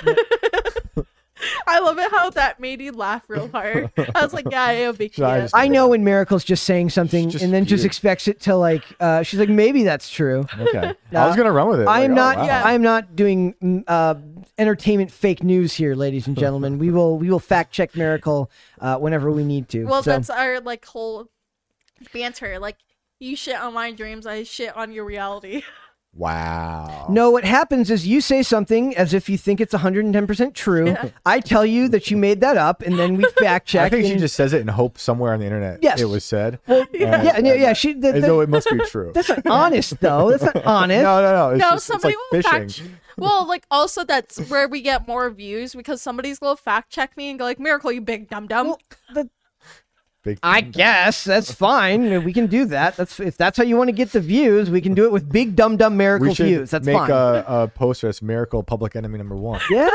D: I love it how that made you laugh real hard. I was like, yeah, it'll be
C: Should I
D: cute.
C: just-
B: I know when Miracle's just saying something
C: She's just
B: and then just
C: weird.
B: expects it to like uh, she's like maybe that's true.
C: Okay. I was gonna run with it.
B: I
C: like,
B: am
C: oh,
B: not
C: wow.
B: I am not doing mm, uh, entertainment fake news here, ladies and gentlemen. we will we will fact check Miracle uh, whenever we need to.
D: well,
B: So-
D: that's our like whole banter. Like, you shit on my dreams, I shit on your reality.
C: Wow.
B: No, what happens is you say something as if you think it's 110% true. I tell you that you made that up, and then we fact check.
C: I think she
B: and-
C: just says it in hope somewhere on the internet.
B: Yes.
C: It was said.
B: Yeah, yeah, yeah, She, the,
C: As though it must be true.
B: that's not honest, though. That's not honest.
C: no, no, no. It's
D: no,
C: just,
D: somebody
C: it's
D: will
C: like
D: fact.
C: fishing.
D: Well, like also that's where we get more views because somebody's gonna fact check me and go like, "Miracle, you big dum dum."
C: Big,
B: I guess that's fine. We can do that. That's if that's how you want to get the views, we can do it with big dumb dumb miracle
C: we should
B: views. That's
C: make
B: fine.
C: a, a poster that's Miracle Public Enemy Number One.
B: yeah,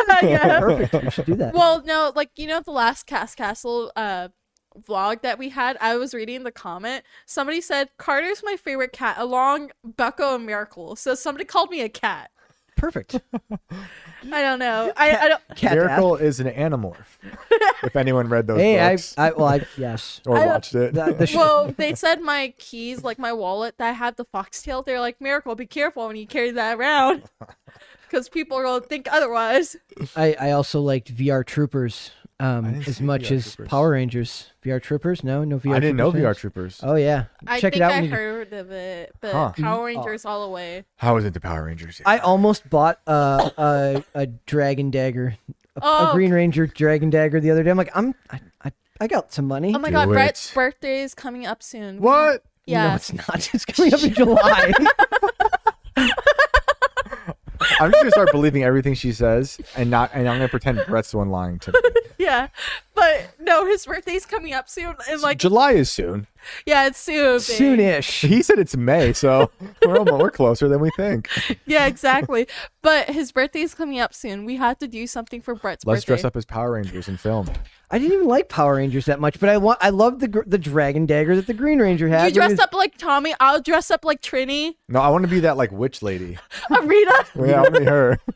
B: perfect. We should do that.
D: well, no, like you know the last Cast Castle uh vlog that we had, I was reading the comment. Somebody said Carter's my favorite cat, along Bucko and Miracle. So somebody called me a cat.
B: perfect.
D: I don't know. I, I don't.
B: Cat
C: Miracle is an animorph. if anyone read those
B: Hey, I,
C: books
B: I, well, I, yes.
C: or
D: I-
C: watched it,
B: The, the sh-
D: Well, they said my keys, like my wallet that I have the foxtail. They're like, Miracle, be careful when you carry that around, because people are gonna think otherwise.
B: I, I also liked VR Troopers um,
C: didn't
B: as
C: see
B: much
C: VR
B: as
C: Troopers.
B: Power Rangers. VR Troopers? No, no VR.
C: I didn't know
B: Troopers
C: VR
B: fans?
C: Troopers.
B: Oh yeah,
D: I
B: check
D: think
B: it out.
D: I
B: when you- Mm.
D: heard of it, but
C: Huh.
D: Power Rangers all the way.
C: I was into Power Rangers. yeah.
B: I almost bought uh, a a dragon dagger, a, a
D: Oh.
B: Green Ranger dragon dagger the other day. I'm like, I'm I I, I got some money.
D: Oh my
C: Do
D: God,
C: it.
D: Brett's birthday is coming up soon.
C: what?
D: Yeah.
B: No, it's not. It's coming up in July.
C: I'm just gonna start believing everything she says, and not, and I'm gonna pretend Brett's the one lying to me.
D: Yeah, but no, his birthday's coming up soon, and like,
C: July is soon.
D: yeah, it's soon. babe.
B: Soonish.
C: He said it's May, so we're almost, we're closer than we think.
D: Yeah, exactly. but his birthday's coming up soon. We have to do something for Brett's
C: Let's
D: birthday.
C: dress up as Power Rangers and film.
B: I didn't even like Power Rangers that much, but I want I loved the gr- the dragon dagger that the Green Ranger had.
D: You
B: when he
D: dress
B: was-
D: up like Tommy. I'll dress up like Trini.
C: No, I want to be that like witch lady.
D: Arena.
C: Yeah, I want to be her.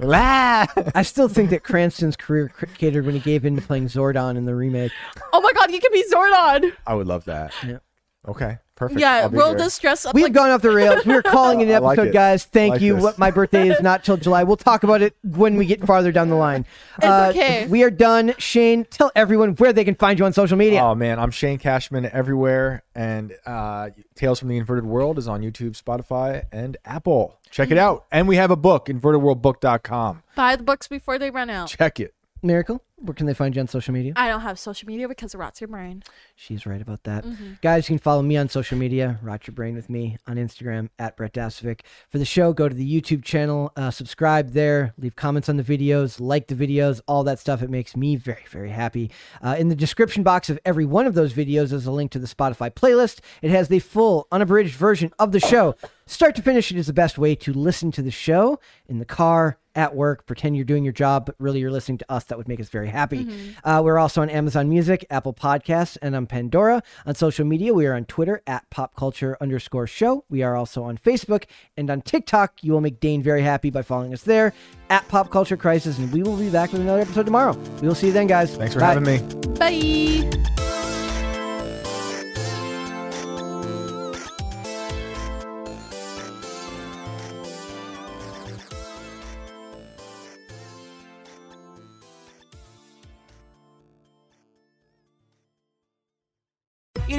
C: La!
B: I still think that Cranston's career cr- catered when he gave in to playing Zordon in the remake.
D: Oh my god, you can be Zordon.
C: I would love that.
B: Yeah.
C: Okay, perfect.
D: yeah,
C: I'll be
D: roll
C: there.
D: this dress up.
B: We've
D: like,
B: gone off the rails. We're calling it an
C: I like
B: episode,
C: it.
B: guys. Thank
C: I like
B: you.
C: this.
B: What My birthday is not till July. We'll talk about it when we get farther down the line. It's
D: okay.
B: We are done. Shane, tell everyone where they can find you on social media.
C: Oh man, I'm Shane Cashman everywhere, and uh, Tales from the Inverted World is on YouTube, Spotify, and Apple. Check it out, and we have a book, InvertedWorldBook.com.
D: buy the books before they run out.
C: Check it.
B: Miracle, where can they find you on social media?
D: I don't have social media because it rots your brain.
B: She's right about that. Guys, you can follow me on social media, Rot Your Brain with me on Instagram at Brett Dasovic. For the show, go to the YouTube channel, uh, subscribe there, leave comments on the videos, like the videos, all that stuff. It makes me very, very happy. Uh, in the description box of every one of those videos is a link to the Spotify playlist. It has the full, unabridged version of the show. Start to finish, it is the best way to listen to the show in the car, at work, pretend you're doing your job, but really you're listening to us. That would make us very happy. Uh, we're also on Amazon Music, Apple Podcasts, and on Pandora. On social media, we are on Twitter at pop culture underscore show. We are also on Facebook and on TikTok. You will make Dane very happy by following us there at pop culture crisis. And we will be back with another episode tomorrow. We will see you then, guys.
C: Thanks for
B: Bye.
C: having me.
D: Bye.
E: It